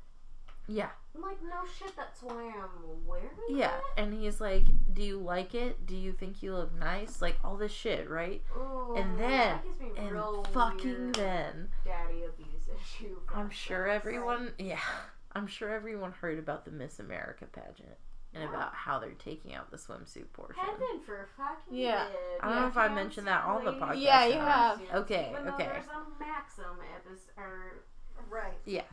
Speaker 1: yeah,
Speaker 2: I'm like, no shit, that's why I'm wearing
Speaker 1: yeah.
Speaker 2: it?
Speaker 1: And he's like, Do you like it? Do you think you look nice? Like, all this shit, right?
Speaker 2: Ooh,
Speaker 1: And then-
Speaker 2: That gives me
Speaker 1: And
Speaker 2: real
Speaker 1: fucking
Speaker 2: weird
Speaker 1: then,
Speaker 2: daddy abuse issue.
Speaker 1: I'm sure
Speaker 2: flashbacks.
Speaker 1: everyone, (laughs) yeah, I'm sure everyone heard about the Miss America pageant and about how they're taking out the swimsuit portion.
Speaker 2: Heaven for fucking
Speaker 3: Yeah.
Speaker 2: Lid.
Speaker 1: I don't know if I
Speaker 2: Can't
Speaker 1: mentioned that on the
Speaker 2: sleep.
Speaker 1: podcast
Speaker 3: Yeah, you
Speaker 1: or not.
Speaker 3: have.
Speaker 1: Okay,
Speaker 2: Even though
Speaker 1: okay.
Speaker 2: There's a Maxim episode. Or
Speaker 4: Right.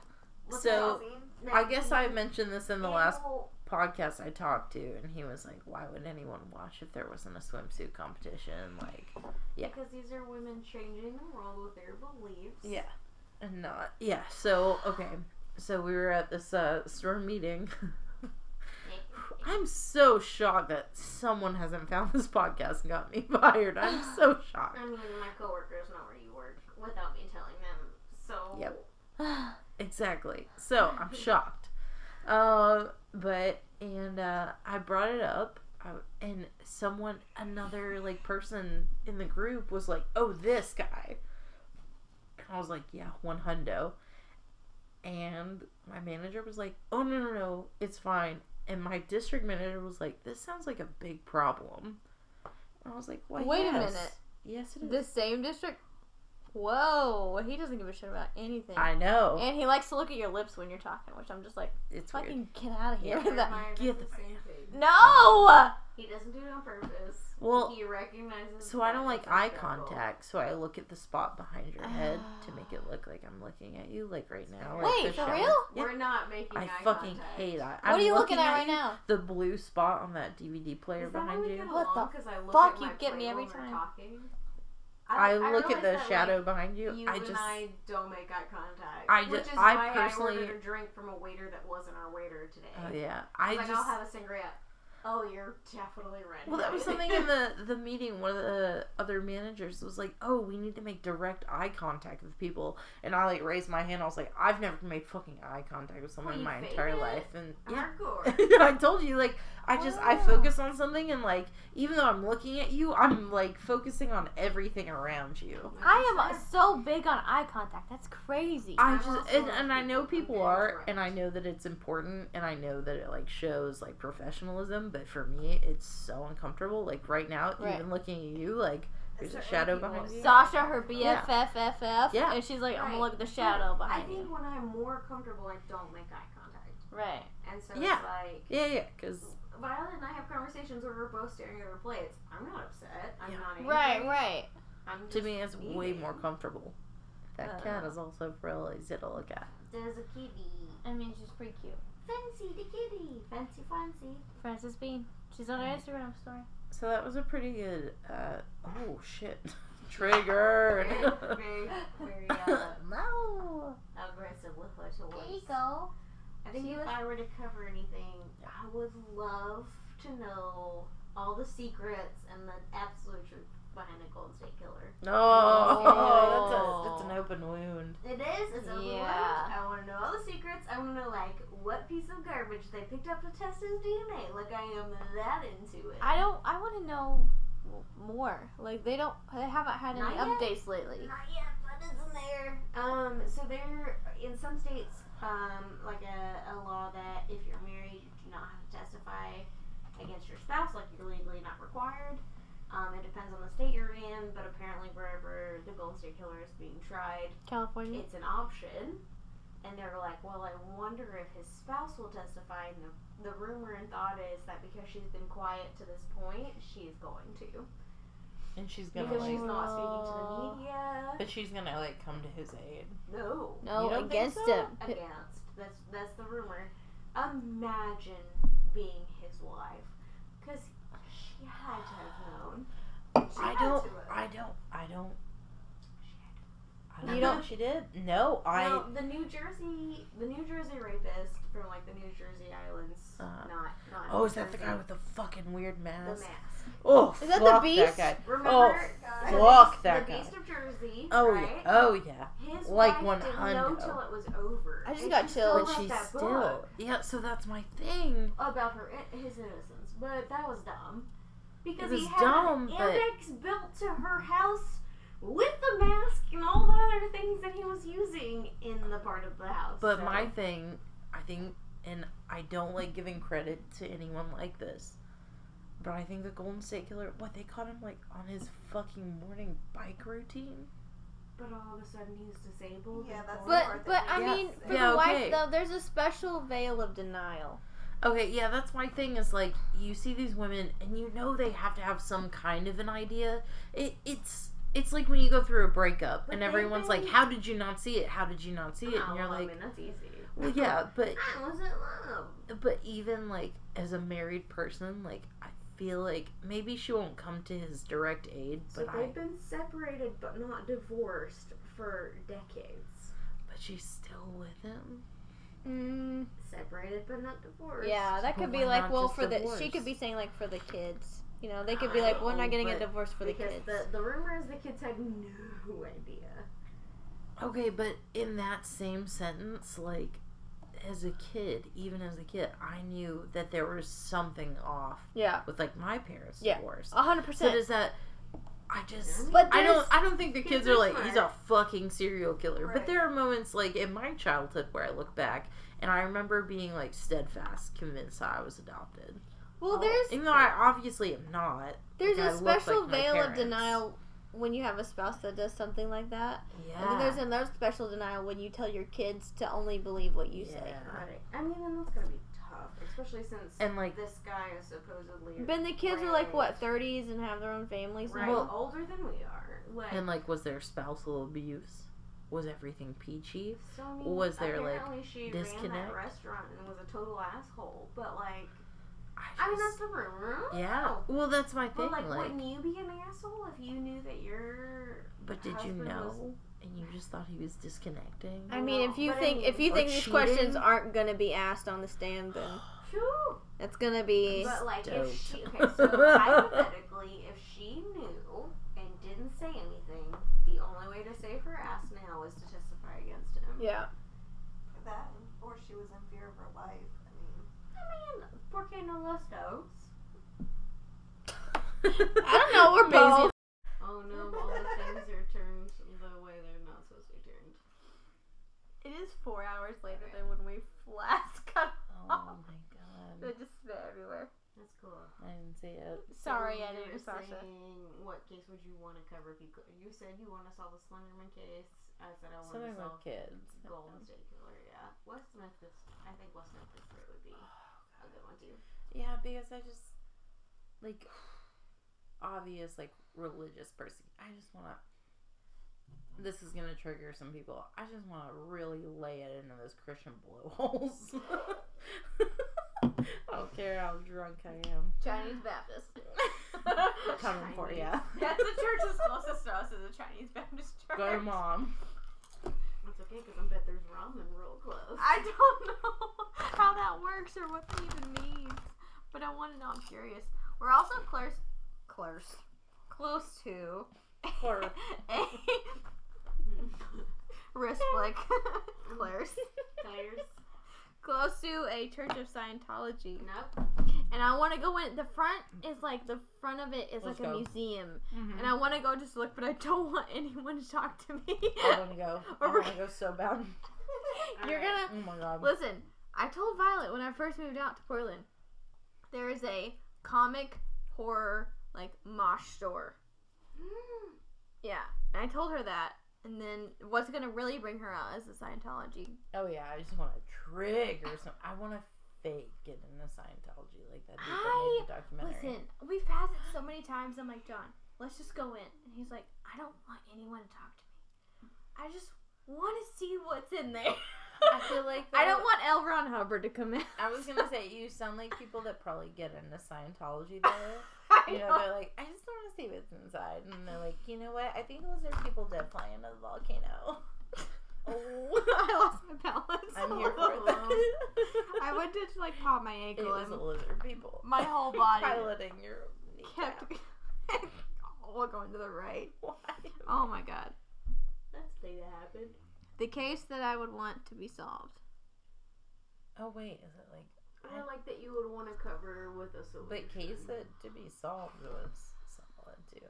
Speaker 2: what's
Speaker 1: So-
Speaker 2: that?
Speaker 1: I guess I mentioned this in the last
Speaker 2: Ew.
Speaker 1: podcast I talked to, and he was like, "Why would anyone watch if there wasn't a swimsuit competition?" Like, Yeah.
Speaker 2: Because these are women changing the world with their beliefs.
Speaker 1: yeah, and not yeah. So okay, so we were at this uh, store meeting. (laughs) I'm so shocked that someone hasn't found this podcast and got me (laughs) fired. I'm so shocked.
Speaker 2: I mean, my coworkers know where you work without me telling them. So. (laughs)
Speaker 1: Yep. Exactly. So I'm shocked. Um, but and uh, I brought it up, I, and someone, another like person in the group, was like, "Oh, this guy." I was like, "Yeah, one hundo," and my manager was like, "Oh no, no, no, it's fine." And my district manager was like, "This sounds like a big problem." And I was like, Why,
Speaker 3: Wait a
Speaker 1: yes.
Speaker 3: minute.
Speaker 1: Yes, it is.
Speaker 3: The same district? Whoa, he doesn't give a shit about anything.
Speaker 1: I know.
Speaker 3: and he likes to look at your lips when you're talking, which I'm just like,
Speaker 1: It's weird.
Speaker 3: fucking get out of here
Speaker 1: (laughs)
Speaker 3: with that.
Speaker 1: Get the-
Speaker 3: No!
Speaker 2: He doesn't do it on purpose.
Speaker 1: Well,
Speaker 2: he recognizes.
Speaker 1: So I
Speaker 2: that
Speaker 1: don't like
Speaker 2: it's a
Speaker 1: eye
Speaker 2: struggle.
Speaker 1: contact, so I look at the spot behind your head to make it look like I'm looking at you, like right now. like
Speaker 3: Wait,
Speaker 1: the
Speaker 3: for
Speaker 1: shadow.
Speaker 3: real?
Speaker 1: Yeah.
Speaker 2: We're not making.
Speaker 1: I
Speaker 2: eye
Speaker 1: fucking
Speaker 2: contact.
Speaker 1: hate eye.
Speaker 3: What are you looking, at right now?
Speaker 1: The blue spot on that DVD player
Speaker 2: Is that
Speaker 1: behind
Speaker 2: how we
Speaker 1: you.
Speaker 2: get
Speaker 3: What
Speaker 2: along?
Speaker 3: the
Speaker 2: 'Cause I look
Speaker 3: fuck?
Speaker 2: at
Speaker 3: You
Speaker 2: my
Speaker 3: get me
Speaker 2: plate
Speaker 3: every
Speaker 2: when we're
Speaker 3: time.
Speaker 2: talking.
Speaker 1: I, look
Speaker 2: realize
Speaker 1: at the
Speaker 2: that,
Speaker 1: shadow
Speaker 2: Like,
Speaker 1: behind you.
Speaker 2: you
Speaker 1: I
Speaker 2: and
Speaker 1: just
Speaker 2: I don't make eye contact.
Speaker 1: I
Speaker 2: which
Speaker 1: ju-
Speaker 2: is
Speaker 1: I
Speaker 2: why
Speaker 1: personally-
Speaker 2: I ordered a drink from a waiter that wasn't our waiter today.
Speaker 1: oh, yeah. I
Speaker 2: like
Speaker 1: just
Speaker 2: I'll have a cigarette. Oh, you're definitely right.
Speaker 1: (laughs) well, that was
Speaker 2: (laughs)
Speaker 1: something in the the meeting. One of the other managers was like, "Oh, we need to make direct eye contact with people," and I like raised my hand. I was like, "I've never made fucking eye contact with someone
Speaker 2: Well,
Speaker 1: in
Speaker 2: you
Speaker 1: my
Speaker 2: fake
Speaker 1: entire
Speaker 2: it?
Speaker 1: life," and yeah.
Speaker 2: Hardcore.
Speaker 1: (laughs) I told you, like, I just I
Speaker 3: Wow.
Speaker 1: focus on something, and like, even though I'm looking at you, I'm like focusing on everything around you.
Speaker 3: I am so big on eye contact. That's crazy.
Speaker 1: I
Speaker 2: I'm
Speaker 1: just
Speaker 2: also
Speaker 1: and, and I know people are,
Speaker 2: correct.
Speaker 1: and I know that it's important, and I know that it like shows like professionalism, but for me, it's so uncomfortable. Like right now,
Speaker 3: Right.
Speaker 1: even looking at you, like there's a
Speaker 4: certain
Speaker 1: shadow
Speaker 4: people-
Speaker 1: behind you.
Speaker 3: Sasha, her
Speaker 1: Yeah.
Speaker 3: BFFFF,
Speaker 1: Yeah.
Speaker 3: and she's like, I'm gonna
Speaker 2: Right.
Speaker 3: look at the shadow
Speaker 2: I
Speaker 3: behind
Speaker 2: think
Speaker 3: you.
Speaker 2: when I'm more comfortable, I don't make eye contact,
Speaker 3: Right.
Speaker 2: and so
Speaker 1: Yeah.
Speaker 2: it's like.
Speaker 1: Yeah, yeah, because
Speaker 2: Violet and I have conversations where we're both staring at our plates. I'm not upset. I'm
Speaker 1: Yeah.
Speaker 2: not angry.
Speaker 3: Right, right.
Speaker 2: I'm
Speaker 1: to
Speaker 2: just
Speaker 1: me, it's way
Speaker 2: eating.
Speaker 1: more comfortable. That
Speaker 3: Uh.
Speaker 1: cat is also really easy to look at.
Speaker 2: There's a kitty.
Speaker 3: I mean, she's pretty cute.
Speaker 2: Fancy the kitty. Fancy, fancy.
Speaker 3: Frances Bean. She's on her Instagram story.
Speaker 1: So that was a pretty good. uh Oh shit! (laughs) Triggered.
Speaker 2: very, very uh, (laughs)
Speaker 1: no.
Speaker 2: aggressive with her towards.
Speaker 3: go.
Speaker 2: I think
Speaker 3: She
Speaker 2: if
Speaker 3: was-
Speaker 2: I were to cover anything, I would love to know all the secrets and the absolute truth behind the Golden State Killer.
Speaker 1: No,
Speaker 3: Oh.
Speaker 1: that's, a, that's an open wound.
Speaker 2: It is. It's overwhelmed.
Speaker 3: Yeah.
Speaker 2: I want to know all the secrets. I want to know like what piece of garbage they picked up to test his DNA. Like I am that into it.
Speaker 3: I don't. I want to know more. Like they don't. They haven't had any
Speaker 2: Not yet?
Speaker 3: updates lately.
Speaker 2: Not yet, but it's in there. Um, so there, in some states, um, like a, a law that if you're married, you do not have to testify against your spouse, like you're legally not required. Um, it depends on the state you're in, but apparently wherever the Golden State Killer is being tried,
Speaker 3: California.
Speaker 2: it's an option. And they were like, well, I wonder if his spouse will testify. And the, the rumor and thought is that because she's been quiet to this point, she's going to.
Speaker 1: And she's gonna,
Speaker 2: Because she's
Speaker 1: like,
Speaker 2: not speaking to the media.
Speaker 1: but she's gonna like come to his aid.
Speaker 2: No.
Speaker 1: You
Speaker 3: no,
Speaker 1: don't think
Speaker 3: against
Speaker 1: so?
Speaker 3: him.
Speaker 2: Against. That's that's the rumor. Imagine being his wife. Because she had to have known. She
Speaker 1: I
Speaker 2: had
Speaker 1: don't.
Speaker 2: to have.
Speaker 1: I don't. I don't. I
Speaker 2: You
Speaker 1: don't.
Speaker 2: don't-
Speaker 1: think She did. No, I.
Speaker 2: No, the New Jersey, the New Jersey rapist from like the New Jersey islands.
Speaker 1: Uh,
Speaker 2: not, not.
Speaker 1: Oh,
Speaker 2: New
Speaker 1: is that the
Speaker 2: Jersey.
Speaker 1: guy with the fucking weird
Speaker 2: the
Speaker 1: mask?
Speaker 2: mask?
Speaker 1: Oh,
Speaker 3: Is that the
Speaker 1: fuck
Speaker 3: beast?
Speaker 1: That guy.
Speaker 2: Remember?
Speaker 4: God.
Speaker 2: the
Speaker 1: fuck
Speaker 2: Beast-
Speaker 1: that
Speaker 2: the
Speaker 1: guy.
Speaker 2: Beast of Jersey.
Speaker 1: Oh yeah.
Speaker 2: right?
Speaker 1: Oh yeah.
Speaker 2: His
Speaker 1: like
Speaker 2: wife didn't
Speaker 1: 100.
Speaker 2: know till it was over.
Speaker 3: I just
Speaker 2: and
Speaker 3: got
Speaker 2: she
Speaker 3: chills.
Speaker 2: still
Speaker 1: But
Speaker 2: wrote
Speaker 1: she's
Speaker 2: that book.
Speaker 1: still. Yeah. So that's my thing.
Speaker 2: about her his innocence, but that was dumb because
Speaker 1: It
Speaker 2: he
Speaker 1: was
Speaker 2: had
Speaker 1: dumb, but-
Speaker 2: annex built to her house with the mask and all the other things that he was using in the part of the house.
Speaker 1: But
Speaker 2: so-
Speaker 1: my thing, I think, and I don't like giving credit to anyone like this, but I think the Golden State Killer, what, they caught him like on his fucking morning bike routine?
Speaker 2: but all of a sudden he's disabled.
Speaker 4: Yeah,
Speaker 2: and born.
Speaker 4: that's the
Speaker 3: But
Speaker 4: part
Speaker 3: but
Speaker 4: that
Speaker 3: I
Speaker 4: we-
Speaker 3: mean,
Speaker 4: Yes.
Speaker 3: for
Speaker 1: Yeah,
Speaker 3: the
Speaker 1: okay.
Speaker 3: wife though, there's a special veil of denial.
Speaker 1: Okay, yeah, that's my thing is like, you see these women and you know they have to have some kind of an idea. It, it's. It's like when you go through a breakup
Speaker 2: But
Speaker 1: and
Speaker 2: they
Speaker 1: everyone's like,
Speaker 2: think-
Speaker 1: "How did you not see it? How did you not see it?"
Speaker 2: Oh,
Speaker 1: And you're
Speaker 2: well, I
Speaker 1: like,
Speaker 2: mean, that's easy.
Speaker 1: "Well, yeah, but
Speaker 2: I was in love.
Speaker 1: but even like as a married person, like I feel like maybe she won't come to his direct aid,
Speaker 2: So
Speaker 1: but I
Speaker 2: they've been separated but not divorced for decades.
Speaker 1: but she's still with him.
Speaker 3: Mm,
Speaker 2: Separated but not divorced.
Speaker 3: yeah, that
Speaker 1: But
Speaker 3: could
Speaker 1: why
Speaker 3: be like,
Speaker 1: not
Speaker 3: well,
Speaker 1: just
Speaker 3: for the
Speaker 1: divorce?
Speaker 3: she could be saying like for the kids. You know, they could be like, we're
Speaker 1: Oh,
Speaker 3: not getting a
Speaker 1: but-
Speaker 3: divorce for the
Speaker 2: because
Speaker 3: kids.
Speaker 2: the the rumor is the kids had no idea.
Speaker 1: Okay, but in that same sentence, like as a kid, even as a kid, I knew that there was something off
Speaker 3: yeah,
Speaker 1: with like my parents'
Speaker 3: Yeah.
Speaker 1: divorce.
Speaker 3: a hundred
Speaker 1: So
Speaker 3: percent.
Speaker 1: does that? I just.
Speaker 3: But
Speaker 1: I
Speaker 3: there's-
Speaker 1: don't. I don't think the kids
Speaker 2: Kids are
Speaker 1: are like
Speaker 2: smart.
Speaker 1: he's a fucking serial killer. But
Speaker 4: Right.
Speaker 1: there are moments like in my childhood where I look back and I remember being like steadfast, convinced that I was adopted.
Speaker 3: Well, there's
Speaker 1: Even though I obviously am not.
Speaker 3: There's
Speaker 1: Like, I
Speaker 3: a
Speaker 1: look like
Speaker 3: special
Speaker 1: my
Speaker 3: veil of
Speaker 1: parents.
Speaker 3: denial when you have a spouse that does something like that. And
Speaker 6: Yeah.
Speaker 3: then there's another special denial when you tell your kids to only believe what you say.
Speaker 2: Right. I mean, then that's gonna be tough, especially since
Speaker 1: And, like-
Speaker 2: this guy is supposedly.
Speaker 3: But the kids are like
Speaker 2: Right.
Speaker 3: what thirties and have their own families.
Speaker 2: right,
Speaker 3: now.
Speaker 2: older than we are. Like,
Speaker 1: And like, was there spousal abuse? Was everything peachy?
Speaker 2: so I mean,
Speaker 1: was there, like,
Speaker 2: apparently she ran
Speaker 1: disconnect?
Speaker 2: that restaurant and was a total asshole. But like, I
Speaker 1: I
Speaker 2: mean, that's
Speaker 1: just-
Speaker 2: the rumor.
Speaker 1: yeah. Well, that's my thing.
Speaker 2: But like,
Speaker 1: like,
Speaker 2: wouldn't you be an asshole if you knew that your
Speaker 1: but did you
Speaker 2: husband was-
Speaker 1: know? And you just thought he was disconnecting.
Speaker 3: I mean, if you
Speaker 2: But I
Speaker 3: think
Speaker 2: mean-
Speaker 3: if you
Speaker 1: Or
Speaker 3: think these
Speaker 1: cheating?
Speaker 3: questions aren't gonna be asked on the stand, then
Speaker 2: Phew.
Speaker 3: that's gonna be
Speaker 2: But like, if she
Speaker 1: Stoked. (laughs)
Speaker 2: okay, so hypothetically, if she knew and didn't say anything, the only way to save her ass now is to testify against him.
Speaker 1: (laughs)
Speaker 3: yeah.
Speaker 4: That, or she was in fear of her life. I mean,
Speaker 2: I mean, por qué no los dos?
Speaker 3: (laughs) I don't know. (laughs)
Speaker 1: (laughs)
Speaker 3: We're both.
Speaker 2: Oh no,
Speaker 3: (laughs)
Speaker 2: all the things are turned the way they're not supposed to be turned.
Speaker 3: It is four hours later than when we (laughs) last got.
Speaker 1: Oh my god.
Speaker 3: just spit everywhere.
Speaker 2: That's cool.
Speaker 1: I didn't see it.
Speaker 3: Sorry,
Speaker 2: So
Speaker 3: I didn't,
Speaker 2: you're
Speaker 3: Sasha.
Speaker 2: saying, What case would you want to cover? If you, could? you said you want to solve the Slenderman case. I said I want
Speaker 1: Something
Speaker 2: to solve
Speaker 1: with kids.
Speaker 2: Golden State Killer. Yeah, West Memphis. I think West Memphis Three would be a
Speaker 3: Oh,
Speaker 2: good one too.
Speaker 1: Yeah, because I just like obvious like religious person. I just want to. This is gonna trigger some people. I just want to really lay it into those Christian blowholes. (laughs) I don't care how drunk I am. (laughs)
Speaker 3: Chinese Baptist. (laughs)
Speaker 1: Coming for you.
Speaker 3: That's the church that's closest to us is a Chinese Baptist church.
Speaker 1: Go,
Speaker 3: (laughs)
Speaker 1: mom.
Speaker 2: It's okay because I bet there's ramen real close.
Speaker 3: I don't (laughs) know how that works or what that even means, but I want to know. I'm curious. We're also close, close, close to (laughs)
Speaker 1: Clerk.
Speaker 3: a wrist flick. (laughs) close,
Speaker 2: (laughs) Tires?
Speaker 3: close to a Church of Scientology,
Speaker 2: Nope.
Speaker 3: and I want to go in. The front is like the front of it is
Speaker 1: Let's
Speaker 3: like a
Speaker 1: go.
Speaker 3: museum,
Speaker 1: Mhm.
Speaker 3: and I want to go just look, but I don't (laughs) want anyone to talk to me.
Speaker 1: I want to go. I
Speaker 3: Or we're-
Speaker 1: want to go so bad.
Speaker 3: (laughs) You're
Speaker 2: Alright.
Speaker 3: gonna
Speaker 1: Oh my god.
Speaker 3: Listen, I told Violet when I first moved out to Portland, there is a comic horror like mosh store. Yeah, and I told her that. And then what's gonna really bring her out is the Scientology.
Speaker 1: Oh yeah, I just want to trigger some. I want to fake get into Scientology like that dude that made the documentary.
Speaker 3: Listen, we've passed it so many times. I'm like John, let's just go in. And he's like, I don't want anyone to talk to me. I just want to see what's in there.
Speaker 1: I
Speaker 3: (laughs)
Speaker 1: feel like
Speaker 3: I don't
Speaker 1: that-
Speaker 3: want L. Ron Hubbard to come in. (laughs)
Speaker 1: I was gonna say you sound like people that probably get into Scientology though.
Speaker 3: (laughs) I
Speaker 1: You know,
Speaker 3: know.
Speaker 1: they're like, I just want to see what's inside, and they're like, you know what? I think those are people dead flying into the
Speaker 3: (laughs)
Speaker 1: volcano.
Speaker 3: I lost my balance.
Speaker 1: (laughs) I'm here
Speaker 3: (laughs)
Speaker 1: for it.
Speaker 3: I went to like pop
Speaker 1: (laughs)
Speaker 3: my
Speaker 1: It
Speaker 3: ankle
Speaker 1: was
Speaker 3: and
Speaker 1: lizard people.
Speaker 3: my whole
Speaker 1: (laughs)
Speaker 3: body
Speaker 1: piloting your
Speaker 3: (laughs) kept
Speaker 1: kneecap.
Speaker 3: (laughs) all going to the right.
Speaker 1: Why?
Speaker 3: Oh my god.
Speaker 2: That's the thing that happened.
Speaker 3: The case that I would want to be (laughs)
Speaker 1: (laughs)
Speaker 3: solved.
Speaker 1: Oh wait, is it like?
Speaker 2: I like that you would want to cover with a solution.
Speaker 1: But case that to be solved was solid too.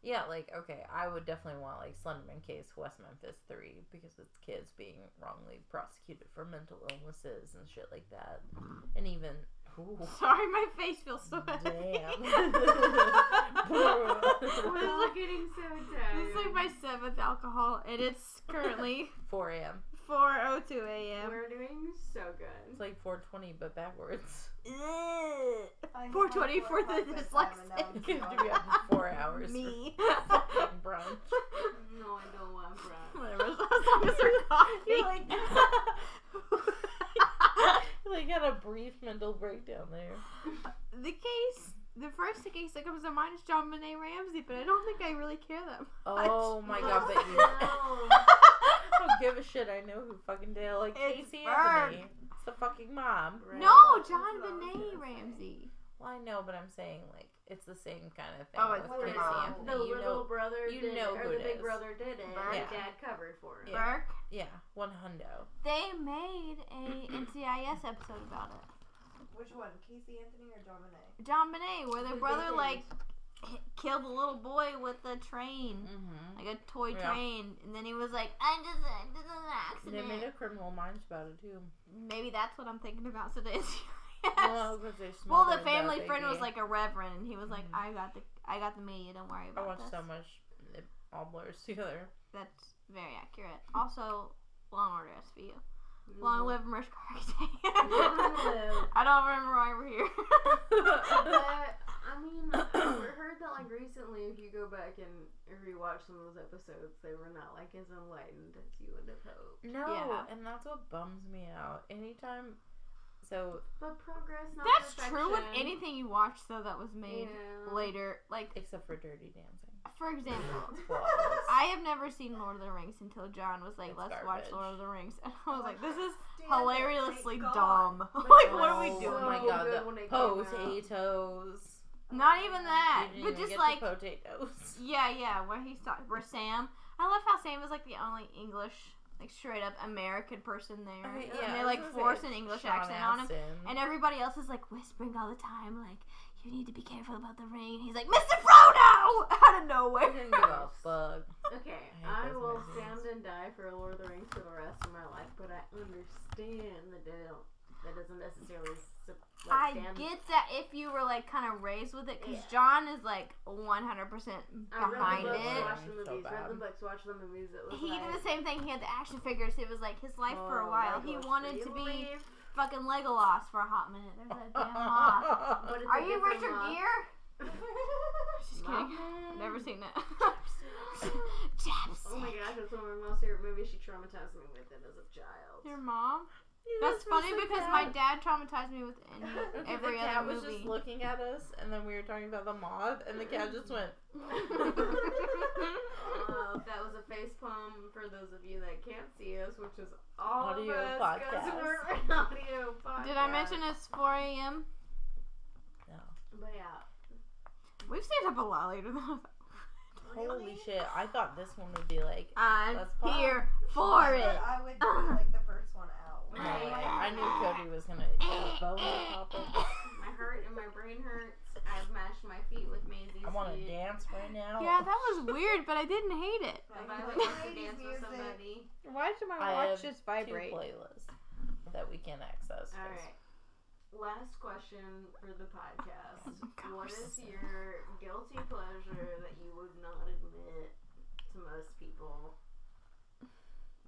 Speaker 1: Yeah, like okay, I would definitely want like Slenderman case West Memphis three because it's kids being wrongly prosecuted for mental illnesses and shit like that, and even ooh,
Speaker 3: Sorry, my face feels so (laughs)
Speaker 1: Damn.
Speaker 2: (laughs) (laughs) We're
Speaker 3: This
Speaker 2: getting so tired.
Speaker 3: is like my seventh alcohol, and it's
Speaker 2: (laughs)
Speaker 3: currently
Speaker 1: four a.m.
Speaker 3: 4:02 a.m.
Speaker 2: We're doing so
Speaker 1: It's
Speaker 2: good.
Speaker 1: like four twenty but backwards. (laughs)
Speaker 3: Ugh.
Speaker 4: I have
Speaker 3: 420
Speaker 4: a
Speaker 3: for the
Speaker 4: husband time
Speaker 1: (laughs)
Speaker 4: and that
Speaker 1: It
Speaker 4: was
Speaker 1: could be
Speaker 4: not-
Speaker 1: up to four hours
Speaker 3: Me.
Speaker 1: for fucking brunch.
Speaker 2: (laughs) No, I don't (laughs) want that.
Speaker 3: (laughs) Whatever, as long
Speaker 2: (laughs)
Speaker 3: as they're coffee.
Speaker 1: You're (laughs) like, like had a brief mental breakdown there.
Speaker 3: (laughs) the case, the first case that comes to mind is John Benet Ramsey, but I don't think I really care that
Speaker 2: (laughs)
Speaker 3: much.
Speaker 1: Oh my god, but you.
Speaker 2: No.
Speaker 1: (laughs) I don't give a shit. I know who fucking did it. Like
Speaker 3: It's
Speaker 1: Casey
Speaker 3: Ferg.
Speaker 1: Anthony. It's the fucking mom.
Speaker 2: Right.
Speaker 3: no,
Speaker 2: That's
Speaker 3: John
Speaker 2: what I was
Speaker 3: Benet
Speaker 2: gonna say.
Speaker 3: Ramsey.
Speaker 1: Well, I know, but I'm saying like it's the same kind of thing.
Speaker 3: Oh, it's
Speaker 1: with
Speaker 3: the
Speaker 1: Casey
Speaker 3: mom.
Speaker 1: Anthony.
Speaker 2: The
Speaker 1: you
Speaker 2: little
Speaker 1: know,
Speaker 2: brother
Speaker 1: you
Speaker 2: did
Speaker 1: know
Speaker 2: it, or
Speaker 1: who
Speaker 2: the
Speaker 1: it
Speaker 2: big
Speaker 1: is.
Speaker 2: brother did it,
Speaker 1: Yeah.
Speaker 2: and dad covered for him.
Speaker 1: Yeah.
Speaker 3: Burke.
Speaker 1: yeah, one hundo.
Speaker 3: They made a NCIS episode about it.
Speaker 4: Which one, Casey Anthony or Dominic?
Speaker 3: John Benet, where the
Speaker 2: They
Speaker 3: brother
Speaker 2: did.
Speaker 3: like h- killed a little boy with a train,
Speaker 1: Mm-hmm.
Speaker 3: like a toy
Speaker 1: Yeah.
Speaker 3: train, and then he was like, "I just, I did an
Speaker 1: They
Speaker 3: accident."
Speaker 1: made a Criminal Minds about it too.
Speaker 3: Maybe that's what I'm thinking about today. (laughs)
Speaker 1: Well, 'cause they
Speaker 3: Well,
Speaker 1: smelled
Speaker 3: the
Speaker 1: it,
Speaker 3: family
Speaker 1: that
Speaker 3: friend was
Speaker 1: baby. Mm-hmm.
Speaker 3: like a reverend, and he was like, "I got the, I got the media. Don't worry
Speaker 1: I
Speaker 3: about
Speaker 1: watched
Speaker 3: this."
Speaker 1: so much all blurs
Speaker 3: (laughs)
Speaker 1: together.
Speaker 3: That's very accurate. Also, Law and Order SVU.
Speaker 1: Mm-hmm.
Speaker 3: Long
Speaker 2: Mm-hmm.
Speaker 3: live
Speaker 1: (laughs)
Speaker 3: Mariska Hargitay. (laughs) I don't remember why we're
Speaker 1: (laughs)
Speaker 3: here.
Speaker 2: But, I
Speaker 1: (coughs)
Speaker 2: mean, I heard that like recently, if you go back and rewatch some of those episodes, they were not like as enlightened as you would have hoped.
Speaker 1: No,
Speaker 3: Yeah.
Speaker 1: and that's what bums me out. Anytime, so
Speaker 2: But progress, not
Speaker 3: That's true with
Speaker 2: perfection.
Speaker 3: anything you watch though that was made
Speaker 2: Yeah.
Speaker 3: later. Like
Speaker 1: except for Dirty Dancing,
Speaker 3: for example,
Speaker 4: (laughs)
Speaker 1: Well,
Speaker 3: I have never seen Lord of the Rings until John was like,
Speaker 1: It's
Speaker 3: "Let's watch
Speaker 1: garbage.
Speaker 3: Lord of the Rings," (laughs) and I was like, "This is
Speaker 4: Damn it,
Speaker 3: hilariously
Speaker 4: thank God.
Speaker 3: dumb.
Speaker 1: (laughs)
Speaker 3: like, what are we
Speaker 2: it's
Speaker 3: doing?"
Speaker 1: Oh my
Speaker 2: so
Speaker 1: god,
Speaker 2: good
Speaker 1: the
Speaker 2: when it came out.
Speaker 1: potatoes.
Speaker 3: Not even that,
Speaker 1: You didn't
Speaker 3: but
Speaker 1: even
Speaker 3: just
Speaker 1: get
Speaker 3: like
Speaker 1: the
Speaker 3: (laughs)
Speaker 1: potatoes.
Speaker 3: Yeah, yeah, where he's talking, where Sam. I love how Sam is like the only English, like straight up American person there.
Speaker 1: Okay,
Speaker 3: and
Speaker 1: I
Speaker 3: they
Speaker 1: was
Speaker 3: like
Speaker 1: gonna say
Speaker 3: force
Speaker 1: it's
Speaker 3: an English
Speaker 1: Sean
Speaker 3: accent on him.
Speaker 1: Astin.
Speaker 3: And everybody else is like whispering all the time, like, you need to be careful about the ring. And he's like, Mr. Frodo! (laughs) Out of
Speaker 1: I didn't give
Speaker 3: (laughs) nowhere.
Speaker 1: a fuck.
Speaker 2: Okay,
Speaker 1: I hate
Speaker 2: I,
Speaker 1: those
Speaker 2: will
Speaker 1: movies.
Speaker 2: stand and die for Lord of the Rings for the rest of my life, but I understand that they don't. That doesn't necessarily. su- Like,
Speaker 3: I
Speaker 2: stand-
Speaker 3: get that if you were like kind of raised with it, because
Speaker 2: Yeah.
Speaker 3: John is like 100%
Speaker 2: I read
Speaker 3: behind
Speaker 2: the books,
Speaker 3: it.
Speaker 2: watched the
Speaker 1: So
Speaker 2: movies, read the
Speaker 1: bad.
Speaker 2: books, watched the movies. It was
Speaker 3: He
Speaker 2: like,
Speaker 3: did the same thing. He had the action figures. It was like his life
Speaker 2: Oh,
Speaker 3: for a while.
Speaker 2: that
Speaker 3: He
Speaker 2: goes
Speaker 3: wanted to
Speaker 2: for
Speaker 3: be
Speaker 2: you.
Speaker 3: fucking Legolas for a hot minute. There's
Speaker 1: (laughs)
Speaker 3: that damn moth.
Speaker 2: But it's
Speaker 3: Uh,
Speaker 2: a
Speaker 3: Are you
Speaker 2: different
Speaker 3: Richard
Speaker 2: moth. (laughs)
Speaker 3: Gere? (laughs) Just kidding. (laughs) I've never seen it. Chaps.
Speaker 2: Oh my gosh, that's one of my most favorite movies. She traumatized me with it as a child.
Speaker 3: Your mom? That's funny because my dad traumatized me with any,
Speaker 1: the
Speaker 3: every
Speaker 1: cat
Speaker 3: other
Speaker 1: was
Speaker 3: movie.
Speaker 1: just
Speaker 3: (laughs)
Speaker 1: looking (laughs) at us, and then we were talking about the moth, and the cat just
Speaker 3: (laughs)
Speaker 1: went. (laughs) Oh
Speaker 2: Uh, that was a face palm for those of you that can't see us, which is all
Speaker 1: Audio
Speaker 2: of us 'cause
Speaker 1: podcast.
Speaker 2: we're (laughs) an audio podcast.
Speaker 3: Did I mention it's 4 a.m.?
Speaker 2: But yeah,
Speaker 3: We've stayed up a lot later than I thought.
Speaker 1: Holy shit! I thought this one would be like.
Speaker 3: I'm
Speaker 1: Let's pop.
Speaker 3: here for
Speaker 4: But
Speaker 3: it.
Speaker 4: I would be like the first one out.
Speaker 1: No, I
Speaker 4: (laughs)
Speaker 1: knew Cody was
Speaker 3: (laughs)
Speaker 1: gonna bone pop up.
Speaker 2: my heart and my brain hurts. I've mashed my feet with Maisie's
Speaker 1: I want to
Speaker 2: feet.
Speaker 1: dance right now.
Speaker 3: Yeah, that was weird, but I didn't hate it.
Speaker 2: If
Speaker 4: Like,
Speaker 2: I like want to dance
Speaker 4: ladies
Speaker 2: with
Speaker 4: music.
Speaker 2: somebody,
Speaker 3: Why did my
Speaker 1: I have
Speaker 3: just
Speaker 1: two playlists that we can access.
Speaker 2: all right. Last question for the
Speaker 1: Oh
Speaker 2: podcast:
Speaker 3: Of
Speaker 2: What
Speaker 3: course.
Speaker 2: is your guilty pleasure that you would not admit to most people,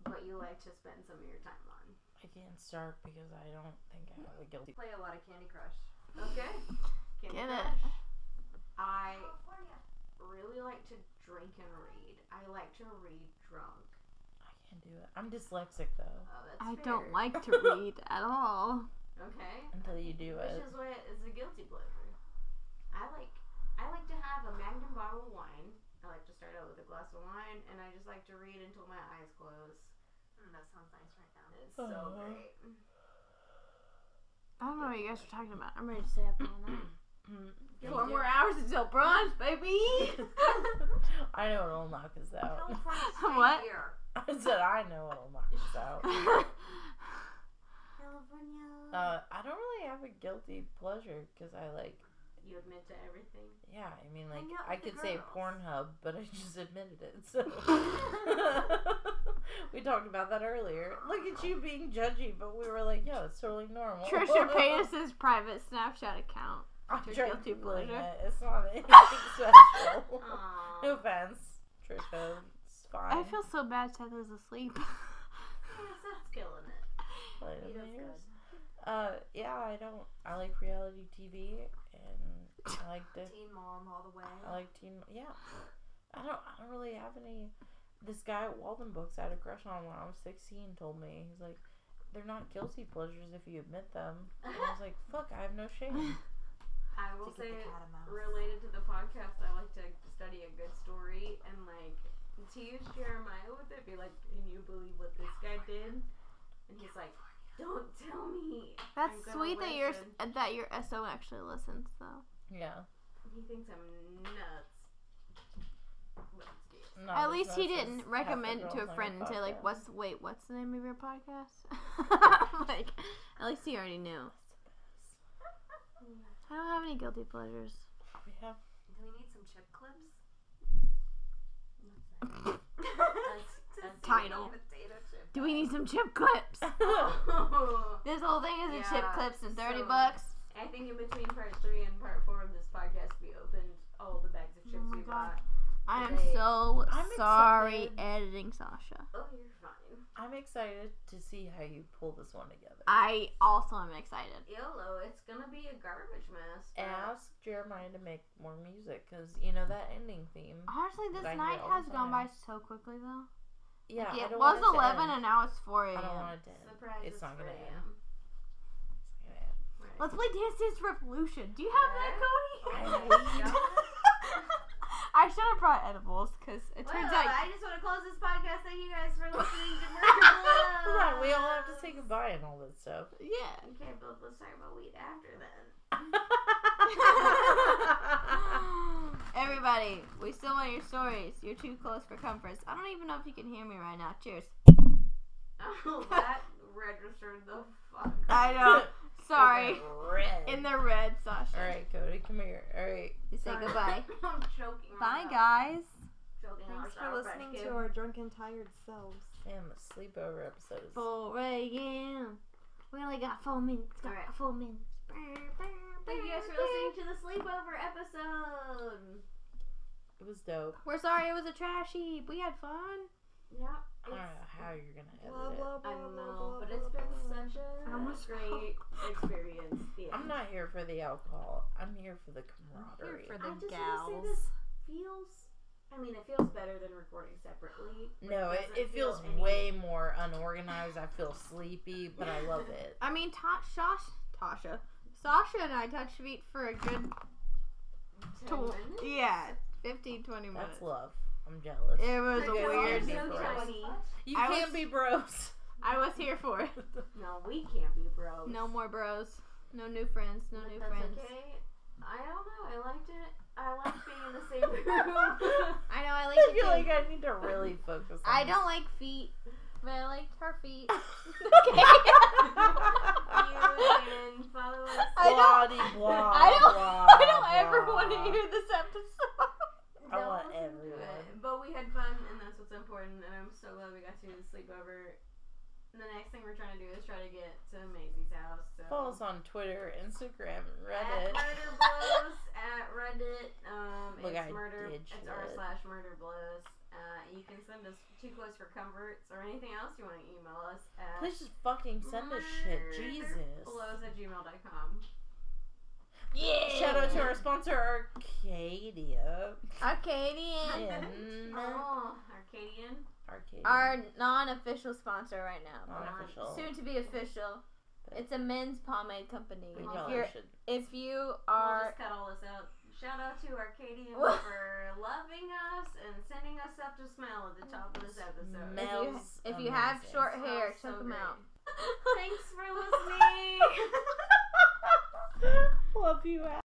Speaker 2: but you like to spend some of your time on?
Speaker 1: I can't start because I don't think I have a guilty.
Speaker 4: Play a lot of Candy Crush.
Speaker 2: Okay. Candy
Speaker 3: Get it.
Speaker 2: Crush. I
Speaker 4: California.
Speaker 2: really like to drink and read. I like to read drunk.
Speaker 1: I can't do it. I'm dyslexic though.
Speaker 2: Oh, that's
Speaker 3: I
Speaker 2: fair.
Speaker 3: don't like (laughs) to read at all.
Speaker 2: Okay.
Speaker 1: Until you do
Speaker 2: Which
Speaker 1: it.
Speaker 2: is what is a guilty pleasure. I like I like to have a magnum bottle of wine. I like to start out with a glass of wine, and I just like to read until my eyes close.
Speaker 4: Mm, that sounds nice right now.
Speaker 2: It's so
Speaker 3: Uh-huh.
Speaker 2: great.
Speaker 1: Aw.
Speaker 3: I don't
Speaker 4: (laughs)
Speaker 3: know what you guys are talking about. I'm ready to stay up all night.
Speaker 1: Mm,
Speaker 3: Four
Speaker 1: me
Speaker 3: more
Speaker 4: (laughs)
Speaker 3: hours until brunch, (laughs)
Speaker 1: (laughs)
Speaker 3: baby.
Speaker 1: too. I know it'll knock us out.
Speaker 2: (laughs)
Speaker 4: California
Speaker 3: State What?
Speaker 4: Here.
Speaker 1: (laughs) I said I know it'll knock
Speaker 4: (laughs)
Speaker 1: us out.
Speaker 4: California.
Speaker 1: Uh, I don't really have a guilty pleasure because I like,
Speaker 2: You admit to
Speaker 3: (laughs)
Speaker 2: everything.
Speaker 1: yeah, I mean, like,
Speaker 4: Hang out
Speaker 1: I
Speaker 4: with the
Speaker 1: could say
Speaker 4: girls.
Speaker 1: Pornhub, but I just admitted it,
Speaker 4: (laughs)
Speaker 1: so. we talked about that earlier. Look at you being judgy, but we were like, yeah, it's totally normal.
Speaker 3: Trisha
Speaker 1: (laughs)
Speaker 3: Paytas's private Snapchat account.
Speaker 1: I'm
Speaker 3: your
Speaker 1: trying
Speaker 3: guilty
Speaker 1: to believe
Speaker 3: pleasure.
Speaker 1: it. It's
Speaker 3: (laughs)
Speaker 1: not anything special. No
Speaker 2: Aww.
Speaker 1: offense, Trisha. It's fine.
Speaker 3: I feel so bad Tether's asleep. (laughs)
Speaker 2: Yes, that's killing it.
Speaker 1: Like,
Speaker 2: He
Speaker 1: over
Speaker 2: does
Speaker 1: the
Speaker 2: good.
Speaker 1: years. Uh, yeah, I don't. I like reality TV, and I like the.
Speaker 4: Teen Mom all the way.
Speaker 1: I like teen. Yeah, I don't. I don't really have any. This guy at Walden Books I had a crush on when I was sixteen. Told me he's like, they're not guilty pleasures if you admit them. And I
Speaker 3: (laughs)
Speaker 1: was like, fuck, I have no shame.
Speaker 2: I
Speaker 4: To
Speaker 2: will
Speaker 4: get the
Speaker 2: say,
Speaker 4: cat and mouse.
Speaker 2: related to the podcast, I like to study a good story and like tease Jeremiah with it. Be like, can you believe what this guy did? And he's like, don't tell me. I'm
Speaker 3: That's
Speaker 2: gonna
Speaker 3: sweet that your
Speaker 2: listen.
Speaker 3: that your SO actually listens though.
Speaker 1: Yeah.
Speaker 2: He thinks I'm nuts. But it's good.
Speaker 1: No,
Speaker 3: At
Speaker 1: Oh, this
Speaker 3: least he
Speaker 1: mess is
Speaker 3: didn't
Speaker 1: half the
Speaker 3: recommend it
Speaker 1: girls on
Speaker 3: to a
Speaker 1: your
Speaker 3: friend and say like,
Speaker 1: podcast.
Speaker 3: "What's wait? What's the name of your podcast?" (laughs) like, at least he already knew. I don't have any guilty pleasures.
Speaker 1: We have
Speaker 4: Do we need some chip clips? (laughs)
Speaker 2: that's
Speaker 3: Title.
Speaker 4: Potato chip.
Speaker 3: Do we need some chip clips? (laughs)
Speaker 1: (laughs)
Speaker 2: Oh.
Speaker 3: This whole thing is in chip
Speaker 2: Yeah,
Speaker 3: clips and thirty
Speaker 2: so-
Speaker 3: bucks.
Speaker 2: (laughs) I
Speaker 1: Oh
Speaker 2: think in between part three and part four of this podcast, we opened all the bags of chips
Speaker 3: my
Speaker 2: we
Speaker 3: God.
Speaker 2: bought.
Speaker 3: I am
Speaker 7: Great.
Speaker 3: so
Speaker 1: I'm
Speaker 3: sorry
Speaker 1: excited.
Speaker 3: editing Sasha.
Speaker 2: Oh, you're fine.
Speaker 1: I'm excited to see how you pull this one together.
Speaker 3: I also am excited.
Speaker 2: YOLO, it's gonna be a garbage mess. but-
Speaker 1: Ask Jeremiah to make more music because you know that ending theme.
Speaker 3: Honestly, this
Speaker 1: I hear
Speaker 3: night
Speaker 1: all the
Speaker 3: has gone by
Speaker 1: time.
Speaker 3: so quickly though.
Speaker 1: Yeah, I
Speaker 3: it
Speaker 1: don't
Speaker 3: was
Speaker 1: want to
Speaker 3: eleven
Speaker 1: end.
Speaker 3: and now it's four
Speaker 1: I don't
Speaker 3: a.m.
Speaker 1: want it to end.
Speaker 2: Surprise,
Speaker 1: It's not gonna
Speaker 2: 3 a.m.
Speaker 1: end. It's not gonna end.
Speaker 2: Right.
Speaker 3: Let's play Dance Dance Revolution. Do you have (laughs)
Speaker 2: Yeah.
Speaker 3: that, Cody?
Speaker 2: I hate
Speaker 3: I should have brought edibles because it
Speaker 2: Well,
Speaker 3: turns out.
Speaker 2: I just want to close this podcast. Thank you guys for listening to
Speaker 1: Hold
Speaker 2: Murder
Speaker 1: on, we all have to say goodbye and all this
Speaker 3: (laughs)
Speaker 1: stuff.
Speaker 3: yeah.
Speaker 2: Okay, but let's talk about weed after then. (laughs)
Speaker 3: (gasps) Everybody, we still want your stories. You're too close for comforts. I don't even know if you can hear me right now. Cheers.
Speaker 2: Oh, that registered the fuck.
Speaker 3: I know. (laughs) Sorry.
Speaker 1: Red.
Speaker 3: In the red, Sasha.
Speaker 1: all right, Cody, come here. All right.
Speaker 3: You
Speaker 2: (laughs)
Speaker 3: say
Speaker 2: Sorry.
Speaker 3: (laughs) goodbye.
Speaker 2: (laughs) I'm choking. on
Speaker 3: Bye,
Speaker 2: that.
Speaker 3: guys.
Speaker 2: Choking on
Speaker 4: Thanks
Speaker 2: Sour
Speaker 4: for listening
Speaker 2: Patch
Speaker 4: to
Speaker 2: Kid.
Speaker 4: our drunken, tired selves.
Speaker 1: And the sleepover episode is
Speaker 3: 4 a.m. We only got four minutes. Got
Speaker 2: Alright.
Speaker 3: four minutes.
Speaker 2: Thank you guys for listening to the sleepover episode.
Speaker 1: it was dope.
Speaker 3: We're sorry it was a trash heap. We had fun.
Speaker 2: Yep.
Speaker 1: I don't know how you're gonna edit
Speaker 4: Blah,
Speaker 1: it.
Speaker 4: blah, blah,
Speaker 2: I don't
Speaker 4: blah,
Speaker 2: know,
Speaker 4: blah,
Speaker 2: but it's
Speaker 4: blah,
Speaker 2: been
Speaker 4: blah.
Speaker 2: such a
Speaker 3: I almost
Speaker 2: great experience. Yeah.
Speaker 1: I'm not here for the alcohol. I'm here for the camaraderie.
Speaker 3: for
Speaker 2: I
Speaker 3: the
Speaker 2: just want
Speaker 3: gals.
Speaker 2: to say this feels. I mean, it feels better than recording separately.
Speaker 1: no, it,
Speaker 2: doesn't
Speaker 1: it
Speaker 2: feel
Speaker 1: feels
Speaker 2: any-
Speaker 1: way more unorganized. I feel sleepy, but I love it.
Speaker 3: I mean, Ta- Shosh- Tasha. Sasha and I touched feet for a good,
Speaker 2: Ten
Speaker 3: tw-
Speaker 2: minutes?
Speaker 3: yeah, 15, 20 minutes.
Speaker 1: That's love. I'm jealous.
Speaker 3: It was
Speaker 2: Because
Speaker 3: a
Speaker 2: I'm
Speaker 3: weird.
Speaker 2: so
Speaker 1: surprise.
Speaker 2: tiny.
Speaker 1: You
Speaker 3: I
Speaker 1: can't
Speaker 3: was-
Speaker 1: be bros. (laughs)
Speaker 3: I was here for it.
Speaker 2: No, we can't be bros.
Speaker 3: No more bros. No new friends. No
Speaker 2: But
Speaker 3: new
Speaker 2: that's
Speaker 3: friends.
Speaker 2: okay. I don't know. I liked it. I liked being in the same room. (laughs)
Speaker 3: I (laughs) know. I like.
Speaker 1: I
Speaker 3: you
Speaker 1: feel like
Speaker 3: too.
Speaker 1: I need (laughs) to really focus. On
Speaker 3: I don't (laughs) like feet, but I liked her (laughs) feet.
Speaker 2: you and follow us.
Speaker 3: I don't-
Speaker 1: Blah, blah,
Speaker 3: I don't-
Speaker 1: Blah,
Speaker 3: (laughs) I don't ever
Speaker 1: blah.
Speaker 3: want to hear this (laughs) episode.
Speaker 1: I
Speaker 2: Don't
Speaker 1: want
Speaker 2: listen to
Speaker 1: everyone.
Speaker 2: it. But we had fun, and that's what's important. And I'm so glad we got to do the sleepover. The next thing we're trying to do is try to get to Maisie's house. So.
Speaker 1: Follow us on Twitter, Instagram,
Speaker 2: At
Speaker 1: and Reddit.
Speaker 2: Murder Blows at Reddit. Um,
Speaker 1: Look,
Speaker 2: it's
Speaker 1: I
Speaker 2: murder.
Speaker 1: did
Speaker 2: It's
Speaker 1: shit.
Speaker 2: r slash Murder Blows. Uh, you can send us too close for comforts or anything else you want to email us at.
Speaker 1: Please just fucking send us shit. Jesus.
Speaker 2: Blows at gmail.com.
Speaker 1: Yeah. Shout out to our sponsor, Arcadia.
Speaker 3: Arcadian.
Speaker 1: In
Speaker 2: Oh, Arcadian.
Speaker 1: Arcadia.
Speaker 3: Our non-official sponsor right now.
Speaker 1: non-official.
Speaker 3: Soon to be official. It's a men's pomade company.
Speaker 1: we
Speaker 3: And if
Speaker 1: probably
Speaker 3: you're
Speaker 1: should.
Speaker 3: if you
Speaker 2: We'll
Speaker 3: are
Speaker 2: just cut all this out. Shout out to Arcadian
Speaker 3: What?
Speaker 2: for loving us and sending us up to smell at the top of this episode.
Speaker 1: Smell. Smells
Speaker 3: if you, if you have
Speaker 1: amazing.
Speaker 3: short
Speaker 2: Smells
Speaker 3: hair,
Speaker 2: so
Speaker 3: check them
Speaker 2: great.
Speaker 3: out.
Speaker 2: (laughs)
Speaker 3: (laughs)
Speaker 2: Thanks for listening.
Speaker 1: (laughs) Love you,